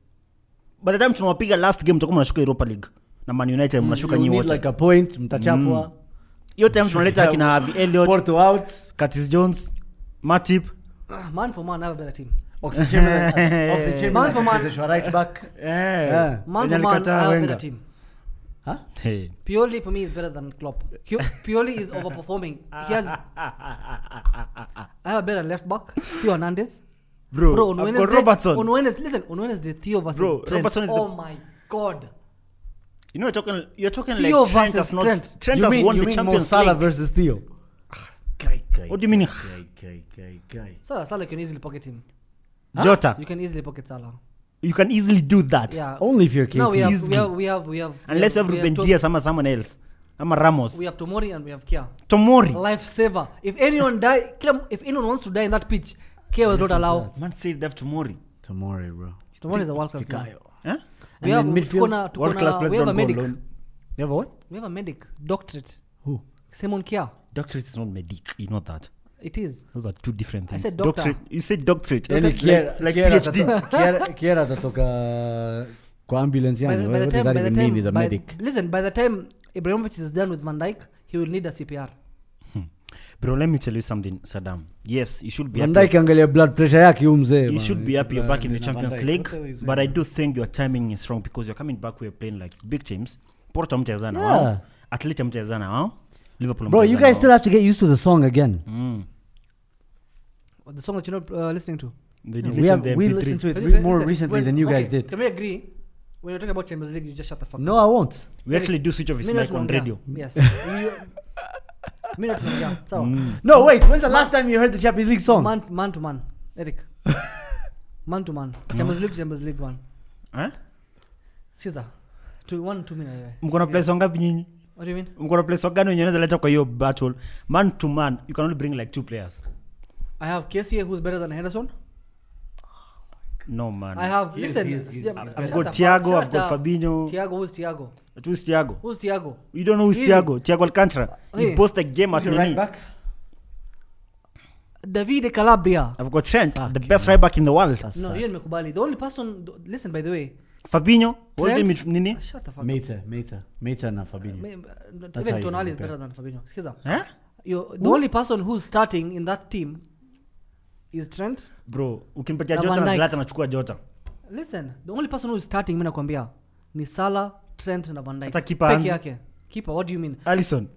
[SPEAKER 1] By the time tunawapiga last game tutakuwa mnashuka Europa League na Man United mnashuka
[SPEAKER 2] You
[SPEAKER 1] nyi
[SPEAKER 2] Mm, need
[SPEAKER 1] wote.
[SPEAKER 2] like a point, mtachapwa.
[SPEAKER 1] Hiyo time tunaleta kina Harvey Elliott,
[SPEAKER 2] Porto Eh. out.
[SPEAKER 1] Curtis Jones, Matip.
[SPEAKER 3] Ah, Man for man, I have a better team.
[SPEAKER 2] Oxenchimera
[SPEAKER 1] Man
[SPEAKER 2] Oxenchimera
[SPEAKER 3] for man.
[SPEAKER 2] akachezeshwa right back.
[SPEAKER 1] Eh.
[SPEAKER 2] Yeah.
[SPEAKER 3] Man
[SPEAKER 1] Wenye
[SPEAKER 3] for man, I
[SPEAKER 1] alikataa
[SPEAKER 3] have a
[SPEAKER 1] Wenger.
[SPEAKER 3] better team.
[SPEAKER 2] Huh?
[SPEAKER 1] Hey.
[SPEAKER 3] Pioli for me is better than Klopp. Q- Pioli is overperforming. He has. I have a better left back. Theo Hernandez.
[SPEAKER 1] Bro,
[SPEAKER 3] on
[SPEAKER 1] I've got
[SPEAKER 3] Wednesday,
[SPEAKER 1] Robertson.
[SPEAKER 3] On Wednesday, listen, on Wednesday, Theo versus
[SPEAKER 1] Bro,
[SPEAKER 3] Trent.
[SPEAKER 1] Robertson is the-
[SPEAKER 3] oh my God.
[SPEAKER 1] You know, you're talking, you're talking
[SPEAKER 3] Theo
[SPEAKER 1] like Trent
[SPEAKER 3] versus
[SPEAKER 1] has not.
[SPEAKER 3] Trent.
[SPEAKER 1] Trent,
[SPEAKER 2] you
[SPEAKER 1] has
[SPEAKER 2] mean,
[SPEAKER 1] won
[SPEAKER 2] you
[SPEAKER 1] the
[SPEAKER 2] mean Mo
[SPEAKER 1] Champions
[SPEAKER 2] Salah
[SPEAKER 1] League.
[SPEAKER 2] versus Theo?
[SPEAKER 1] What do you mean?
[SPEAKER 3] Salah, Salah can easily pocket him.
[SPEAKER 1] Jota,
[SPEAKER 3] You can easily pocket Salah.
[SPEAKER 1] you can easily do that.
[SPEAKER 3] Yeah.
[SPEAKER 2] Only if you're KT.
[SPEAKER 3] no, we have, we
[SPEAKER 1] easily.
[SPEAKER 3] have, we have, we have.
[SPEAKER 1] Unless you have
[SPEAKER 3] we
[SPEAKER 1] Ruben
[SPEAKER 3] Tom-
[SPEAKER 1] Diaz, I'm someone else. I'm a Ramos.
[SPEAKER 3] We have Tomori and we have Kia.
[SPEAKER 1] Tomori.
[SPEAKER 3] Lifesaver. If anyone die, kila m- if anyone wants to die in that pitch, Kia will not allow.
[SPEAKER 1] Man City, they have Tomori.
[SPEAKER 2] Tomori, bro.
[SPEAKER 3] Tomori is a world class man.
[SPEAKER 2] Fikayo.
[SPEAKER 1] Huh?
[SPEAKER 3] We have
[SPEAKER 2] And then midfield,
[SPEAKER 3] tukona,
[SPEAKER 1] world-class
[SPEAKER 3] tukona,
[SPEAKER 1] players
[SPEAKER 3] we have a
[SPEAKER 1] don't go
[SPEAKER 3] medic.
[SPEAKER 1] alone.
[SPEAKER 2] You have a what?
[SPEAKER 3] We have a medic doctorate.
[SPEAKER 2] Who?
[SPEAKER 3] Simon Kia.
[SPEAKER 1] Doctorate is not medic. You know that.
[SPEAKER 3] It is.
[SPEAKER 1] Those are two different
[SPEAKER 3] I
[SPEAKER 1] things.
[SPEAKER 3] said doctor.
[SPEAKER 1] Doctorate. You said doctorate.
[SPEAKER 2] Yani
[SPEAKER 1] Like-
[SPEAKER 2] Kiera-
[SPEAKER 1] like
[SPEAKER 2] Kiera
[SPEAKER 1] PhD.
[SPEAKER 2] atatoka- Kiera- Kiera atatoka kwa ambulance
[SPEAKER 3] By
[SPEAKER 2] yani.
[SPEAKER 3] the-
[SPEAKER 2] What
[SPEAKER 3] by the
[SPEAKER 2] what does
[SPEAKER 3] time-
[SPEAKER 2] that
[SPEAKER 3] by the
[SPEAKER 2] even mean
[SPEAKER 3] time-
[SPEAKER 2] is a
[SPEAKER 3] by-
[SPEAKER 2] medic?
[SPEAKER 3] Listen, by the time Ibrahimovic is done with Van Dijk, he will need a CPR.
[SPEAKER 1] Bro, let me tell you something, Saddam. Yes, you should be
[SPEAKER 2] Van
[SPEAKER 1] happy.
[SPEAKER 2] Dijk angalia blood pressure yake huyu mzee.
[SPEAKER 1] You
[SPEAKER 2] bana.
[SPEAKER 1] should be happy you're back in the Champions
[SPEAKER 2] Van Dijk.
[SPEAKER 1] League,
[SPEAKER 2] What are you saying?
[SPEAKER 1] but I do think your timing is wrong because you're coming back. We're playing like big teams. Porto mchezana
[SPEAKER 2] Yeah.
[SPEAKER 1] wao, Atleti mchezana wao, Liverpool
[SPEAKER 2] Bro, you
[SPEAKER 1] mchezana
[SPEAKER 2] guys still
[SPEAKER 1] wao.
[SPEAKER 2] have to get used to the song again.
[SPEAKER 1] Mm.
[SPEAKER 3] The song that you're not uh, listening to.
[SPEAKER 2] We,
[SPEAKER 1] They deleted
[SPEAKER 2] have,
[SPEAKER 1] the
[SPEAKER 2] we
[SPEAKER 1] MP3.
[SPEAKER 2] listened to it
[SPEAKER 3] But
[SPEAKER 2] re-
[SPEAKER 3] listen,
[SPEAKER 2] more
[SPEAKER 3] listen,
[SPEAKER 2] recently
[SPEAKER 3] when-
[SPEAKER 2] than you guys
[SPEAKER 3] okay,
[SPEAKER 2] did.
[SPEAKER 3] Can we agree? When you're talking about Champions League, you just shut the fuck
[SPEAKER 2] No, I won't.
[SPEAKER 1] We actually do switch off his
[SPEAKER 3] Mimi
[SPEAKER 1] mic on
[SPEAKER 3] natunaongea.
[SPEAKER 1] radio.
[SPEAKER 3] Yes. You- mimi natunaongea. Sawa.
[SPEAKER 2] No, wait. When's the last time you heard the Champions League song?
[SPEAKER 3] Man, man to man. Eric. man to man. Champions League, Champions League one.
[SPEAKER 1] Huh?
[SPEAKER 3] Sikiza. Two one two minute. wewe.
[SPEAKER 1] Mko na play song ngapi nyinyi?
[SPEAKER 3] What do you mean?
[SPEAKER 1] Mko na play song gani wenye unaweza leta kwa hiyo battle? Man to man, you can only bring like two players.
[SPEAKER 3] I have KCA who's better than Henderson.
[SPEAKER 1] No man.
[SPEAKER 3] I have listen. sija-
[SPEAKER 1] I've
[SPEAKER 3] shut
[SPEAKER 1] got
[SPEAKER 3] the fuck-
[SPEAKER 1] Thiago, I've
[SPEAKER 3] shut
[SPEAKER 1] got
[SPEAKER 3] up.
[SPEAKER 1] Fabinho.
[SPEAKER 3] Thiago, who's Thiago?
[SPEAKER 1] Who's Thiago?
[SPEAKER 3] Who's Thiago?
[SPEAKER 1] You don't know who's
[SPEAKER 3] Really?
[SPEAKER 1] Thiago? Thiago Alcantara. He
[SPEAKER 3] Hey.
[SPEAKER 1] post a game at
[SPEAKER 2] Who's your right
[SPEAKER 1] Nini.
[SPEAKER 2] back?
[SPEAKER 3] Davide Calabria.
[SPEAKER 1] I've got Trent, the best right back in the world.
[SPEAKER 3] No, hiyo nimekubali. The only person th- listen by the way.
[SPEAKER 1] Fabinho, holding
[SPEAKER 3] Trent-
[SPEAKER 1] mid Nini.
[SPEAKER 3] Shut the fuck up.
[SPEAKER 2] Meta, Meta, Meta na Fabinho.
[SPEAKER 3] Me- uh,
[SPEAKER 2] how
[SPEAKER 3] Even
[SPEAKER 2] you
[SPEAKER 3] Tonali is
[SPEAKER 2] compare.
[SPEAKER 3] better than Fabinho. Sikiza.
[SPEAKER 1] Huh?
[SPEAKER 3] You the only person who's starting in that team is Trent.
[SPEAKER 1] Bro, ukimpatia
[SPEAKER 3] Na
[SPEAKER 1] Jota
[SPEAKER 3] Van
[SPEAKER 1] na
[SPEAKER 3] Dijk.
[SPEAKER 1] Zlatan anachukua Jota.
[SPEAKER 3] Listen, the only person who is starting mimi nakwambia ni Salah, Trent na Van Dijk.
[SPEAKER 1] Hata keeper
[SPEAKER 3] Peke
[SPEAKER 1] anzi.
[SPEAKER 3] yake. Keeper, what do you mean? uh,
[SPEAKER 1] Allison.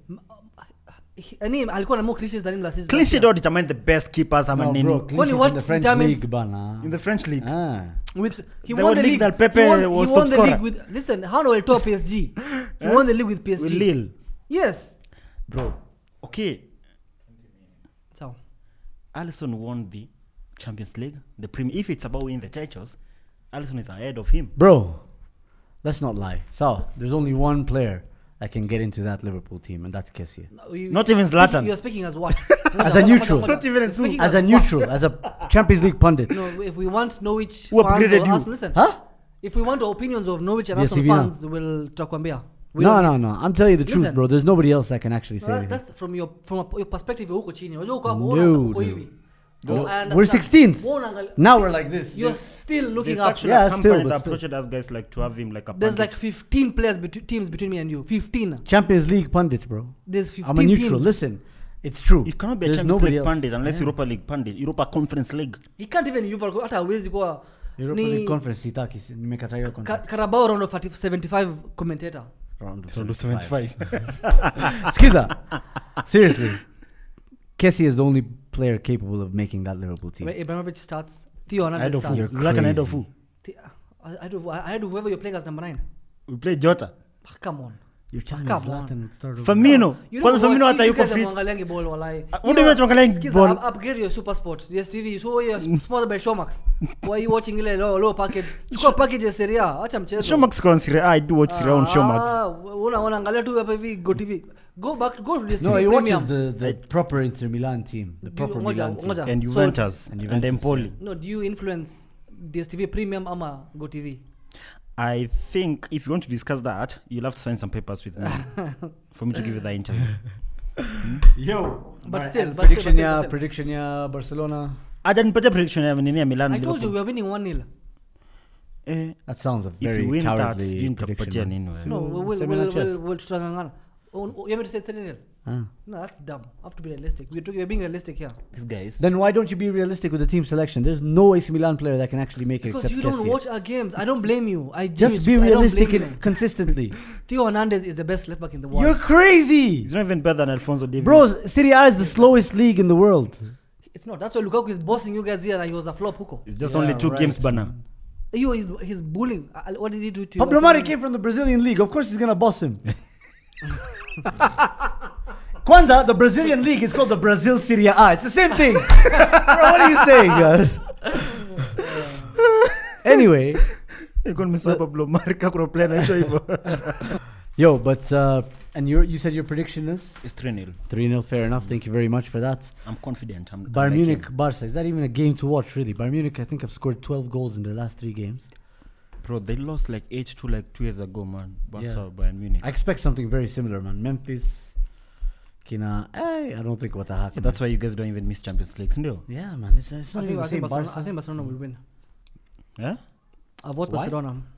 [SPEAKER 3] He- Yaani alikuwa na more clean sheets than him last season.
[SPEAKER 1] Clean sheet don't determine the best keepers ama
[SPEAKER 2] No,
[SPEAKER 1] Nini.
[SPEAKER 2] bro, clean
[SPEAKER 3] Kwani
[SPEAKER 2] sheet
[SPEAKER 3] what
[SPEAKER 2] in the French
[SPEAKER 3] determines-
[SPEAKER 2] league bana.
[SPEAKER 1] In the French league.
[SPEAKER 2] Ah.
[SPEAKER 3] with he
[SPEAKER 1] The
[SPEAKER 3] won the
[SPEAKER 1] league
[SPEAKER 3] league.
[SPEAKER 1] that Pepe
[SPEAKER 3] he won,
[SPEAKER 1] was
[SPEAKER 3] he won
[SPEAKER 1] top
[SPEAKER 3] the league
[SPEAKER 1] scorer.
[SPEAKER 3] with listen. How do I tell PSG? He won the league with PSG.
[SPEAKER 1] With Lille.
[SPEAKER 3] Yes.
[SPEAKER 1] Bro, okay.
[SPEAKER 3] So
[SPEAKER 1] Allison won the Champions League, the Premier. If it's about winning the titles, Allison is ahead of him.
[SPEAKER 2] Bro, let's not lie. So, there's only one player that can get into that Liverpool team, and that's Kessie.
[SPEAKER 3] you,
[SPEAKER 1] Not even Zlatan.
[SPEAKER 3] You're speaking as what?
[SPEAKER 2] As a neutral.
[SPEAKER 1] Not even a
[SPEAKER 3] You're speaking
[SPEAKER 2] As a
[SPEAKER 3] what?
[SPEAKER 2] neutral, as a Champions League pundit.
[SPEAKER 3] No, if we want Norwich
[SPEAKER 1] Who
[SPEAKER 3] fans
[SPEAKER 1] upgraded
[SPEAKER 3] or
[SPEAKER 1] you?
[SPEAKER 3] Arsenal, listen.
[SPEAKER 2] Huh?
[SPEAKER 3] If we want opinions of Norwich and
[SPEAKER 2] Yes,
[SPEAKER 3] Arsenal
[SPEAKER 2] if you know.
[SPEAKER 3] fans, we'll tutakwambia. We
[SPEAKER 2] No,
[SPEAKER 3] don't-
[SPEAKER 2] no, no. I'm telling you the truth,
[SPEAKER 3] Listen.
[SPEAKER 2] bro. There's nobody else that can actually
[SPEAKER 3] No,
[SPEAKER 2] say
[SPEAKER 3] that,
[SPEAKER 2] anything.
[SPEAKER 3] that's from your from a, your perspective. You're uko chini. Unajua uko hapo,
[SPEAKER 2] No,
[SPEAKER 3] wewe uko
[SPEAKER 2] dude.
[SPEAKER 3] hivi.
[SPEAKER 2] No.
[SPEAKER 3] I understand.
[SPEAKER 2] We're 16th.
[SPEAKER 3] Wewe unaangalia-
[SPEAKER 2] Now we're like this.
[SPEAKER 3] You're still looking
[SPEAKER 1] There's
[SPEAKER 3] up.
[SPEAKER 1] actually
[SPEAKER 2] Yeah,
[SPEAKER 1] a
[SPEAKER 2] still,
[SPEAKER 1] company
[SPEAKER 2] but
[SPEAKER 1] that
[SPEAKER 2] still.
[SPEAKER 1] approached us guys like to have him like a
[SPEAKER 3] There's like
[SPEAKER 1] pundit.
[SPEAKER 3] 15 players between teams between me and you. 15.
[SPEAKER 2] Champions League pundits, bro.
[SPEAKER 3] There's 15
[SPEAKER 2] I'm a neutral.
[SPEAKER 3] teams.
[SPEAKER 2] Listen, it's true.
[SPEAKER 1] it cannot be a
[SPEAKER 2] There's
[SPEAKER 1] Champions
[SPEAKER 2] nobody
[SPEAKER 1] League
[SPEAKER 2] else.
[SPEAKER 1] pundit unless Europa League pundit, Europa Conference League.
[SPEAKER 3] He can't even Europa hata hawezi kuwa
[SPEAKER 2] Europa
[SPEAKER 3] ni
[SPEAKER 2] League conference sitaki. si- Nimekataa hiyo
[SPEAKER 3] Ka-
[SPEAKER 2] contract.
[SPEAKER 3] Carabao round of 75 commentator.
[SPEAKER 2] Round of Skiza. Seriously. Kessie is the only player capable of making that Liverpool team.
[SPEAKER 3] Where Ibrahimovic starts, Theo
[SPEAKER 1] Ahead
[SPEAKER 3] Hernandez
[SPEAKER 1] of who?
[SPEAKER 3] starts.
[SPEAKER 1] Zlatan ahead of
[SPEAKER 2] crazy.
[SPEAKER 1] who?
[SPEAKER 3] Thi- I I do I I do whoever you're playing as number 9.
[SPEAKER 1] We play Jota.
[SPEAKER 3] Ah, Come on.
[SPEAKER 2] You're telling me
[SPEAKER 3] Come
[SPEAKER 2] Zlatan
[SPEAKER 3] on.
[SPEAKER 2] would start over-
[SPEAKER 1] Firmino.
[SPEAKER 3] You
[SPEAKER 1] Kwanza
[SPEAKER 3] know
[SPEAKER 1] Firmino
[SPEAKER 3] what?
[SPEAKER 1] hata
[SPEAKER 3] You
[SPEAKER 1] yuko
[SPEAKER 3] guys
[SPEAKER 1] fit.
[SPEAKER 3] hamwangaliangi ball walai.
[SPEAKER 1] Ah, what do you mean hamwangaliangi
[SPEAKER 3] Skiza,
[SPEAKER 1] ball?
[SPEAKER 3] up- upgrade your Super Sport. Yes TV, so you're sponsored by Showmax. Why are you watching ile low low package? Chukua package ya Serie A, acha mchezo.
[SPEAKER 1] Showmax kwa Serie A, I do watch Serie A on Showmax.
[SPEAKER 3] Ah, una- unaangalia tu hapa hivi Go TV. Go back go to this
[SPEAKER 2] No, he
[SPEAKER 3] premium.
[SPEAKER 2] watches the, the proper Inter Milan team. The
[SPEAKER 3] Do-
[SPEAKER 2] proper
[SPEAKER 3] ngoja-
[SPEAKER 2] Milan team.
[SPEAKER 3] ngoja.
[SPEAKER 1] And
[SPEAKER 3] ah. So-
[SPEAKER 1] Juventus.
[SPEAKER 2] And
[SPEAKER 1] And,
[SPEAKER 2] Juventus,
[SPEAKER 1] Empoli.
[SPEAKER 3] No, do you influence DSTV Premium ama GoTV?
[SPEAKER 1] I think if you want to discuss that, you'll have to sign some papers with me for me to give you the interview.
[SPEAKER 2] Yo.
[SPEAKER 3] But still, but
[SPEAKER 2] prediction
[SPEAKER 3] still, but
[SPEAKER 2] ya
[SPEAKER 3] still.
[SPEAKER 2] prediction ya Barcelona.
[SPEAKER 1] Hajanipatia Ah, prediction ya nini ya Milan
[SPEAKER 3] I told you
[SPEAKER 1] Liverpool.
[SPEAKER 3] we are winning 1 0.
[SPEAKER 1] Eh,
[SPEAKER 2] That sounds a
[SPEAKER 1] if
[SPEAKER 2] very
[SPEAKER 1] you eh. win that,
[SPEAKER 2] cowardly
[SPEAKER 1] sijui
[SPEAKER 2] prediction.
[SPEAKER 1] nitakupatia
[SPEAKER 2] man.
[SPEAKER 1] nini wewe.
[SPEAKER 3] No,
[SPEAKER 2] So,
[SPEAKER 3] we will
[SPEAKER 2] semi
[SPEAKER 3] we'll,
[SPEAKER 2] like chess.
[SPEAKER 3] we'll, we'll tutangangana. Oh, oh, you want me to say 3 0?
[SPEAKER 2] Ah.
[SPEAKER 3] No, that's dumb. I have to be realistic. We're, talking, we're being realistic here.
[SPEAKER 1] These guys.
[SPEAKER 2] Then why don't you be realistic with the team selection? There's no AC Milan player that can actually make it
[SPEAKER 3] Because
[SPEAKER 2] except
[SPEAKER 3] you don't
[SPEAKER 2] Kessie.
[SPEAKER 3] watch our games. I don't blame you. I
[SPEAKER 2] Just
[SPEAKER 3] do,
[SPEAKER 2] be
[SPEAKER 3] I don't
[SPEAKER 2] realistic
[SPEAKER 3] blame
[SPEAKER 2] and
[SPEAKER 3] you.
[SPEAKER 2] consistently.
[SPEAKER 3] Theo Hernandez is the best left back in the world.
[SPEAKER 2] You're crazy,
[SPEAKER 1] He's not even better than Alfonso Davies.
[SPEAKER 2] bros. Serie A is the slowest league in the world.
[SPEAKER 3] it's not. That's why Lukaku is bossing you guys here and he was a flop huko.
[SPEAKER 1] It's just
[SPEAKER 2] Yeah,
[SPEAKER 1] only two
[SPEAKER 2] right.
[SPEAKER 1] games, Bana.
[SPEAKER 3] You he's, he's bullying. Uh, What did he do to you?
[SPEAKER 2] Pablo Mari came from the Brazilian league. Of course, he's gonna boss him. Kwanzaa, the Brazilian league is called the Brazil Serie A. It's the same thing. Bro, what are you saying, man? anyway, Eh, yo, but uh, and you you said your prediction is
[SPEAKER 1] It's 3 0.
[SPEAKER 2] three 0 Fair enough. Thank you very much for that.
[SPEAKER 1] I'm confident. I'm, I'm
[SPEAKER 2] Bayern
[SPEAKER 1] like
[SPEAKER 2] Munich,
[SPEAKER 1] him.
[SPEAKER 2] Barca. Is that even a game to watch, really? Bayern Munich, I think, have scored 12 goals in their last three games.
[SPEAKER 1] Bro, they lost like 8 2 like two years ago, man. Barca,
[SPEAKER 2] Yeah.
[SPEAKER 1] Bayern Munich.
[SPEAKER 2] I expect something very similar, man. Memphis, Kina. Eh, I don't think what the heck.
[SPEAKER 1] Yeah, that's why you guys don't even miss Champions League, no?
[SPEAKER 2] Yeah, man. It's, it's not
[SPEAKER 3] I think,
[SPEAKER 2] even
[SPEAKER 3] I,
[SPEAKER 2] the
[SPEAKER 3] think
[SPEAKER 2] same
[SPEAKER 3] Barcelona,
[SPEAKER 2] Barca.
[SPEAKER 3] I think Barcelona will win.
[SPEAKER 1] Yeah?
[SPEAKER 3] I've watched
[SPEAKER 2] Why?
[SPEAKER 3] Barcelona. I-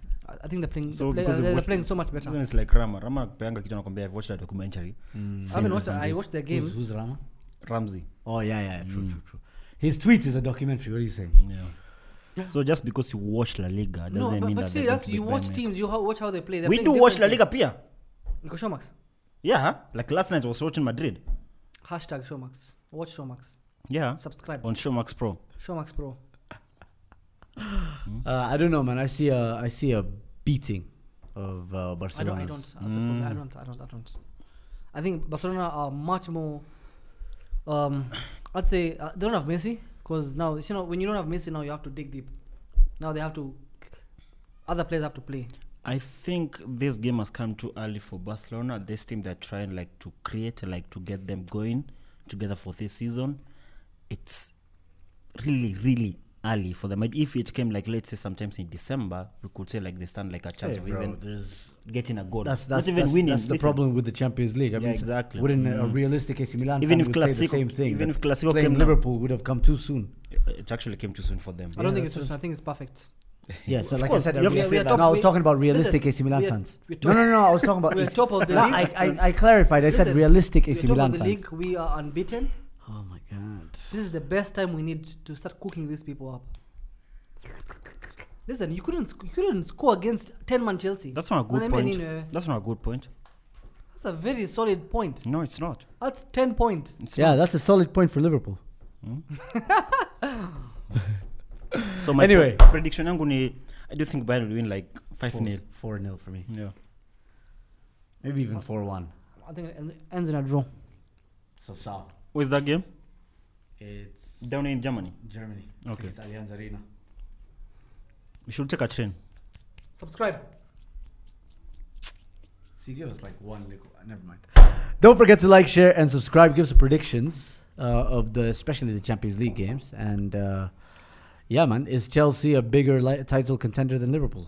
[SPEAKER 3] I think they're playing.
[SPEAKER 1] So
[SPEAKER 3] they're, play,
[SPEAKER 1] because
[SPEAKER 3] uh,
[SPEAKER 1] you've
[SPEAKER 3] they're
[SPEAKER 1] watched-
[SPEAKER 3] playing so much better.
[SPEAKER 1] Even It's like Rama. Rama Peanga Kitana Kombe, I've watched that documentary.
[SPEAKER 3] I haven't
[SPEAKER 1] as
[SPEAKER 3] watched. I
[SPEAKER 1] Sundays.
[SPEAKER 3] watched their
[SPEAKER 2] Hmm. Who's,
[SPEAKER 3] games.
[SPEAKER 2] who's Rama?
[SPEAKER 1] Ramsey.
[SPEAKER 2] Oh, yeah, yeah. True,
[SPEAKER 1] Hmm.
[SPEAKER 2] true, true. His tweet is a documentary. What are you saying?
[SPEAKER 1] Yeah. So just because you watch La Liga doesn't
[SPEAKER 3] No, but,
[SPEAKER 1] mean
[SPEAKER 3] but
[SPEAKER 1] that
[SPEAKER 3] see,
[SPEAKER 1] they're
[SPEAKER 3] that's
[SPEAKER 1] going to
[SPEAKER 3] you
[SPEAKER 1] beat
[SPEAKER 3] watch
[SPEAKER 1] Bayern Munich.
[SPEAKER 3] teams. You ho- watch how they play. They're
[SPEAKER 1] We
[SPEAKER 3] playing
[SPEAKER 1] do watch La
[SPEAKER 3] differently.
[SPEAKER 1] Liga, Pia.
[SPEAKER 3] Niko Showmax.
[SPEAKER 1] Yeah. Like last night, I was watching Madrid.
[SPEAKER 3] Hashtag Showmax. Watch Showmax.
[SPEAKER 1] Yeah.
[SPEAKER 3] Subscribe.
[SPEAKER 1] On Showmax Pro.
[SPEAKER 3] Showmax Pro.
[SPEAKER 1] Hmm.
[SPEAKER 2] Uh, I don't know, man. I see a, I see a beating of uh,
[SPEAKER 3] I don't.
[SPEAKER 2] Barcelona.
[SPEAKER 3] I don't. That's the problem. I don't. I don't. I don't. I think Barcelona are much more. Um, I'd say uh, they don't have Messi because now you know when you don't have Messi now you have to dig deep. Now they have to. Other players have to play.
[SPEAKER 1] I think this game has come too early for Barcelona. This team they're trying like to create, like to get them going together for this season. It's really, really early for them. And if it came like let's say sometimes in December, we could say like they stand like a chance
[SPEAKER 2] Hey,
[SPEAKER 1] of
[SPEAKER 2] bro,
[SPEAKER 1] even
[SPEAKER 2] there's
[SPEAKER 1] getting a goal.
[SPEAKER 2] That's that's,
[SPEAKER 1] Not even
[SPEAKER 2] that's,
[SPEAKER 1] winning.
[SPEAKER 2] that's the
[SPEAKER 1] listen.
[SPEAKER 2] problem with the Champions League. I
[SPEAKER 1] Yeah,
[SPEAKER 2] mean, s-
[SPEAKER 1] exactly.
[SPEAKER 2] Wouldn't a- a
[SPEAKER 1] Mm.
[SPEAKER 2] realistic AC Milan fan
[SPEAKER 1] Even if
[SPEAKER 2] would say the
[SPEAKER 1] Clasico-
[SPEAKER 2] same thing?
[SPEAKER 1] even
[SPEAKER 2] that
[SPEAKER 1] if Clasico
[SPEAKER 2] playing
[SPEAKER 1] came now.
[SPEAKER 2] Liverpool would have come too soon.
[SPEAKER 1] It actually came too soon for them.
[SPEAKER 3] I don't think
[SPEAKER 2] Yeah,
[SPEAKER 3] it's.
[SPEAKER 2] so-
[SPEAKER 3] just- I think it's perfect.
[SPEAKER 2] Yeah, so
[SPEAKER 1] Of
[SPEAKER 2] like
[SPEAKER 1] course,
[SPEAKER 2] I said,
[SPEAKER 1] you
[SPEAKER 2] I
[SPEAKER 1] have to
[SPEAKER 2] really-
[SPEAKER 1] say
[SPEAKER 2] no,
[SPEAKER 3] that.
[SPEAKER 2] I was talking about
[SPEAKER 3] Listen,
[SPEAKER 2] realistic
[SPEAKER 3] we
[SPEAKER 2] AC Milan
[SPEAKER 3] are-
[SPEAKER 2] fans.
[SPEAKER 3] we're
[SPEAKER 2] No,
[SPEAKER 3] talking-
[SPEAKER 2] no, no, I was talking about.
[SPEAKER 3] we're
[SPEAKER 2] AC
[SPEAKER 3] top of the
[SPEAKER 2] No, I,
[SPEAKER 3] league.
[SPEAKER 2] I, I clarified. I said
[SPEAKER 3] Listen,
[SPEAKER 2] realistic
[SPEAKER 3] We're
[SPEAKER 2] AC
[SPEAKER 3] top
[SPEAKER 2] Milan
[SPEAKER 3] of the
[SPEAKER 2] fans.
[SPEAKER 3] league. We are unbeaten.
[SPEAKER 2] Oh my god.
[SPEAKER 3] This is the best time we need to start cooking these people up. Listen, you couldn't sc- you couldn't score against ten man Chelsea.
[SPEAKER 1] That's not a good
[SPEAKER 3] Wanaambia
[SPEAKER 1] point.
[SPEAKER 3] nini wewe?
[SPEAKER 1] That's not a good point.
[SPEAKER 3] That's a very solid point.
[SPEAKER 1] No, it's not.
[SPEAKER 3] That's ten points.
[SPEAKER 1] It's
[SPEAKER 2] Yeah, that's a solid point for Liverpool.
[SPEAKER 1] not. So my
[SPEAKER 2] Anyway.
[SPEAKER 1] pre- prediction yangu ni I do think Bayern will win like five 0
[SPEAKER 2] Four 0 for me.
[SPEAKER 1] Yeah.
[SPEAKER 2] Maybe even four one.
[SPEAKER 3] I think it ends- ends in a draw.
[SPEAKER 2] So so.
[SPEAKER 1] Where's that game?
[SPEAKER 2] It's
[SPEAKER 1] Down in Germany.
[SPEAKER 2] Germany.
[SPEAKER 1] I think Okay. it's
[SPEAKER 2] Allianz Arena.
[SPEAKER 1] We should take a train.
[SPEAKER 3] Subscribe.
[SPEAKER 2] See, give us like one nickel. uh, Never mind. Don't forget to like, share, and subscribe. Give us predictions uh, of the, especially the Champions League games. And uh, yeah, man, is Chelsea a bigger li- title contender than Liverpool?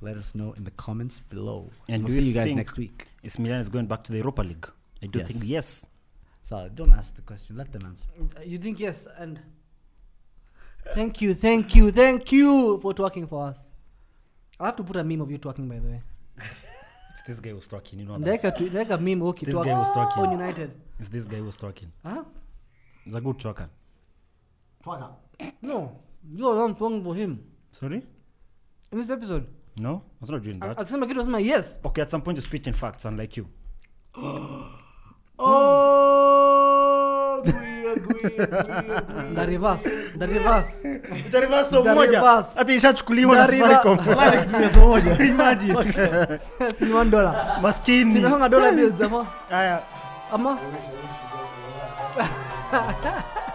[SPEAKER 2] Let us know in the comments below.
[SPEAKER 1] And
[SPEAKER 2] And we'll
[SPEAKER 1] do
[SPEAKER 2] see
[SPEAKER 1] you
[SPEAKER 2] you guys
[SPEAKER 1] think-
[SPEAKER 2] next week.
[SPEAKER 1] Is Milan is going back to the Europa League? I do
[SPEAKER 2] Yes.
[SPEAKER 1] think yes.
[SPEAKER 2] So don't ask the question. Let them answer.
[SPEAKER 3] Uh, You think yes? And thank you, thank you, thank you for twerking for us. I have to put a meme of you twerking, by the way.
[SPEAKER 1] It's this guy who's talking, you know. That.
[SPEAKER 3] Ndeka tu- ndeka meme okay,
[SPEAKER 1] This guy was twerking.
[SPEAKER 3] on United.
[SPEAKER 1] It's this guy who's talking.
[SPEAKER 3] Huh?
[SPEAKER 1] He's a good talker.
[SPEAKER 3] No, you are not twerking for him
[SPEAKER 1] Sorry?
[SPEAKER 3] in this episode.
[SPEAKER 1] No? I was not doing that.
[SPEAKER 3] Alexander Kidd was my yes.
[SPEAKER 1] okay, at some point you're spitting facts, unlike you.
[SPEAKER 2] Oh, agree, agree, agree.
[SPEAKER 3] The reverse. The reverse.
[SPEAKER 1] Utariva so
[SPEAKER 3] The moja, reverse. hata The na reverse. Safaricom. si one dollar. Si
[SPEAKER 1] Ya,
[SPEAKER 3] nasonga dollar bills ama. Ama.